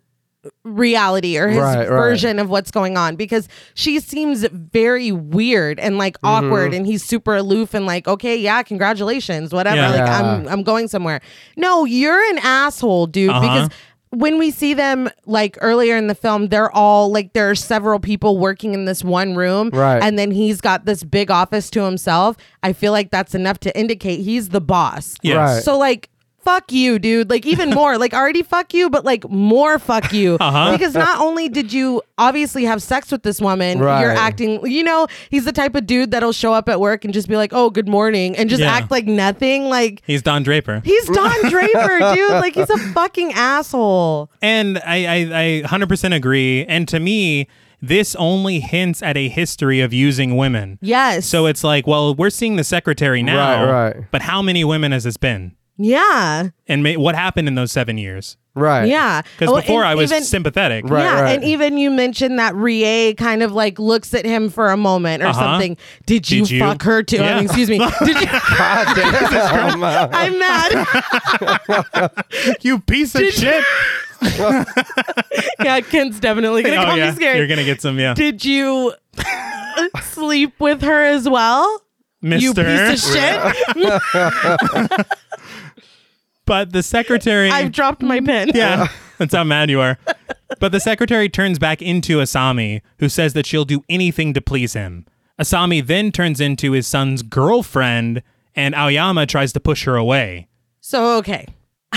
S2: reality or his
S3: Right, right.
S2: version of what's going on because she seems very weird and like
S3: Mm-hmm.
S2: awkward and he's super aloof and like okay yeah congratulations whatever
S1: Yeah.
S2: like I'm I'm going somewhere no you're an asshole dude
S1: Uh-huh.
S2: because when we see them like earlier in the film they're all like there are several people working in this one room
S3: Right.
S2: and then he's got this big office to himself. I feel like that's enough to indicate he's the boss.
S1: Yes.
S3: Right.
S2: So like fuck you, dude. Like even more. Like already fuck you, but like more fuck you.
S1: Uh-huh.
S2: Because not only did you obviously have sex with this woman, you're
S3: Right.
S2: acting you know, he's the type of dude that'll show up at work and just be like, "Oh, good morning." and just
S1: Yeah.
S2: act like nothing. Like
S1: He's Don Draper.
S2: he's Don Draper, dude. Like he's a fucking asshole.
S1: And I, I, I 100% agree. And to me, this only hints at a history of using women.
S2: Yes.
S1: So it's like, well, we're seeing the secretary now,
S3: Right, right.
S1: But how many women has this been?
S2: yeah,
S1: And ma- what happened in those seven years?
S3: Right.
S2: yeah.
S1: Because
S2: Oh,
S1: before
S2: and
S1: I was
S2: even-
S1: sympathetic.
S3: Right,
S2: yeah,
S3: right.
S2: and even you mentioned that Rie kind of like looks at him for a moment or
S1: Uh-huh.
S2: something. Did you,
S1: Did you?
S2: fuck her too? I
S1: Yeah.
S2: mean, excuse me. Did you?
S3: God damn.
S2: I'm mad.
S1: you piece of shit.
S2: yeah, Ken's definitely gonna call me scared.
S1: Oh, You're going to get some, yeah.
S2: Did you sleep with her as well?
S1: Mister.
S2: You piece of shit.
S1: but the secretary.
S2: I've dropped my pen.
S1: yeah. That's how mad you are. But the secretary turns back into Asami, who says that she'll do anything to please him. Asami then turns into his son's girlfriend, and Aoyama tries to push her away.
S2: So, okay.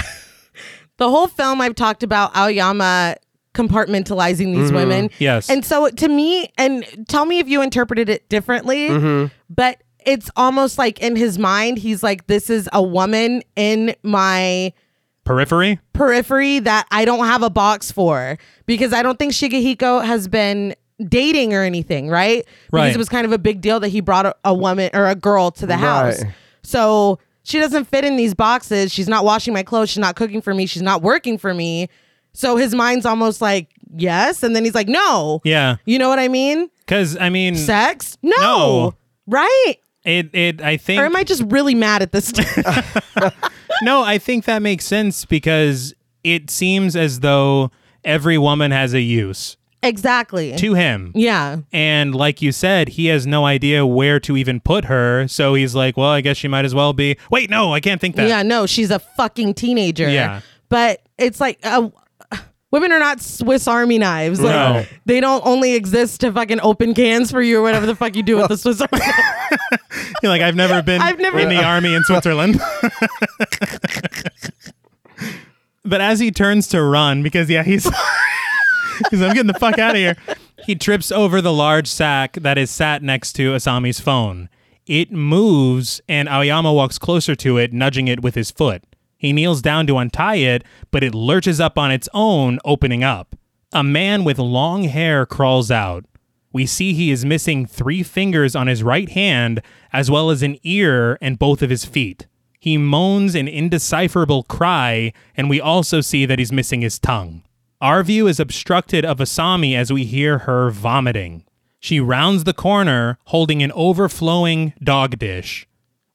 S2: the whole film I've talked about Aoyama compartmentalizing these women.
S1: Yes.
S2: And so to me, and tell me if you interpreted it differently, but it's almost like in his mind, he's like, this is a woman in my
S1: Periphery?
S2: periphery that I don't have a box for because I don't think Shigehiko has been dating or anything, right?
S1: Right.
S2: Because it was kind of a big deal that he brought a, a woman or a girl to the house.
S3: Right.
S2: So she doesn't fit in these boxes. She's not washing my clothes. She's not cooking for me. She's not working for me. So his mind's almost like, yes. And then he's like, no.
S1: Yeah.
S2: You know what I mean?
S1: Because, I mean,
S2: Sex? No.
S1: No.
S2: Right?
S1: it, it, I think.
S2: Or am I just really mad at this?
S1: no, I think that makes sense because it seems as though every woman has a use
S2: exactly.
S1: to him.
S2: yeah.
S1: And like you said, he has no idea where to even put her. So he's like, well, I guess she might as well be. Wait, no, I can't think that.
S2: Yeah, no, she's a fucking teenager.
S1: Yeah.
S2: But it's like uh, women are not Swiss Army knives. Like,
S1: No.
S2: They don't only exist to fucking open cans for you or whatever the fuck you do with the Swiss Army.
S1: You're like, I've never been
S2: I've never-
S1: in the army in Switzerland. but as he turns to run, because, yeah, he's. he's like, I'm getting the fuck out of here. He trips over the large sack that is sat next to Asami's phone. It moves, and Aoyama walks closer to it, nudging it with his foot. He kneels down to untie it, but it lurches up on its own, opening up. A man with long hair crawls out. We see he is missing three fingers on his right hand, as well as an ear and both of his feet. He moans an indecipherable cry, and we also see that he's missing his tongue. Our view is obstructed of Asami as we hear her vomiting. She rounds the corner, holding an overflowing dog dish.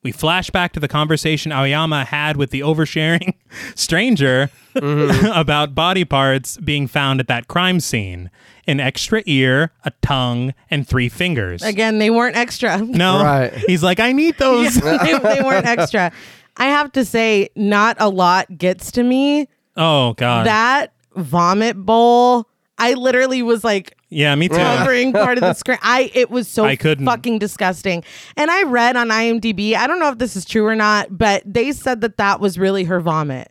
S1: We flash back to the conversation Aoyama had with the oversharing stranger about body parts being found at that crime scene an extra ear, a tongue, and three fingers.
S2: Again, they weren't extra.
S1: no,
S3: Right.
S1: he's like, I need those.
S2: they, they weren't extra. I have to say, not a lot gets to me.
S1: Oh, God.
S2: That vomit bowl, I literally was like,
S1: yeah, me too.
S2: covering part of the screen. I it was so
S1: I couldn't.
S2: fucking disgusting. And I read on IMDb, I don't know if this is true or not, but they said that that was really her vomit.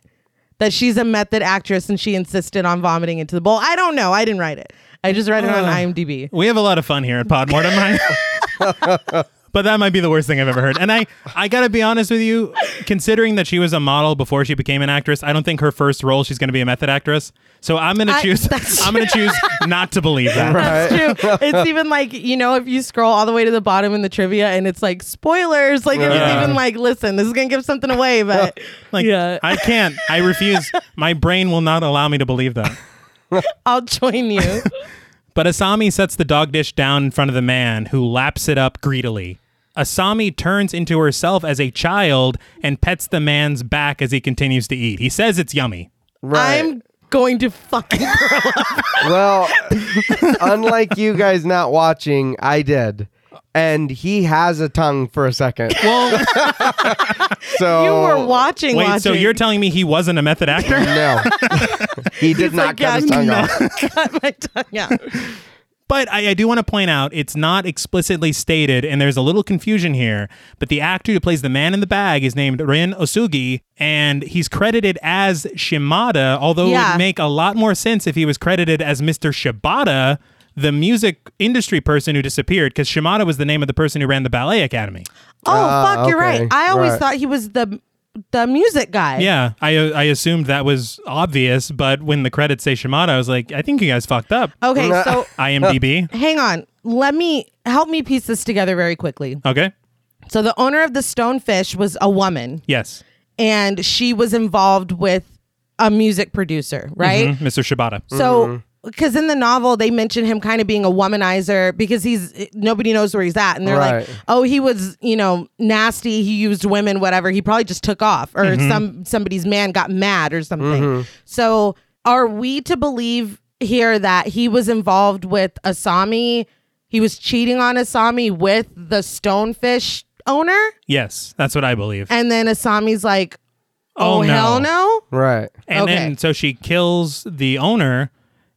S2: That she's a method actress and she insisted on vomiting into the bowl. I don't know. I didn't write it. I just read it
S1: Ah.
S2: on IMDb.
S1: We have a lot of fun here at Podmortem. I- but that might be the worst thing I've ever heard. And I, I gotta be honest with you, considering that she was a model before she became an actress, I don't think her first role she's gonna be a method actress. So I'm gonna
S2: I-
S1: choose.
S2: that's-
S1: I'm gonna choose not to believe that.
S2: That's true. It's even like, you know, if you scroll all the way to the bottom in the trivia and it's like spoilers, like it's
S1: Yeah.
S2: even like, listen, this is going to give something away, but
S1: Like
S2: Yeah.
S1: I can't. I refuse. My brain will not allow me to believe that.
S2: I'll join you.
S1: But Asami sets the dog dish down in front of the man, who laps it up greedily. Asami turns into herself as a child and pets the man's back as he continues to eat. He says it's yummy.
S3: Right.
S2: I'm going to fucking
S3: Well, unlike you guys not watching, I did. And he has a tongue for a second.
S1: Well,
S3: So
S2: You were watching.
S1: Oh. Wait,
S2: watching.
S1: so you're telling me he wasn't a method actor?
S3: No. he did
S2: like,
S3: not cut his
S2: "Yeah,
S3: tongue
S2: no."
S3: off.
S2: cut my tongue out.
S1: but I, I do want to point out it's not explicitly stated, and there's a little confusion here. But the actor who plays the man in the bag is named Rin Osugi, and he's credited as Shimada, although it
S2: Yeah.
S1: would make a lot more sense if he was credited as Mr. Shibata, the music industry person who disappeared, because Shimada was the name of the person who ran the ballet academy.
S2: Oh fuck, you're
S3: Ah, okay.
S2: right. I always
S3: Right.
S2: thought he was the the music guy.
S1: Yeah, I uh, I assumed that was obvious, but when the credits say Shimada, I was like, I think you guys fucked up.
S2: Okay,
S3: Nah.
S2: so
S1: IMDb.
S2: hang on. Let me help me piece this together very quickly.
S1: Okay.
S2: So the owner of the Stonefish was a woman,
S1: Yes.
S2: and she was involved with a music producer, right?
S1: Mhm, Mr. Shibata.
S2: So, because in the novel they mention him kind of being a womanizer because he's nobody knows where he's at, and they're
S3: Right.
S2: like, "Oh, he was you know nasty. He used women, whatever. He probably just took off, or some somebody's man got mad or something." So, are we to believe here that he was involved with Asami? He was cheating on Asami with the Stonefish owner,
S1: Yes, that's what I believe.
S2: and then Asami's like, "Oh,
S1: Oh, no.
S2: hell no."
S3: Right.
S1: And
S2: Okay.
S1: then so she kills the owner,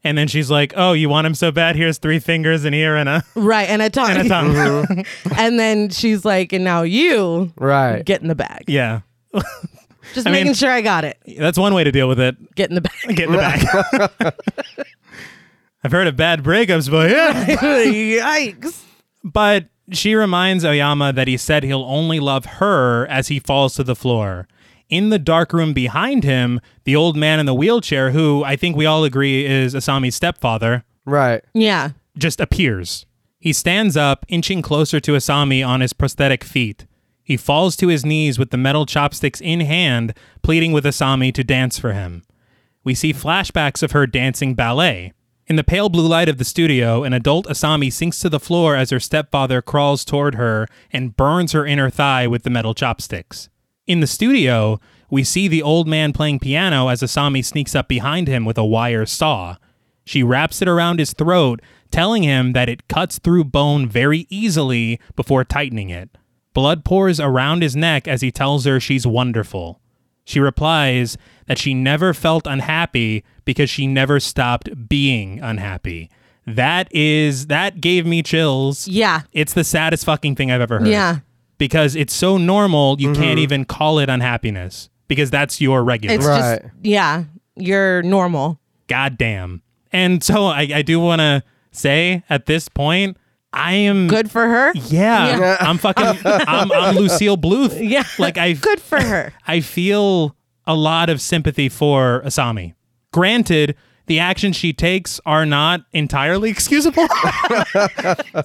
S1: and then she's like, "Oh, you want him so bad? Here's three fingers, an ear, and a,
S2: Right, and a tongue.
S1: and a tongue."
S2: and then she's like, and now you
S3: Right.
S2: get in the bag.
S1: Yeah,
S2: Just
S1: I
S2: making
S1: mean-
S2: sure I got it.
S1: that's one way to deal with it.
S2: Get in the bag.
S1: Get in the back. I've heard of bad breakups, but yeah.
S2: Yikes.
S1: But she reminds Oyama that he said he'll only love her as he falls to the floor. In the dark room behind him, the old man in the wheelchair, who I think we all agree is Asami's stepfather,
S3: Right.
S2: Yeah.
S1: just appears. He stands up, inching closer to Asami on his prosthetic feet. He falls to his knees with the metal chopsticks in hand, pleading with Asami to dance for him. We see flashbacks of her dancing ballet. In the pale blue light of the studio, an adult Asami sinks to the floor as her stepfather crawls toward her and burns her inner thigh with the metal chopsticks. In the studio, we see the old man playing piano as Asami sneaks up behind him with a wire saw. She wraps it around his throat, telling him that it cuts through bone very easily before tightening it. Blood pours around his neck as he tells her she's wonderful. She replies that she never felt unhappy because she never stopped being unhappy. That is, that gave me chills.
S2: Yeah.
S1: It's the saddest fucking thing I've ever heard.
S2: Yeah.
S1: Because it's so normal, you can't even call it unhappiness because that's your regular.
S2: It's
S3: Right.
S2: just, yeah, you're normal.
S1: goddamn. And so I, I do want to say at this point, I am.
S2: Good for her.
S1: Yeah, I'm fucking. I'm, I'm Lucille Bluth.
S2: Yeah.
S1: like I.
S2: Good for her.
S1: I feel a lot of sympathy for Asami. Granted, the actions she takes are not entirely excusable,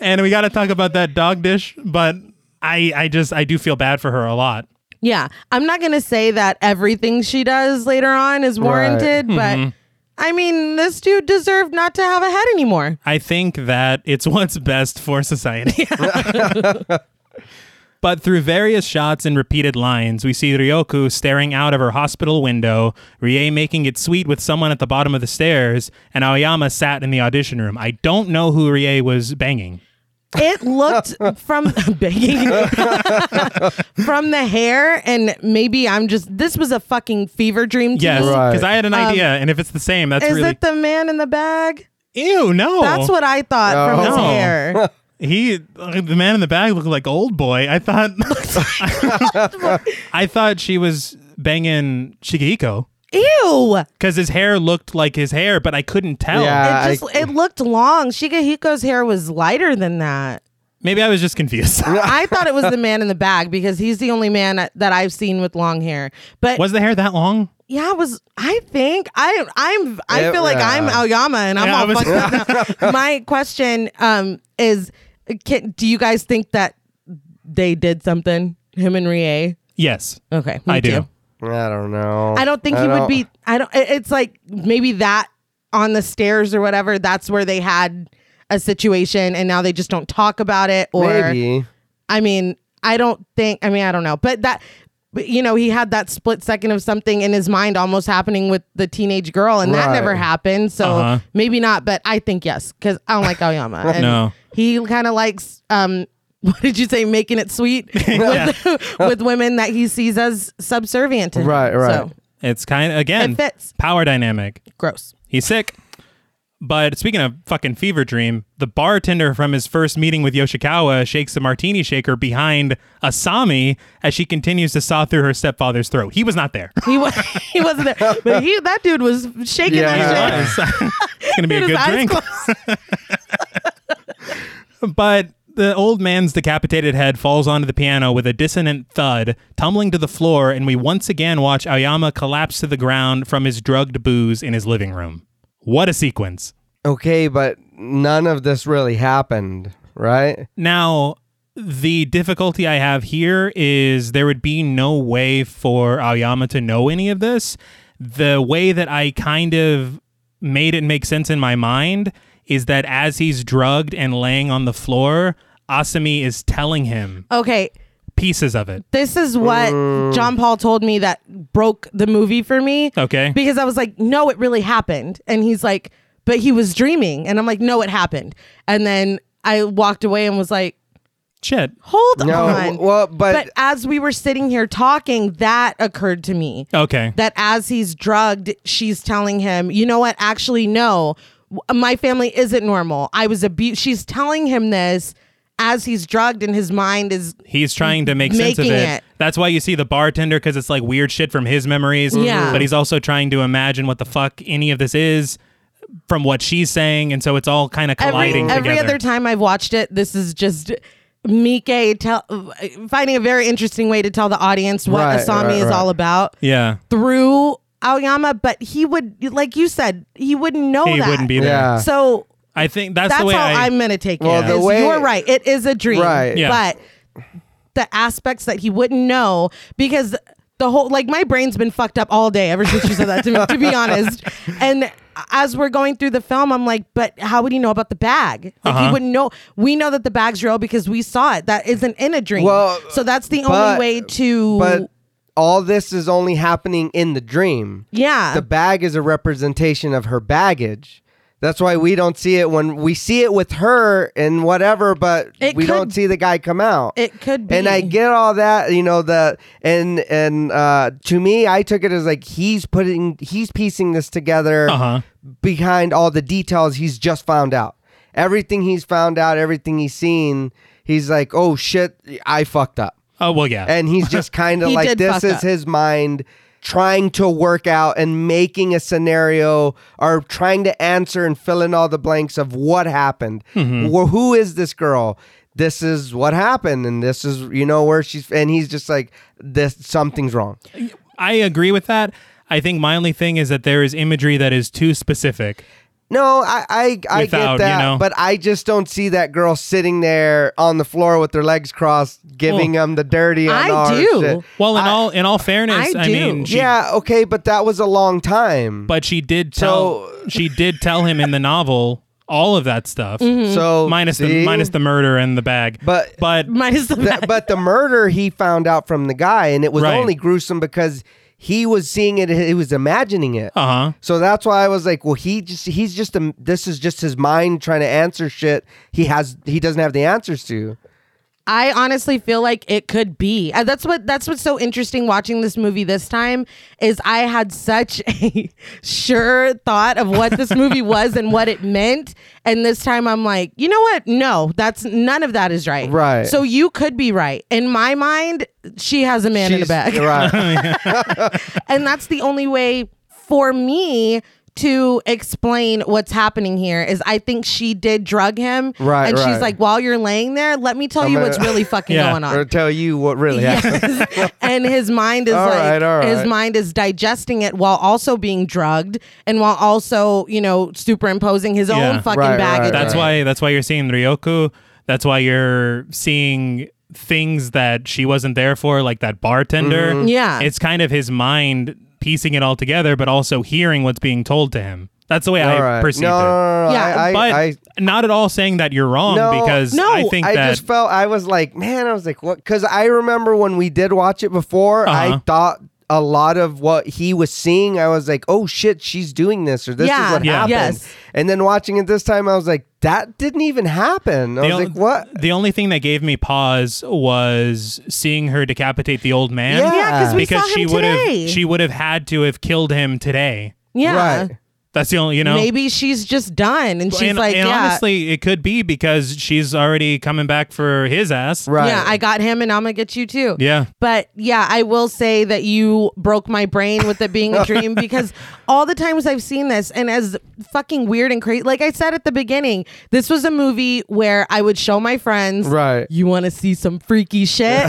S1: and we got to talk about that dog dish. But I, I just, I do feel bad for her a lot.
S2: Yeah. I'm not going to say that everything she does later on is warranted, but
S1: Mm-hmm.
S2: I mean, this dude deserved not to have a head anymore.
S1: I think that it's what's best for society. but through various shots and repeated lines, we see Ryoku staring out of her hospital window, Rie making it sweet with someone at the bottom of the stairs, and Aoyama sat in the audition room. I don't know who Rie was banging.
S2: It looked from begging from the hair, and maybe I'm just, this was a fucking fever dream to
S1: Yes,
S2: me.
S3: Right.
S1: because I had an idea, and if it's the same, that's
S2: Um, Is
S1: really
S2: it the man in the bag?
S1: ew. No,
S2: That's what I thought from his
S1: No.
S2: hair.
S1: he, uh, the man in the bag, looked like old boy. I thought, I thought she was banging Shigehiko.
S2: Ew!
S1: because his hair looked like his hair, but I couldn't tell.
S3: Yeah. I-
S2: It just it looked long. Shigehiko's hair was lighter than that.
S1: Maybe I was just confused.
S2: I thought it was the man in the bag because he's the only man that, that I've seen with long hair. But
S1: was the hair that long?
S2: yeah, it was I think I I'm I
S3: It-
S2: feel like
S3: yeah.
S2: I'm Aoyama and I'm
S1: Yeah, I
S2: all
S1: was-
S2: fucked up. now. My question um is can, do you guys think that they did something him and Rie?
S1: Yes,
S2: Okay, me
S1: I do.
S2: too.
S3: I don't know.
S2: I don't think he would be. I don't. it- It's like maybe that on the stairs or whatever. That's where they had a situation, and now they just don't talk about it. Or
S3: Maybe.
S2: I mean, I don't think. I mean, I don't know. But that, but, you know, he had that split second of something in his mind almost happening with the teenage girl, and that
S3: Right.
S2: never happened. So
S1: Uh-huh.
S2: maybe not. But I think yes, because I don't like Aoyama. and
S1: No.
S2: he kind of likes. um what did you say? Making it sweet with, with women that he sees as subservient to him.
S3: Right, right.
S2: So,
S1: It's kind of again
S2: It fits.
S1: power dynamic.
S2: gross.
S1: He's sick. But speaking of fucking fever dream, the bartender from his first meeting with Yoshikawa shakes the martini shaker behind Asami as she continues to saw through her stepfather's throat. He was not there.
S2: He was he wasn't there, but he that dude was shaking
S3: Yeah, he
S2: that shit.
S1: it's gonna be
S2: He
S1: a
S2: had his
S1: good
S2: eyes
S1: drink.
S2: closed.
S1: But the old man's decapitated head falls onto the piano with a dissonant thud, tumbling to the floor, and we once again watch Aoyama collapse to the ground from his drugged booze in his living room. What a sequence.
S3: Okay, but none of this really happened, right?
S1: Now, the difficulty I have here is there would be no way for Aoyama to know any of this. The way that I kind of made it make sense in my mind is that as he's drugged and laying on the floor, Asami is telling him
S2: Okay,
S1: pieces of it.
S2: this is what John Paul told me that broke the movie for me.
S1: Okay.
S2: Because I was like, no, it really happened. And he's like, but he was dreaming. And I'm like, no, it happened. And then I walked away and was like,
S1: Shit.
S2: hold
S3: No,
S2: on.
S3: w- well, but-
S2: but as we were sitting here talking, that occurred to me.
S1: Okay.
S2: that as he's drugged, she's telling him, you know what? Actually, no, W- my family isn't normal. I was abused. She's telling him this as he's drugged and his mind is.
S1: He's trying to make sense of
S2: Making
S1: it.
S2: it.
S1: That's why you see the bartender because it's like weird shit from his memories.
S3: Mm-hmm.
S2: Yeah.
S1: But he's also trying to imagine what the fuck any of this is from what she's saying. And so it's all kind of
S2: Every,
S1: colliding
S2: every
S1: together.
S2: other time I've watched it, this is just Mike tell, finding a very interesting way to tell the audience what
S3: Right,
S2: Asami
S3: right,
S2: is
S3: right.
S2: all about
S1: yeah.
S2: through Aoyama, but he would, like you said, he wouldn't know
S1: He
S2: that.
S1: wouldn't be there.
S3: Yeah.
S2: So
S1: I think that's,
S2: that's
S1: the way
S2: how
S1: I,
S2: I, am gonna take
S3: Well,
S2: it.
S3: the
S2: is
S3: way-
S2: you're right. It is a dream,
S3: Right.
S1: Yeah.
S2: But the aspects that he wouldn't know because the whole like my brain's been fucked up all day ever since you said that to me. To be honest, and as we're going through the film, I'm like, but how would he know about the bag? Like
S1: Uh-huh.
S2: he wouldn't know. We know that the bag's real because we saw it. That isn't in a dream.
S3: Well,
S2: so that's the
S3: but-
S2: only way to.
S3: But all this is only happening in the dream.
S2: yeah.
S3: The bag is a representation of her baggage. That's why we don't see it when we see it with her and whatever, but
S2: It
S3: we
S2: could-
S3: don't see the guy come out.
S2: it could be.
S3: And I get all that, you know, the and and uh to me I took it as like he's putting he's piecing this together
S1: Uh-huh.
S3: behind all the details he's just found out. Everything he's found out, everything he's seen, he's like, "Oh shit, I fucked up."
S1: Oh well, yeah.
S3: and he's just kind of
S2: He
S3: like
S2: did
S3: this
S2: fuck
S3: is
S2: up.
S3: his mind trying to work out and making a scenario or trying to answer and fill in all the blanks of what happened
S2: Mm-hmm.
S3: Wh- who is this girl this is what happened and this is you know where she's and he's just like this something's wrong
S1: I agree with that. I think my only thing is that there is imagery that is too specific.
S3: no i i, I
S1: Without,
S3: get
S1: you
S3: that
S1: know.
S3: but i just don't see that girl sitting there on the floor with her legs crossed giving him the dirty on
S2: Oh. I
S3: all her
S2: do.
S3: shit.
S1: Well, in all in all fairness, I,
S2: I do.
S1: mean, she,
S3: yeah okay but that was a long time
S1: But she did tell she did tell him in the novel all of that stuff,
S2: Mm-hmm.
S3: so
S1: minus the
S3: see?
S1: minus the murder and the bag.
S3: But-
S1: but
S2: minus the
S3: Th- but the murder he found out from the guy, and it was
S1: Right.
S3: only gruesome because he was seeing it. He was imagining it.
S1: uh huh.
S3: So that's why I was like, well, he just he's just a, this is just his mind trying to answer shit he has he doesn't have the answers to.
S2: I honestly feel like it could be. Uh, That's what that's what's so interesting watching this movie this time is I had such a sure thought of what this movie was and what it meant and this time I'm like, "You know what? No, that's none of that is right."
S3: Right.
S2: So you could be right. In my mind, she has a man in the back.
S3: She's- right?
S2: And that's the only way for me to explain what's happening here is I think she did drug him
S3: Right,
S2: and she's
S3: right.
S2: like, "While you're laying there, let me tell you
S3: gonna-
S2: what's really fucking
S1: Yeah.
S2: going on."
S3: or tell you what really happened.
S2: Yes. and his mind is
S3: All
S2: like
S3: right, all
S2: his
S3: right.
S2: mind is digesting it while also being drugged and while also you know superimposing his
S1: Yeah.
S2: own fucking
S3: Right,
S2: baggage.
S3: right,
S1: That's
S3: right.
S1: why that's why you're seeing Ryoku. That's why you're seeing things that she wasn't there for, like that bartender.
S2: Yeah.
S1: It's kind of his mind piecing it all together, but also hearing what's being told to him. That's the way
S3: All
S1: I
S3: right.
S1: perceive
S3: no,
S1: it.
S3: no, no, no.
S2: Yeah,
S3: I, I,
S1: but
S3: I,
S1: not at all saying that you're wrong
S3: No,
S1: because
S2: no,
S1: I think
S3: I
S1: that
S3: just felt I was like, man, I was like, what? Because I remember when we did watch it before,
S1: Uh-huh.
S3: I thought a lot of what he was seeing, I was like, oh shit, she's doing this, or this
S2: Yeah,
S3: is what
S1: Yeah.
S3: happened.
S2: yes.
S3: And then watching it this time, I was like, that didn't even happen. I was
S1: the,
S3: like, what?
S1: the only thing that gave me pause was seeing her decapitate the old man.
S3: Yeah.
S2: yeah, because we
S1: because
S2: saw him
S1: she would have
S2: today.
S1: she would have had to have killed him today.
S2: yeah,
S3: Right.
S1: That's the only you know.
S2: Maybe she's just done, and she's
S1: and,
S2: like,
S1: and
S2: yeah,
S1: honestly, it could be because she's already coming back for his ass.
S3: Right.
S2: yeah, I got him, and I'm gonna get you too.
S1: Yeah.
S2: But yeah, I will say that you broke my brain with it being a dream because all the times I've seen this, and as fucking weird and crazy, like I said at the beginning, this was a movie where I would show my friends,
S3: Right.
S2: You want to see some freaky shit?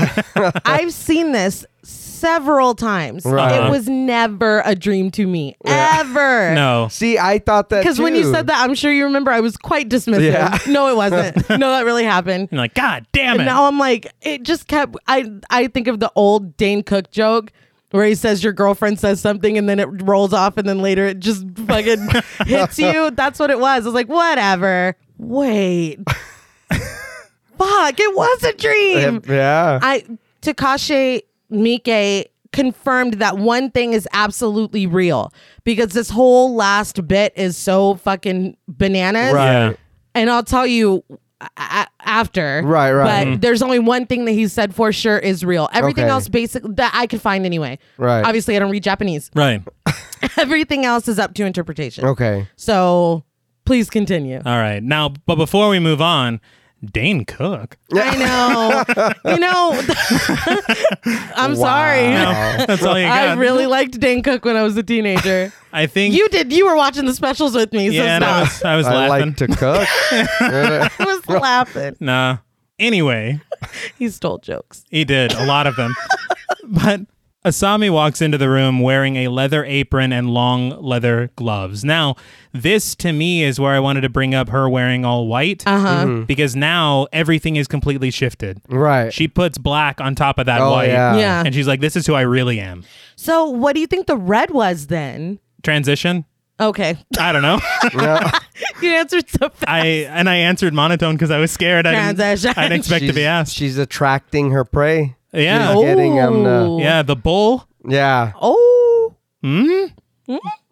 S2: I've seen this several times.
S3: Right.
S2: It was never a dream to me, ever.
S1: No.
S3: See, I thought that
S2: Because when you
S3: too.
S2: said that, I'm sure you remember I was quite dismissive.
S3: Yeah.
S2: No, it wasn't. no, that really happened.
S1: And like, God damn it.
S2: And now I'm like, it just kept. I I think of the old Dane Cook joke where he says your girlfriend says something and then it rolls off and then later it just fucking hits you. That's what it was. I was like, whatever. Wait, fuck, it was a dream.
S3: yeah,
S2: I Takashi Miike confirmed that one thing is absolutely real because this whole last bit is so fucking bananas
S1: yeah.
S2: and I'll tell you a- a- after.
S3: Right, right.
S2: But there's only one thing that he said for sure is real. Everything
S3: Okay.
S2: else, basically, that I could find anyway.
S3: Right.
S2: Obviously, I don't read Japanese.
S1: Right.
S2: Everything else is up to interpretation.
S3: okay.
S2: So please continue.
S1: All right. Now, but before we move on, Dane Cook.
S2: I know. you know, I'm
S3: Wow.
S2: sorry.
S1: No, that's all you
S2: Oh. I
S1: got.
S2: really liked Dane Cook when I was a teenager.
S1: I think.
S2: you did. You were watching the specials with me. So
S1: yeah, and I was,
S2: stop.
S1: I was
S3: I
S1: laughing.
S3: like to cook.
S2: I was laughing.
S1: nah. Anyway,
S2: He stole jokes.
S1: He did, a lot of them. but Asami walks into the room wearing a leather apron and long leather gloves. Now, this to me is where I wanted to bring up her wearing all white
S2: Uh-huh.
S1: because now everything is completely shifted.
S3: Mm-hmm. right.
S1: She puts black on top of that
S3: Oh,
S1: white.
S3: yeah.
S2: Yeah.
S1: And she's like, this is who I really am.
S2: So what do you think the red was then?
S1: Transition?
S2: Okay.
S1: I don't know.
S2: You answered so fast.
S1: I and I answered monotone because I was scared. I
S2: Transition.
S1: didn't, I didn't expect to
S3: She's-
S1: be asked.
S3: She's attracting her prey.
S1: Yeah.
S3: She's getting on the.
S2: Oh.
S1: Yeah, the bull.
S3: Yeah.
S2: Oh.
S1: We're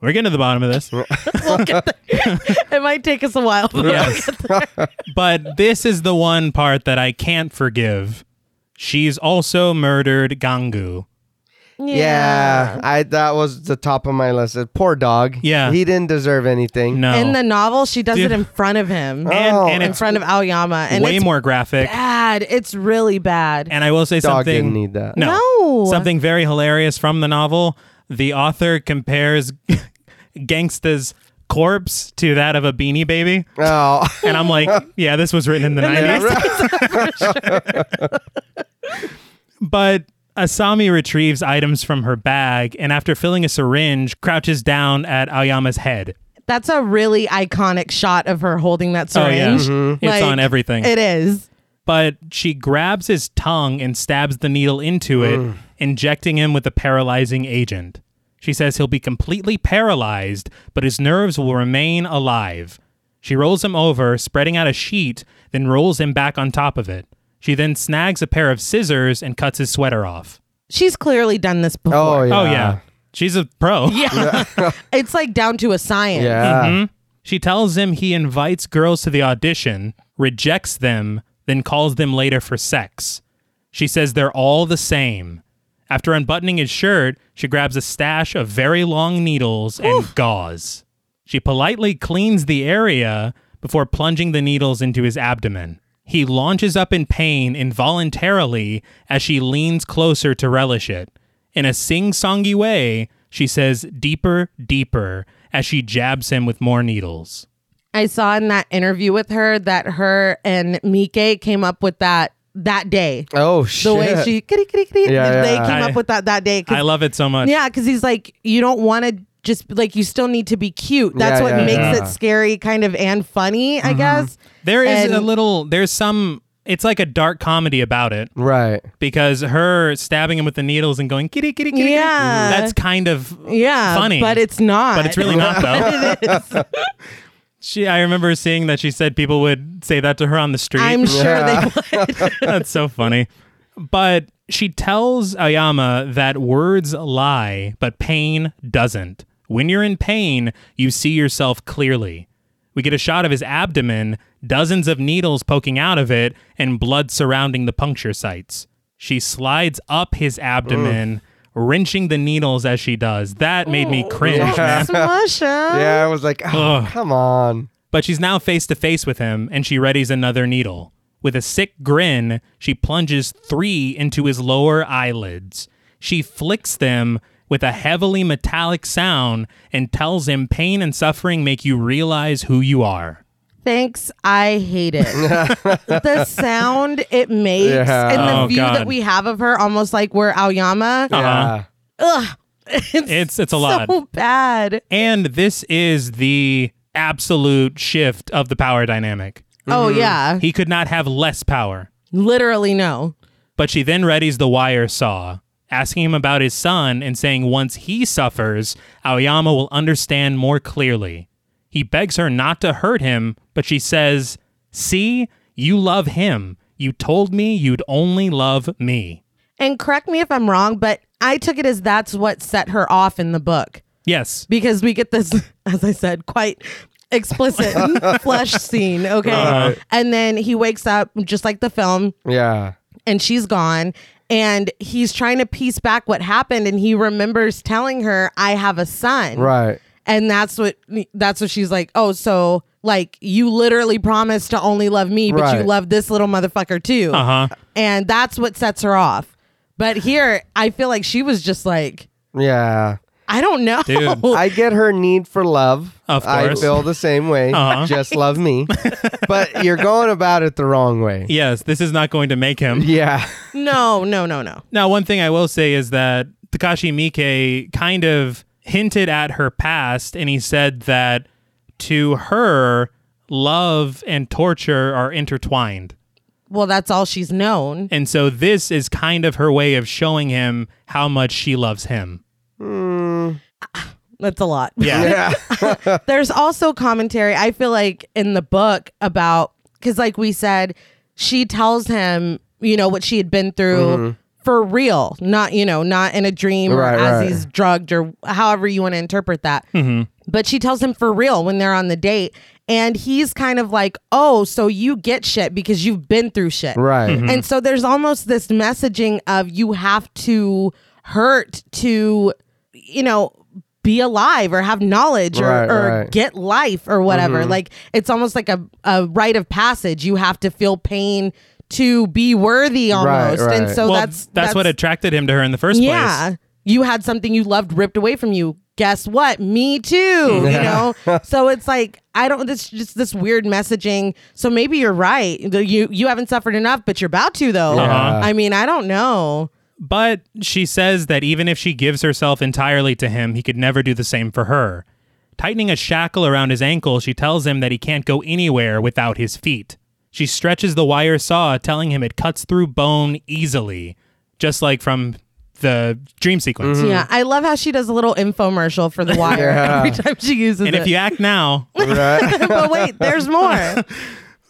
S1: getting to the bottom of this.
S2: We'll get there. it might take us a while. But
S1: Yes. but this is the one part that I can't forgive. She's also murdered Gangu.
S3: Yeah, I that was the top of my list. Uh, Poor dog.
S1: Yeah.
S3: he didn't deserve anything.
S1: No.
S2: In the novel, she does it in front of him.
S1: and,
S3: Oh.
S1: and
S2: in
S1: it's
S2: front of Aoyama. And
S1: way
S2: it's
S1: more graphic.
S2: bad. It's really bad.
S1: And I will say
S3: Dog
S1: something.
S3: didn't need that.
S1: No.
S2: No.
S1: Something very hilarious from the novel. The author compares Gangsta's corpse to that of a beanie baby.
S3: Oh,
S1: And I'm like, yeah, this was written in the 90s. but Asami retrieves items from her bag and after filling a syringe, crouches down at Aoyama's head.
S2: That's a really iconic shot of her holding that
S1: Oh,
S2: syringe.
S1: yeah.
S3: Mm-hmm.
S1: It's
S2: Like,
S1: on everything.
S2: It is.
S1: but she grabs his tongue and stabs the needle into it, injecting him with a paralyzing agent. She says he'll be completely paralyzed, but his nerves will remain alive. She rolls him over, spreading out a sheet, then rolls him back on top of it. She then snags a pair of scissors and cuts his sweater off.
S2: She's clearly done this before.
S3: oh yeah.
S1: Oh, yeah. She's a pro.
S2: It's like down to a science.
S3: Yeah.
S1: Mm-hmm. She tells him he invites girls to the audition, rejects them, then calls them later for sex. She says they're all the same. After unbuttoning his shirt, she grabs a stash of very long needles and gauze. She politely cleans the area before plunging the needles into his abdomen. He launches up in pain involuntarily as she leans closer to relish it. In a sing songy way, she says, deeper, deeper, as she jabs him with more needles.
S2: I saw in that interview with her that her and Mike came up with that that day.
S3: Oh shit.
S2: the way she kitty, kitty, kitty,
S3: Yeah,
S2: they
S3: yeah.
S2: came
S1: I-
S2: up with that that day 'cause-
S1: I love it so much.
S2: yeah because he's like you don't want to just like you still need to be cute that's
S3: Yeah,
S2: what
S3: yeah,
S2: makes
S3: yeah.
S2: it scary kind of and funny
S1: Mm-hmm.
S2: i guess
S1: There is a
S2: And-
S1: little, there's some, it's like a dark comedy about it.
S3: Right.
S1: because her stabbing him with the needles and going kitty kitty kitty, kitty,
S2: Yeah.
S1: that's kind of
S2: yeah
S1: funny
S2: but it's not
S1: but it's really not though
S2: It is.
S1: she i remember seeing that she said people would say that to her on the street
S2: i'm sure
S3: Yeah.
S2: they would
S1: that's so funny but she tells ayama that words lie but pain doesn't when you're in pain you see yourself clearly we get a shot of his abdomen dozens of needles poking out of it and blood surrounding the puncture sites she slides up his abdomen wrenching the needles as she does. That made me cringe,
S2: Don't
S1: man.
S2: smush him.
S3: Yeah, I was like, oh,
S1: Ugh.
S3: come on.
S1: But she's now face to face with him and she readies another needle. With a sick grin, she plunges three into his lower eyelids. She flicks them with a heavily metallic sound and tells him pain and suffering make you realize who you are.
S2: Thanks. I hate it. the sound it makes
S3: Yeah.
S2: and the
S1: Oh,
S2: view
S1: God. Oh,
S2: that we have of her, almost like we're Aoyama.
S1: Uh-huh.
S3: Yeah.
S2: Ugh. It's,
S1: It's it's a lot.
S2: so bad.
S1: And this is the absolute shift of the power dynamic.
S2: Oh
S1: Mm-hmm.
S2: yeah.
S1: He could not have less power.
S2: Literally no.
S1: But she then readies the wire saw, asking him about his son and saying once he suffers, Aoyama will understand more clearly. He begs her not to hurt him, but she says, See, you love him. You told me you'd only love me.
S2: And correct me if I'm wrong, but I took it as that's what set her off in the book.
S1: Yes.
S2: Because we get this, as I said, quite explicit flesh scene. Okay. And then he wakes up just like the film.
S3: Yeah.
S2: and she's gone and he's trying to piece back what happened and he remembers telling her i have a son
S3: Right.
S2: and that's what that's what she's like oh so like you literally promised to only love me but you
S3: Right.
S2: love this little motherfucker too
S1: Uh huh.
S2: and that's what sets her off but here i feel like she was just like
S3: Yeah.
S2: i don't know
S1: Dude.
S3: I get her need for love.
S1: Of
S3: I
S1: course.
S3: feel the same way.
S1: Uh-huh.
S3: Just love me. but you're going about it the wrong way.
S1: Yes, this is not going to make him.
S3: Yeah.
S2: no no no no
S1: Now, one thing I will say is that Takashi Miike kind of hinted at her past, and he said that to her, love and torture are intertwined.
S2: well that's all she's known
S1: And so this is kind of her way of showing him how much she loves him.
S2: that's a lot
S1: Yeah.
S3: Yeah.
S2: There's also commentary, I feel like, in the book about because, like we said, she tells him, you know, what she had been through for real, not, you know, not in a dream
S3: Mm-hmm. Right,
S2: or as
S3: right. Mm-hmm.
S2: he's drugged or however you want to interpret that. But she tells him for real when they're on the date. And he's kind of like, oh, so you get shit because you've been through shit.
S3: Right.
S1: Mm-hmm.
S2: And so there's almost this messaging of you have to hurt to, you know, be alive or have knowledge or,
S3: Right,
S2: or
S3: right. Mm-hmm.
S2: get life or whatever. Like it's almost like a, a rite of passage. You have to feel pain to be worthy almost. And
S3: right.
S2: so
S1: well,
S2: that's,
S1: that's, what attracted him to her in the first place.
S2: yeah. You had something you loved ripped away from you. Guess what? Me too. You know? so it's like, I don't this just this weird messaging. So maybe you're right. The- You you haven't suffered enough, but you're about to though.
S1: Uh-huh.
S2: I mean, I don't know.
S1: But she says that even if she gives herself entirely to him, he could never do the same for her. Tightening a shackle around his ankle, she tells him that he can't go anywhere without his feet. She stretches the wire saw, telling him it cuts through bone easily, just like from the dream sequence.
S2: Yeah. I love how she does a little infomercial for the wire every time she uses
S1: And
S2: it.
S1: if you act now,
S3: Right.
S2: but wait, there's more.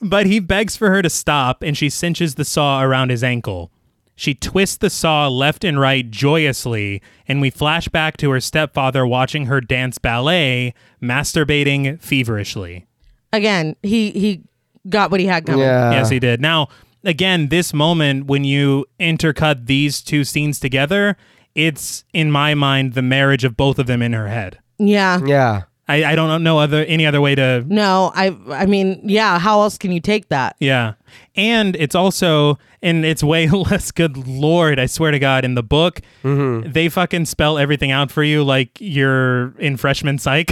S1: But he begs for her to stop, and she cinches the saw around his ankle. She twists the saw left and right joyously, and we flash back to her stepfather watching her dance ballet, masturbating feverishly.
S2: Again, he he got what he had coming.
S3: Yeah.
S1: yes, he did. Now, again, this moment when you intercut these two scenes together, it's in my mind the marriage of both of them in her head.
S2: Yeah.
S3: Yeah.
S1: I, I don't know other any other way to
S2: No, I I mean, yeah, how else can you take that?
S1: Yeah. And it's also, and it's way less good lord, I swear to God, in the book, they fucking spell everything out for you like you're in freshman psych.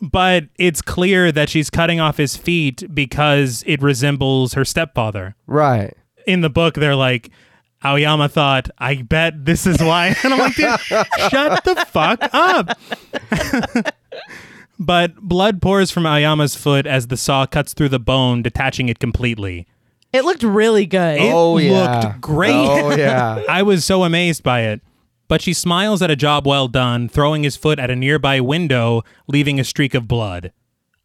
S1: but it's clear that she's cutting off his feet because it resembles her stepfather.
S3: Right.
S1: In the book, they're like, Aoyama thought, I bet this is why. And I'm like, dude, shut the fuck up. but blood pours from Aoyama's foot as the saw cuts through the bone, detaching it completely.
S2: It looked really good.
S1: It
S3: oh
S1: looked
S3: yeah.
S1: great.
S3: Oh yeah.
S1: I was so amazed by it. But she smiles at a job well done, throwing his foot at a nearby window, leaving a streak of blood.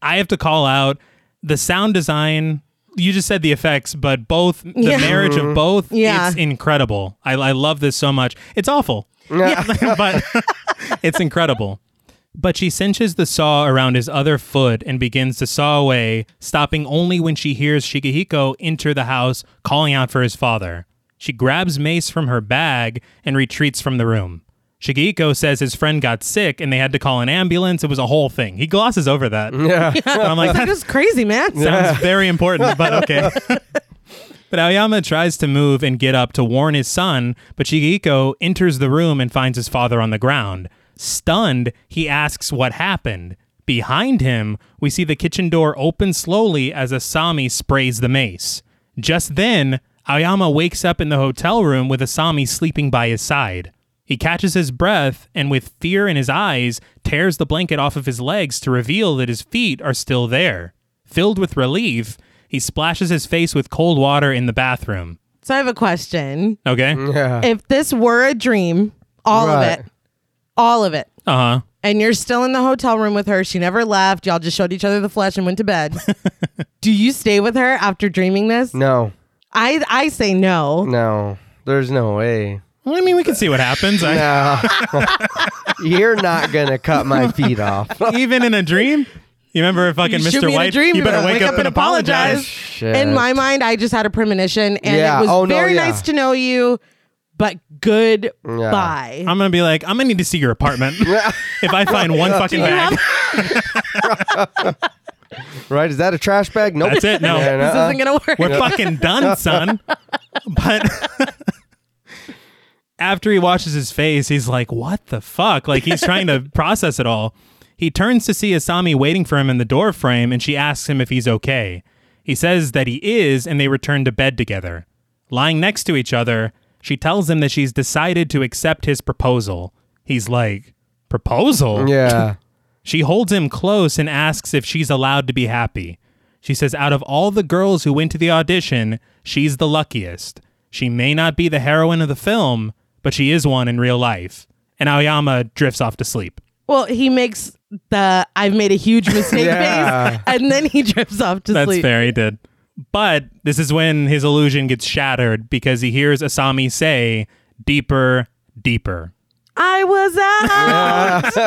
S1: I have to call out the sound design. You just said the effects, but both the
S2: Yeah.
S1: marriage of both,
S2: Yeah.
S1: it's incredible. I, I love this so much. It's awful, but it's incredible. But she cinches the saw around his other foot and begins to saw away, stopping only when she hears Shigehiko enter the house calling out for his father. She grabs Mace from her bag and retreats from the room. Shigeiko says his friend got sick and they had to call an ambulance. It was a whole thing. He glosses over that.
S3: Yeah.
S1: But I'm like,
S2: That
S1: that
S2: is crazy, man.
S1: sounds very important, but okay. but Aoyama tries to move and get up to warn his son, but Shigeiko enters the room and finds his father on the ground. Stunned, he asks what happened. Behind him, we see the kitchen door open slowly as Asami sprays the mace. Just then, Aoyama wakes up in the hotel room with Asami sleeping by his side. He catches his breath and, with fear in his eyes, tears the blanket off of his legs to reveal that his feet are still there. Filled with relief, he splashes his face with cold water in the bathroom.
S2: So I have a question.
S1: Okay?
S3: Yeah.
S2: If this were a dream, all
S3: Right.
S2: of it, all of it,
S1: Uh huh.
S2: and you're still in the hotel room with her, she never left, y'all just showed each other the flesh and went to bed. Do you stay with her after dreaming this?
S3: No.
S2: I I say no.
S3: No. There's no way.
S1: Well, I mean, we can see what happens. I,
S3: No. You're not gonna cut my feet off.
S1: even in a dream, you remember fucking
S2: You shoot me
S1: Mr.
S2: in a
S1: White?
S2: dream uh,
S1: you
S2: and
S1: better
S2: I
S1: wake up and apologize.
S3: Shit.
S2: In my mind, I just had a premonition, and
S3: Yeah.
S2: it was
S3: Oh, no,
S2: very
S3: yeah.
S2: nice to know you, but goodbye.
S1: I'm gonna be like, I'm gonna need to see your apartment if I find one fucking
S2: You have-
S1: bag.
S3: right? Is that a trash bag? Nope.
S1: That's it. No,
S3: Yeah,
S2: this
S3: nuh-uh.
S2: isn't gonna work.
S1: We're fucking done, son. But after he washes his face, he's like, what the fuck? Like, he's trying to process it all. He turns to see Asami waiting for him in the door frame, and she asks him if he's okay. He says that he is, and they return to bed together. Lying next to each other, she tells him that she's decided to accept his proposal. He's like, Proposal?
S3: Yeah.
S1: She holds him close and asks if she's allowed to be happy. She says, out of all the girls who went to the audition, she's the luckiest. She may not be the heroine of the film, but she is one in real life. And Aoyama drifts off to sleep.
S2: Well, he makes the I've made a huge mistake
S3: Yeah.
S2: face, and then he drifts off to
S1: That's
S2: sleep.
S1: fair, he did. But this is when his illusion gets shattered because he hears Asami say, deeper, deeper.
S2: I was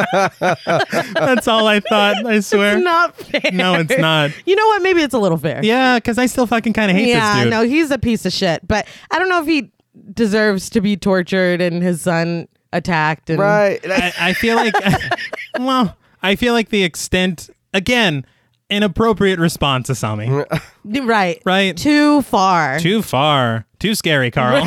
S2: out.
S1: That's all I thought, I swear.
S2: Not fair.
S1: No, it's not.
S2: You know what? Maybe it's a little fair.
S1: Yeah, because I still fucking kind of hate this
S2: yeah.
S1: dude.
S2: No, he's a piece of shit, but I don't know if he deserves to be tortured and his son attacked. And
S3: right.
S1: I, I feel like, well, I feel like the extent again, inappropriate response, Asami.
S2: right,
S1: Right?
S2: Too far.
S1: Too far, too scary, Carl.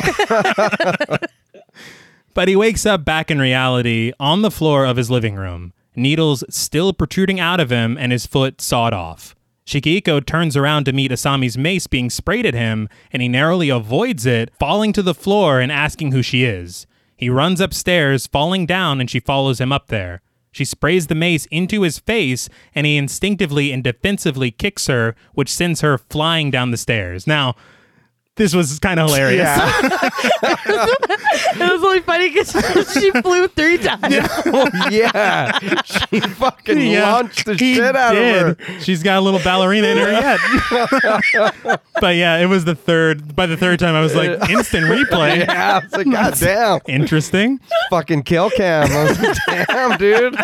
S1: but he wakes up back in reality on the floor of his living room, needles still protruding out of him and his foot sawed off. Shigeiko turns around to meet Asami's mace being sprayed at him, and he narrowly avoids it, falling to the floor and asking who she is. He runs upstairs, falling down, and she follows him up there. She sprays the mace into his face, and he instinctively and defensively kicks her, which sends her flying down the stairs. Now, this was kind of hilarious.
S3: Yeah.
S2: it was only funny because she flew three times.
S3: yeah. She fucking
S1: Yeah,
S3: launched the
S1: he
S3: shit out of
S1: did.
S3: her.
S1: She's got a little ballerina in her head. but yeah, it was the third. By the third time, I was like, instant replay.
S3: Yeah. I was like, God damn.
S1: Interesting.
S3: fucking kill cam. I was like, damn, dude.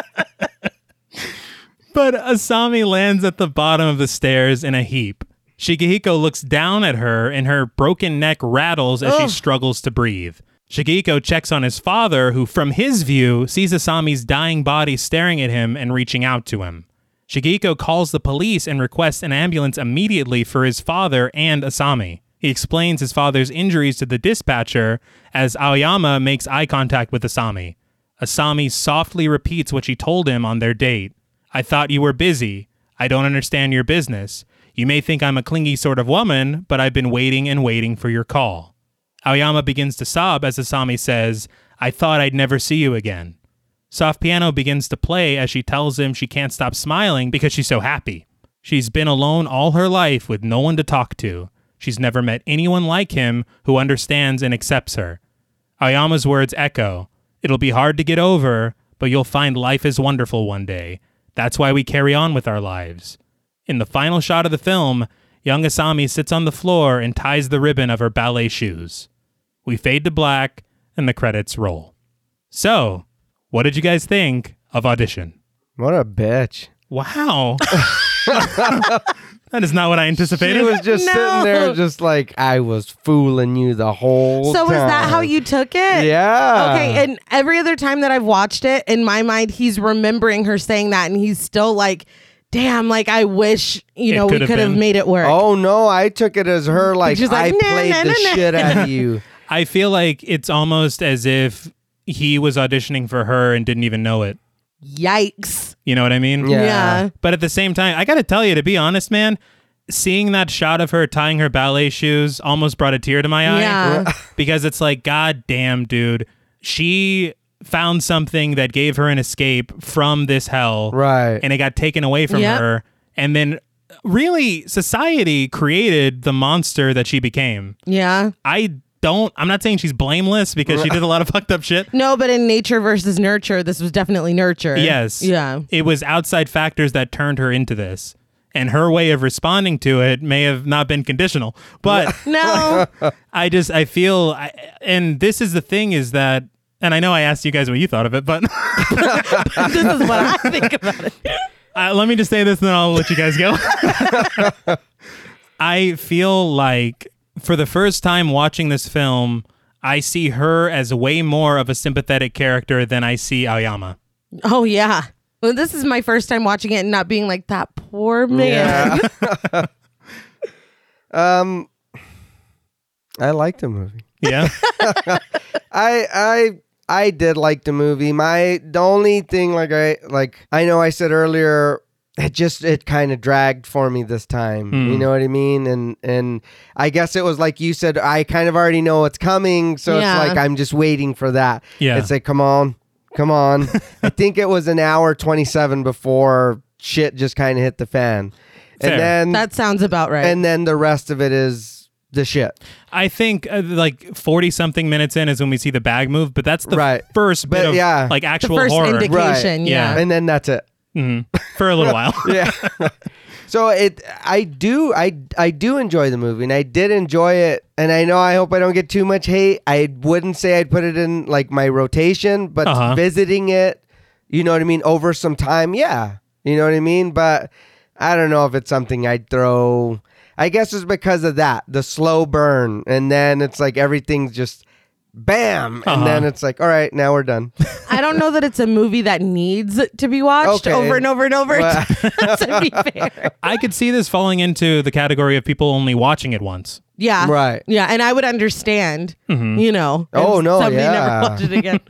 S1: But Asami lands at the bottom of the stairs in a heap. Shigehiko looks down at her, and her broken neck rattles as she struggles to breathe. Shigehiko checks on his father, who, from his view, sees Asami's dying body staring at him and reaching out to him. Shigehiko calls the police and requests an ambulance immediately for his father and Asami. He explains his father's injuries to the dispatcher as Aoyama makes eye contact with Asami. Asami softly repeats what she told him on their date. I thought you were busy. I don't understand your business. You may think I'm a clingy sort of woman, but I've been waiting and waiting for your call. Aoyama begins to sob as Asami says, I thought I'd never see you again. Soft piano begins to play as she tells him she can't stop smiling because she's so happy. She's been alone all her life with no one to talk to. She's never met anyone like him who understands and accepts her. Ayama's words echo It'll be hard to get over, but you'll find life is wonderful one day. That's why we carry on with our lives. In the final shot of the film, young Asami sits on the floor and ties the ribbon of her ballet shoes. We fade to black, and the credits roll. So, what did you guys think of Audition?
S3: What a bitch.
S1: Wow. That is not what I anticipated.
S3: She was just
S2: No.
S3: sitting there, just like I was fooling you the whole.
S2: So is that
S3: time."
S2: how you took it?
S3: Yeah.
S2: Okay, and every other time that I've watched it, in my mind, he's remembering her saying that, and he's still like, "Damn, like I wish you
S1: It
S2: know we
S1: could've
S2: could have
S1: been.
S2: made it work."
S3: Oh no, I took it as her like,
S2: She's like,
S3: I
S2: "Nah,
S3: played
S2: nah,
S3: the
S2: nah, nah."
S3: shit out of you.
S1: I feel like it's almost as if he was auditioning for her and didn't even know it.
S2: Yikes!
S1: You know what I mean?
S2: Yeah.
S3: Yeah.
S1: But at the same time, I got to tell you, to be honest, man, seeing that shot of her tying her ballet shoes almost brought a tear to my eye.
S2: Yeah.
S1: because it's like, God damn, dude. She found something that gave her an escape from this hell.
S3: Right.
S1: And it got taken away from
S2: Yep.
S1: her. And then, really, society created the monster that she became.
S2: Yeah.
S1: I don't, I'm not saying she's blameless because she did a lot of fucked up shit.
S2: No, but in nature versus nurture, this was definitely nurture.
S1: Yes.
S2: Yeah.
S1: It was outside factors that turned her into this. And her way of responding to it may have not been conditional. But
S2: No.
S1: I just, I feel, I, and this is the thing is that, and I know I asked you guys what you thought of it, but
S2: this is what I think about it.
S1: uh, let me just say this and then I'll let you guys go. I feel like for the first time watching this film, I see her as way more of a sympathetic character than I see Aoyama.
S2: Oh yeah. Well, this is my first time watching it and not being like that poor man.
S3: Yeah. um, I liked the movie.
S1: Yeah.
S3: I I I did like the movie. My the only thing like I like I know I said earlier it just it kind of dragged for me this time. You know what I mean? And and I guess it was like you said I kind of already know what's coming, so
S2: Yeah.
S3: it's like I'm just waiting for that.
S1: Yeah.
S3: It's like come on. Come on. I think it was an hour 27 before shit just kind of hit the fan.
S1: Fair.
S3: And then
S2: That sounds about right.
S3: and then the rest of it is the shit.
S1: I think uh, like forty something minutes in is when we see the bag move, but that's the
S3: Right.
S1: first bit
S3: But,
S1: of
S3: yeah.
S1: like
S2: the
S1: actual
S2: first
S1: horror
S2: indication.
S1: Right.
S2: Yeah.
S1: Yeah.
S3: And then that's it.
S1: Mhm. for a little while.
S3: yeah. so it, I do, I, I do enjoy the movie, and I did enjoy it, and I know I hope I don't get too much hate. I wouldn't say I'd put it in like my rotation, but
S1: Uh-huh.
S3: visiting it, you know what I mean, over some time, yeah, you know what I mean. But I don't know if it's something I'd throw. I guess it's because of that, the slow burn, and then it's like everything's just. Bam!
S1: Uh-huh.
S3: And then it's like, all right, now we're done.
S2: I don't know that it's a movie that needs to be watched
S3: Okay.
S2: over and over and over.
S3: Well-
S2: to be fair,
S1: I could see this falling into the category of people only watching it once.
S2: yeah,
S3: Right.
S2: yeah, and I would understand. You know,
S3: Oh,
S2: if
S3: no,
S2: somebody
S3: yeah.
S2: never watched it again.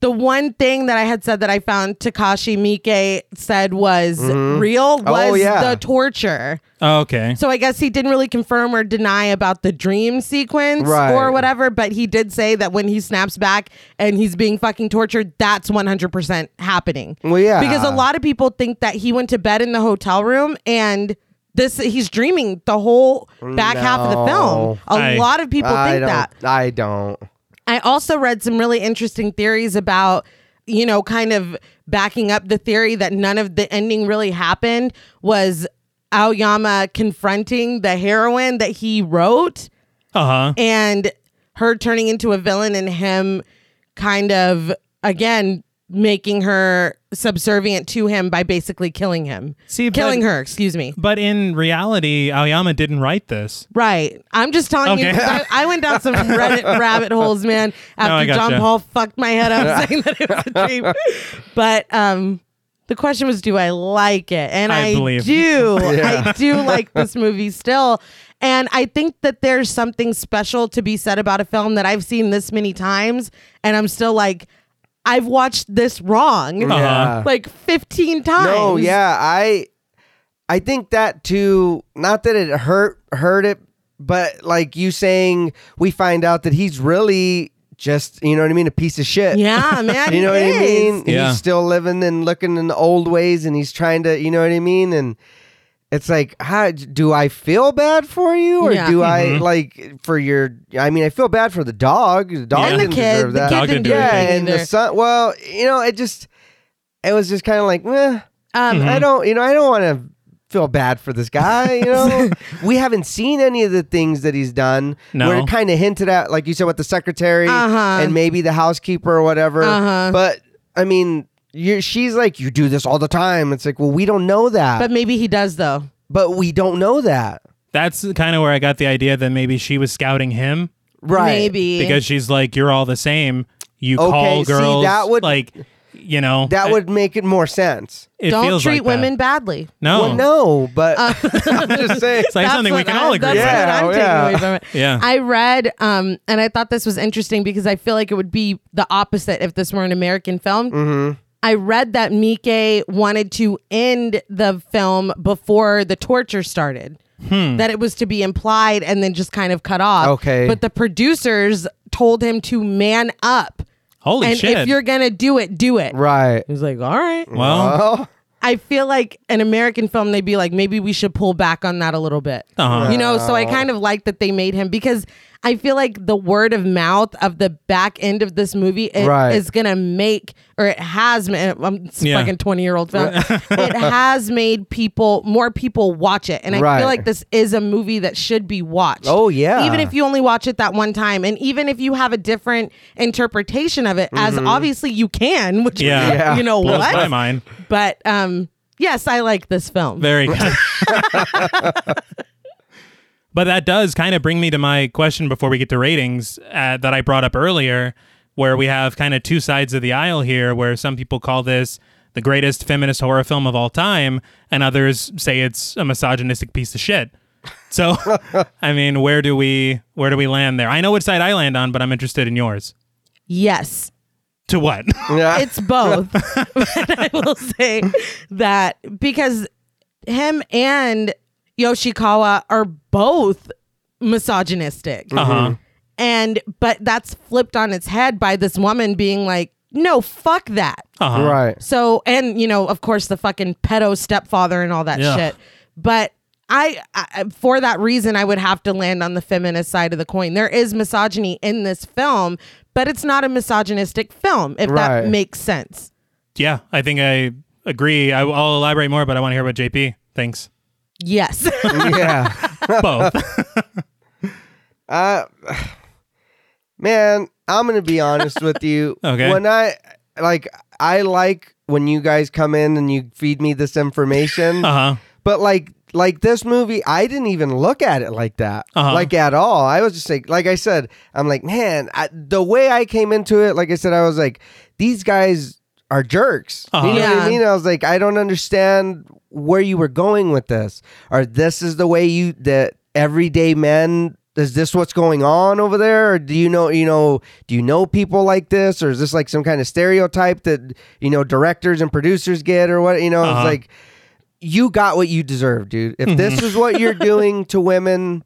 S2: the one thing that I had said that I found Takashi Miike said was real was
S3: Mm-hmm. Oh, yeah.
S2: the torture.
S1: Okay.
S2: So I guess he didn't really confirm or deny about the dream sequence
S3: Right.
S2: or whatever, but he did say that when he snaps back and he's being fucking tortured, that's 100% happening.
S3: Well, yeah.
S2: Because a lot of people think that he went to bed in the hotel room and this he's dreaming the whole back half of the film. A
S1: I-
S2: lot of people
S3: I
S2: think
S3: don't,
S2: that.
S3: I don't.
S2: I also read some really interesting theories about, you know, kind of backing up the theory that none of the ending really happened was Aoyama confronting the heroine that he wrote
S1: Uh huh.
S2: and her turning into a villain and him kind of, again, making her subservient to him by basically killing him.
S1: See, but-
S2: killing her, excuse me.
S1: But in reality, Aoyama didn't write this.
S2: Right. I'm just telling you.
S1: Okay.
S2: 'cause I, I went down some Reddit rabbit holes, man. After
S1: I gotcha.
S2: John Paul fucked my head up saying that it was a dream. But um, the question was, do I like it? And
S1: I
S2: I,
S1: believe.
S2: do. I do like this movie still. And I think that there's something special to be said about a film that I've seen this many times, and I'm still like, I've watched this wrong
S1: Uh-huh.
S3: Yeah.
S2: like 15 times.
S3: No, yeah, I I think that too. Not that it hurt hurt it, but like you saying, we find out that he's really just you know what I mean, a piece of shit.
S2: Yeah, man.
S3: You know what
S2: it
S3: I
S2: is.
S3: mean?
S1: Yeah.
S3: He's still living and looking in the old ways, and he's trying to, you know what I mean? And it's like, how do I feel bad for you, or
S2: Yeah.
S3: do I like for your? I mean, I feel bad for the dog. The dog
S1: Yeah.
S2: And the
S3: didn't
S2: kid,
S3: deserve
S2: the
S3: that.
S2: kid
S1: Dog didn't
S2: didn't do
S1: do
S3: yeah,
S2: anything
S3: and the
S2: either.
S3: son. Well, you know, it just it was just kind of like, eh,
S2: Um,
S3: I don't, you know, I don't want to feel bad for this guy. You know, we haven't seen any of the things that he's done.
S1: No.
S3: we're kind of hinted at, like you said, with the secretary
S2: Uh-huh.
S3: and maybe the housekeeper or whatever.
S2: Uh-huh.
S3: But I mean, you she's like, you do this all the time. It's like, well, we don't know that.
S2: But maybe he does though.
S3: But, but we don't know that.
S1: That's kind of where I got the idea that maybe she was scouting him
S3: Right.
S2: Maybe.
S1: because she's like, "You're all the same. You
S3: Okay,
S1: call
S3: see,
S1: girls
S3: that would-
S1: like, you know,
S3: That
S1: I-
S3: would make it more sense.
S1: it
S2: don't
S1: feels
S2: treat
S1: like that.
S2: women badly.
S1: No,
S3: Well, no, but
S2: Uh,
S3: I'm just saying.
S1: it's like something we
S2: what
S1: can
S2: I-
S1: all agree.
S2: That's
S1: on.
S3: Yeah.
S2: what I'm
S3: yeah.
S2: taking away from it.
S1: Yeah.
S2: I read, um, and I thought this was interesting because I feel like it would be the opposite if this were an American film.
S3: Mm-hmm.
S2: I read that Mike wanted to end the film before the torture started.
S1: Hmm.
S2: That it was to be implied and then just kind of cut off.
S3: Okay.
S2: But the producers told him to man up.
S1: Holy
S2: and
S1: shit!
S2: if you're going to do it, do it.
S3: right.
S2: He was like, all right.
S1: well,
S3: Oh,
S2: I feel like an American film, they'd be like, maybe we should pull back on that a little bit.
S1: Uh-huh.
S2: You know, so I kind of like that they made him because I feel like the word of mouth of the back end of this movie it
S3: Right.
S2: is going to make, or it has, ma- um, I'm it's a
S1: Yeah.
S2: fucking 20 year old film. it has made people, more people watch it. And I
S3: Right.
S2: feel like this is a movie that should be watched.
S3: Oh, yeah.
S2: Even if you only watch it that one time. And even if you have a different interpretation of it, as obviously you can, which,
S1: Mm-hmm. Yeah. Yeah.
S2: you know,
S1: blows
S2: what?
S1: my mind.
S2: But um, yes, I like this film.
S1: Very good. but that does kind of bring me to my question before we get to ratings uh, that I brought up earlier, where we have kind of two sides of the aisle here, where some people call this the greatest feminist horror film of all time, and others say it's a misogynistic piece of shit. So, I mean, where do we where do we land there? I know which side I land on, but I'm interested in yours.
S2: yes,
S1: To what?
S3: yeah.
S2: it's both. but I will say that because him and Yoshikawa are both misogynistic.
S1: Uh-huh.
S2: And but that's flipped on its head by this woman being like, "No, fuck that."
S1: Uh-huh.
S3: right.
S2: So, and you know, of course, the fucking pedo stepfather and all that
S1: Yeah.
S2: shit. But I, I, for that reason, I would have to land on the feminist side of the coin. There is misogyny in this film, but it's not a misogynistic film, if
S3: Right.
S2: that makes sense.
S1: Yeah, I think I agree. I, I'll elaborate more, but I want to hear what JP thinks.
S2: Yes.
S3: Yeah.
S1: Both.
S3: Uh, man, I'm gonna be honest with you.
S1: Okay.
S3: When I like, I like when you guys come in and you feed me this information.
S1: Uh huh.
S3: But like like this movie, I didn't even look at it like that,
S1: Uh-huh.
S3: like at all. I was just like, like I said, I'm like, man, I, the way I came into it, like I said, I was like, these guys are jerks.
S1: Uh-huh.
S3: You know what
S2: Yeah.
S3: I mean? I was like, I don't understand where you were going with this, or this is the way you that everyday men. Is this what's going on over there? Or do you know, you know, do you know people like this? Or is this like some kind of stereotype that, you know, directors and producers get or what, you know,
S1: Uh-huh.
S3: it's like, you got what you deserve, dude. If this
S1: Mm-hmm.
S3: is what you're doing to women,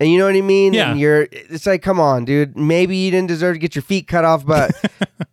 S3: and you know what I mean,
S1: Yeah.
S3: and you're, it's like, come on, dude. Maybe you didn't deserve to get your feet cut off, but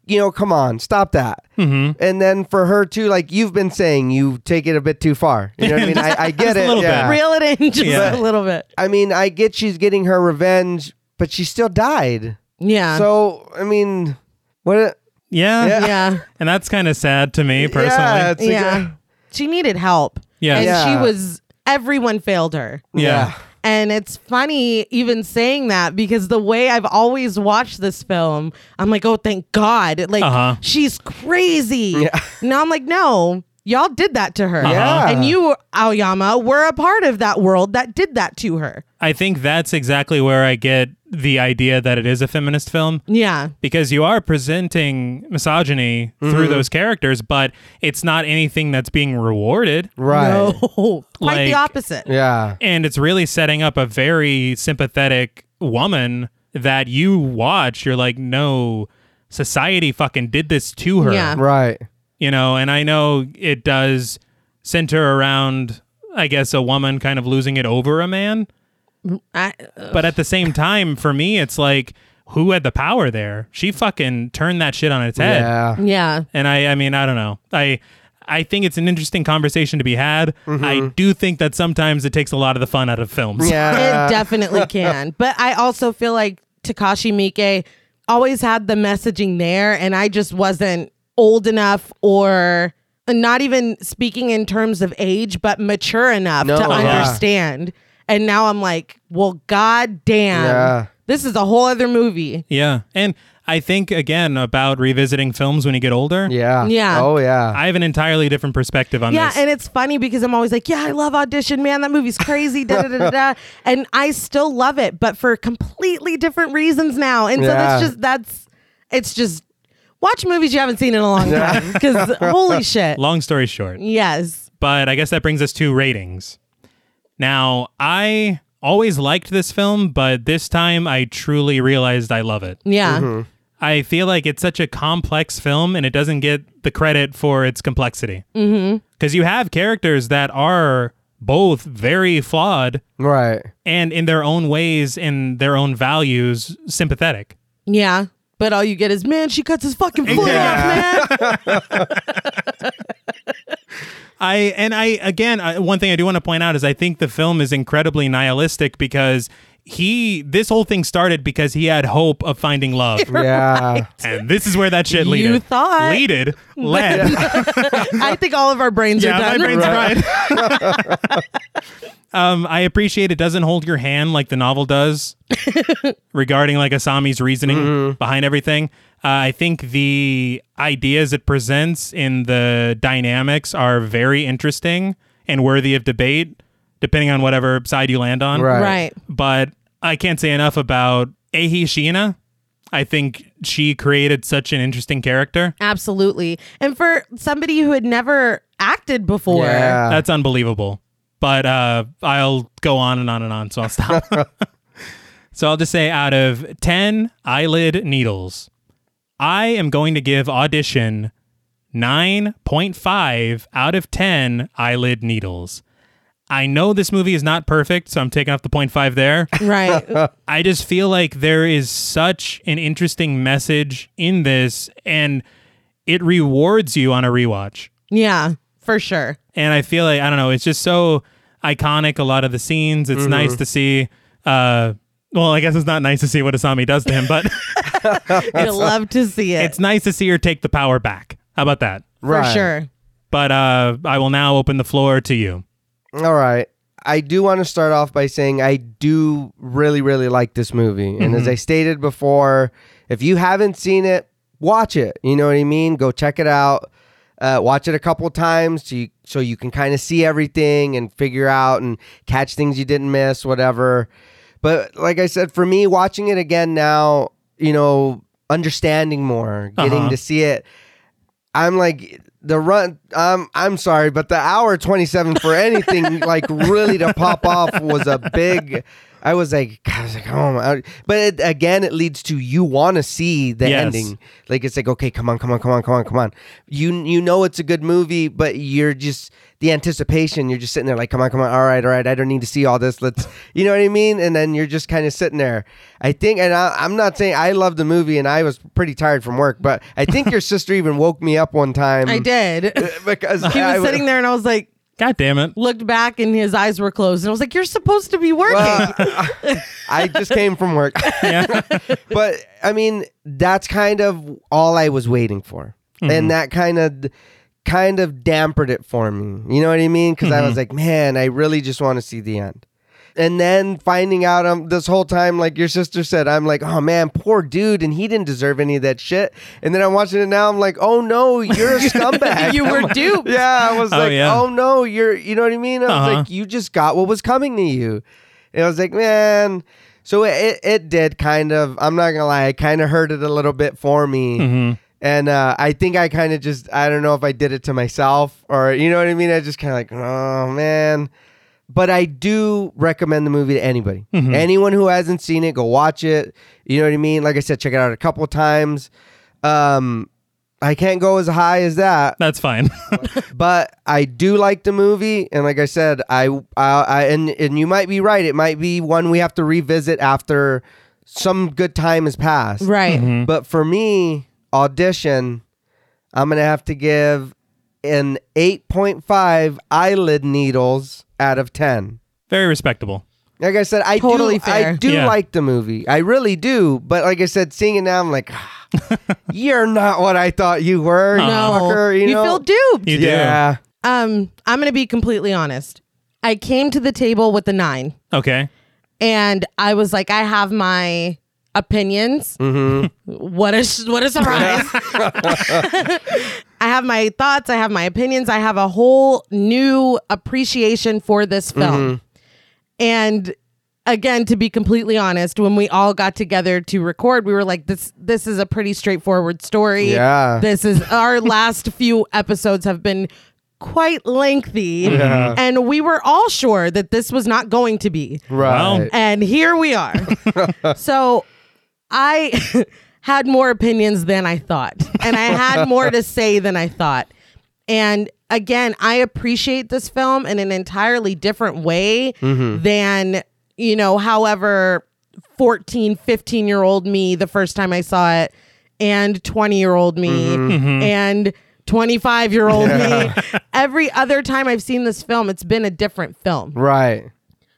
S3: you know, come on, stop that. Mm-hmm. And then for her too, like you've been saying, you take it a bit too far. You know what I mean? I, I get
S1: Just a
S3: it.
S1: little bit.
S3: yeah.
S2: Reel it in just
S1: Yeah.
S2: a little bit.
S3: I mean, I get she's getting her revenge, but she still died.
S2: Yeah.
S3: So I mean, what? a-
S1: Yeah.
S3: Yeah.
S2: yeah.
S1: And that's kind of sad to me
S3: Yeah,
S1: personally.
S3: it's a
S2: yeah.
S3: good-
S2: She needed help.
S1: Yeah.
S2: And
S3: Yeah.
S2: she was, everyone failed her.
S1: Yeah.
S2: And it's funny even saying that because the way I've always watched this film, I'm like, oh, thank God. Like,
S1: Uh-huh.
S2: she's crazy.
S3: Yeah.
S2: Now I'm like, no, y'all did that to her.
S1: Uh-huh.
S3: Yeah.
S2: And you, Aoyama, were a part of that world that did that to her.
S1: I think that's exactly where I get the idea that it is a feminist film
S2: Yeah.
S1: because you are presenting misogyny
S3: Mm-hmm.
S1: through those characters, but it's not anything that's being rewarded.
S3: Right.
S2: No. Quite the
S1: Like-
S2: opposite.
S3: Yeah.
S1: And it's really setting up a very sympathetic woman that you watch. You're like, no, society fucking did this to her.
S2: Yeah.
S3: Right.
S1: you know and i know it does center around i guess a woman kind of losing it over a man
S2: I, uh,
S1: but at the same time for me it's like who had the power there she fucking turned that shit on its head
S3: Yeah.
S2: yeah.
S1: and i i mean i don't know i i think it's an interesting conversation to be had i do think that sometimes it takes a lot of the fun out of films
S3: Mm-hmm. Yeah.
S2: it definitely can. But I also feel like Takashi Miike always had the messaging there, and I just wasn't old enough or not even speaking in terms of age, but mature enough
S3: No,
S2: to
S3: yeah.
S2: understand. And now I'm like, well, god damn.
S3: Yeah.
S2: This is a whole other movie.
S1: Yeah. And I think again about revisiting films when you get older.
S3: Yeah.
S2: Yeah.
S3: Oh yeah.
S1: I have an entirely different perspective on
S2: Yeah,
S1: this.
S2: and it's funny because I'm always like, yeah, I love audition, man. That movie's crazy, da da da da, da. And I still love it, but for completely different reasons now. And so that's
S3: Yeah.
S2: just that's it's just watch movies you haven't seen in a long time because holy shit,
S1: Long story short.
S2: yes,
S1: But I guess that brings us to ratings. Now, I always liked this film, but this time I truly realized I love it.
S2: yeah,
S1: I feel like it's such a complex film and it doesn't get the credit for its complexity. Because mm-hmm. you have characters that are both very flawed
S3: Right.
S1: and in their own ways, in their own values, sympathetic.
S2: yeah. But all you get is man, she cuts his fucking foot off, man.
S1: I and I again I, one thing I do want to point out is I think the film is incredibly nihilistic because he this whole thing started because he had hope of finding love.
S3: Yeah.
S1: And this is where that shit
S2: You
S1: leaded.
S2: thought.
S1: leaded led.
S2: I think all of our brains
S1: yeah,
S2: are
S1: my
S2: done.
S1: brain's fried. um, I appreciate it doesn't hold your hand like the novel does regarding like Asami's reasoning behind everything. Uh, I think the ideas it presents in the dynamics are very interesting and worthy of debate, depending on whatever side you land on.
S3: Right.
S2: Right.
S1: But I can't say enough about Ahi Shiina. I think she created such an interesting character.
S2: Absolutely. And for somebody who had never acted before.
S3: Yeah.
S1: That's unbelievable. But uh, I'll go on and on and on, so I'll stop. so I'll just say out of 10 eyelid needles, I am going to give audition 9.5 out of 10 eyelid needles. I know this movie is not perfect, so I'm taking off the 0.5 there.
S2: Right.
S1: I just feel like there is such an interesting message in this, and it rewards you on a rewatch
S2: yeah, for sure.
S1: and I feel like I don't know. It's just so iconic. A lot of the scenes. It's nice to see. Uh, well, I guess it's not nice to see what Asami does to him, but
S2: I love to see it.
S1: it's nice to see her take the power back. How about that?
S2: for
S3: Right.
S2: sure.
S1: But uh, I will now open the floor to you.
S3: All right. I do want to start off by saying I do really, really like this movie. And as I stated before, if you haven't seen it, watch it. You know what I mean? Go check it out. Uh, watch it a couple times so you, so you can kind of see everything and figure out and catch things you didn't miss, whatever. But like I said, for me, watching it again now, you know, understanding more, getting
S1: Uh-huh.
S3: to see it, I'm like the run. Um, I'm sorry, but the hour 27 for anything like really to pop off was a big. I was like, God, I was like, oh my. But it, again, it leads to you want to see the
S1: Yes.
S3: ending. Like it's like, okay, come on, come on, come on, come on, come on. You you know it's a good movie, but you're just the anticipation. You're just sitting there like, come on, come on. All right, all right. I don't need to see all this. Let's, you know what I mean. And then you're just kind of sitting there. I think, and I, I'm not saying I love the movie, and I was pretty tired from work, but I think your sister even woke me up one time.
S2: I did.
S3: because
S2: He was sitting there and I was like,
S1: God damn it!
S2: looked back and his eyes were closed. And I was like, you're supposed to be working.
S3: I just came from work.
S1: Yeah.
S3: but I mean, that's kind of all I was waiting for,
S2: Mm-hmm.
S3: and that kind of kind of dampened it for me. You know what I mean? Because I
S2: Mm-hmm.
S3: was like, man, I really just want to see the end. And then finding out um, this whole time, like your sister said, I'm like, oh man, poor dude, and he didn't deserve any of that shit. And then I'm watching it now, I'm like, oh no, you're a scumbag.
S2: you were duped.
S3: Yeah, I was
S1: Oh,
S3: like,
S1: yeah.
S3: oh no, you're, you know what I mean? I was
S1: Uh-huh.
S3: like, you just got what was coming to you. And I was like, man. So it, it, it did kind of, I'm not going to lie, it kind of hurted a little bit for me.
S1: Mm-hmm.
S3: And uh, I think I kind of just, I don't know if I did it to myself or, you know what I mean? I just kind of like, oh man. But I do recommend the movie to anybody.
S1: Mm-hmm.
S3: Anyone who hasn't seen it, go watch it. You know what I mean? Like I said, check it out a couple of times. Um, I can't go as high as that
S1: That's fine.
S3: but I do like the movie, and like I said, I, I, I and and you might be right. It might be one we have to revisit after some good time has passed.
S2: Right.
S1: Mm-hmm.
S3: But for me, audition, I'm gonna have to give an 8.5 eyelid needles out of 10.
S1: Very respectable.
S3: Like I said, I
S2: Totally
S3: do,
S2: fair.
S3: I do
S1: Yeah.
S3: like the movie. I really do. But like I said, seeing it now, I'm like, "Ah, you're not what I thought you were.
S2: No.
S3: fucker," you,
S2: you
S3: know?
S2: feel duped.
S1: You
S3: yeah.
S2: um, I'm going to be completely honest. I came to the table with a nine
S1: do. Okay.
S2: and I was like, I have my opinions. What a sh- what a surprise! I have my thoughts. I have my opinions. I have a whole new appreciation for this film. And again, to be completely honest, when we all got together to record, we were like, "This this is a pretty straightforward story.
S3: Yeah.
S2: This is our last few episodes have been." quite lengthy and we were all sure that this was not going to be
S3: Right.
S1: Well,
S2: and here we are. so I had more opinions than I thought, and I had more to say than I thought. And again, I appreciate this film in an entirely different way than, you know, however 14, 15 year old me the first time I saw it, and 20 year old me, and 25 year old me. Every other time I've seen this film, it's been a different film.
S3: right.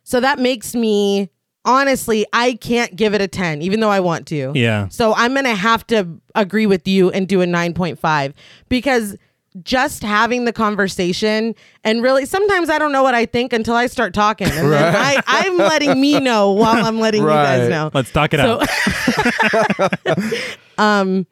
S2: So that makes me honestly, I can't give it a 10, even though I want to.
S1: yeah.
S2: So I'm going to have to agree with you and do a 9.5 because just having the conversation and really sometimes I don't know what I think until I start talking. And then I, I'm letting me know while I'm letting you guys
S3: Right.
S2: know.
S1: Let's talk it out.
S2: Um,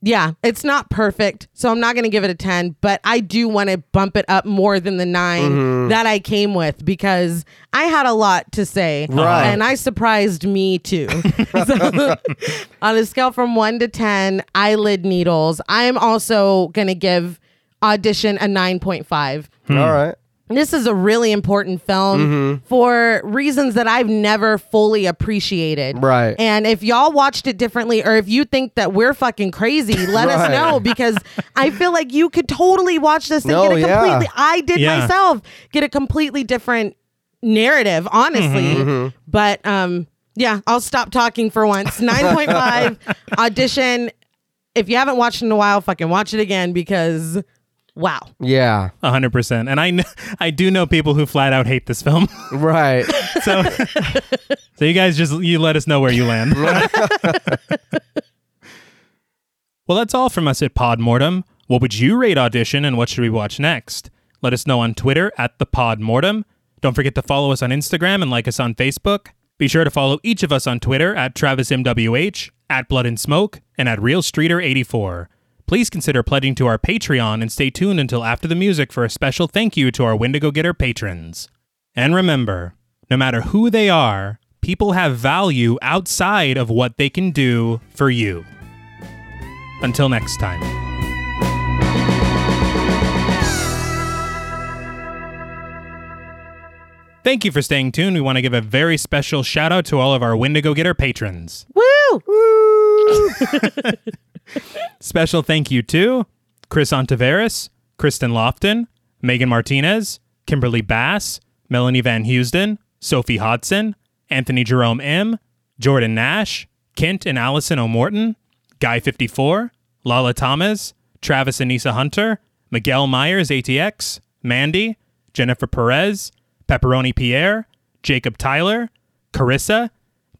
S2: Yeah, it's not perfect, so I'm not going to give it a 10, but I do want to bump it up more than the 9 that I came with because I had a lot to say
S3: Right.
S2: and I surprised me too. so, on a scale from 1 to 10, eyelid needles, I'm also going to give audition a 9.5.
S3: All right.
S2: This is a really important film
S3: Mm-hmm.
S2: for reasons that I've never fully appreciated.
S3: Right.
S2: And if y'all watched it differently or if you think that we're fucking crazy, let us
S3: Right.
S2: know because I feel like you could totally watch this and
S3: No,
S2: get a
S3: yeah.
S2: completely I did
S1: Yeah.
S2: myself get a completely different narrative, honestly.
S3: Mm-hmm,
S2: But um yeah, I'll stop talking for once. 9.5 audition. If you haven't watched it in a while, fucking watch it again because wow.
S3: Yeah.
S1: hundred percent. And I, kn- I do know people who flat out hate this film.
S3: Right.
S1: so, so you guys just you let us know where you land. well, that's all from us at Podmortem. What would you rate audition, and what should we watch next? Let us know on Twitter at the Podmortem. Don't forget to follow us on Instagram and like us on Facebook. Be sure to follow each of us on Twitter at TravisMWH, at Blood and Smoke, and at RealStreeter84. Please consider pledging to our Patreon and stay tuned until after the music for a special thank you to our Wendigo Getter patrons. And remember, no matter who they are, people have value outside of what they can do for you. Until next time. Thank you for staying tuned. We want to give a very special shout out to all of our Wendigo Getter patrons.
S2: Woo!
S1: Special thank you to Chris Ontiveros, Kristen Lofton, Megan Martinez, Kimberly Bass, Melanie Van Housden, Sophie Hodson, Anthony Jerome M, Jordan Nash, Kent and Allison O'Morton, Guy54, Lala Thomas, Travis and Nisa Hunter, Miguel Myers ATX, Mandy, Jennifer Perez, Pepperoni Pierre, Jacob Tyler, Carissa,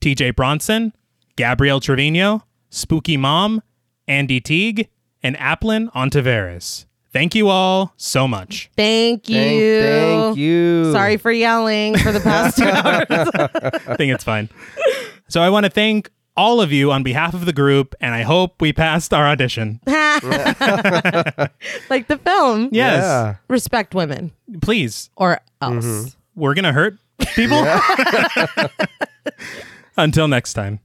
S1: TJ Bronson, Gabrielle Trevino, Spooky Mom, Andy Teague, and Applin Ontiveros. Thank you all so much.
S2: Thank you.
S3: Thank, thank you.
S2: Sorry for yelling for the past two hours.
S1: I think it's fine. So I want to thank all of you on behalf of the group, and I hope we passed our audition.
S2: like the film.
S1: Yes.
S3: Yeah.
S2: Respect women
S1: Please,
S2: or
S3: Mm-hmm.
S2: else.
S1: we're going to hurt people. Until next time.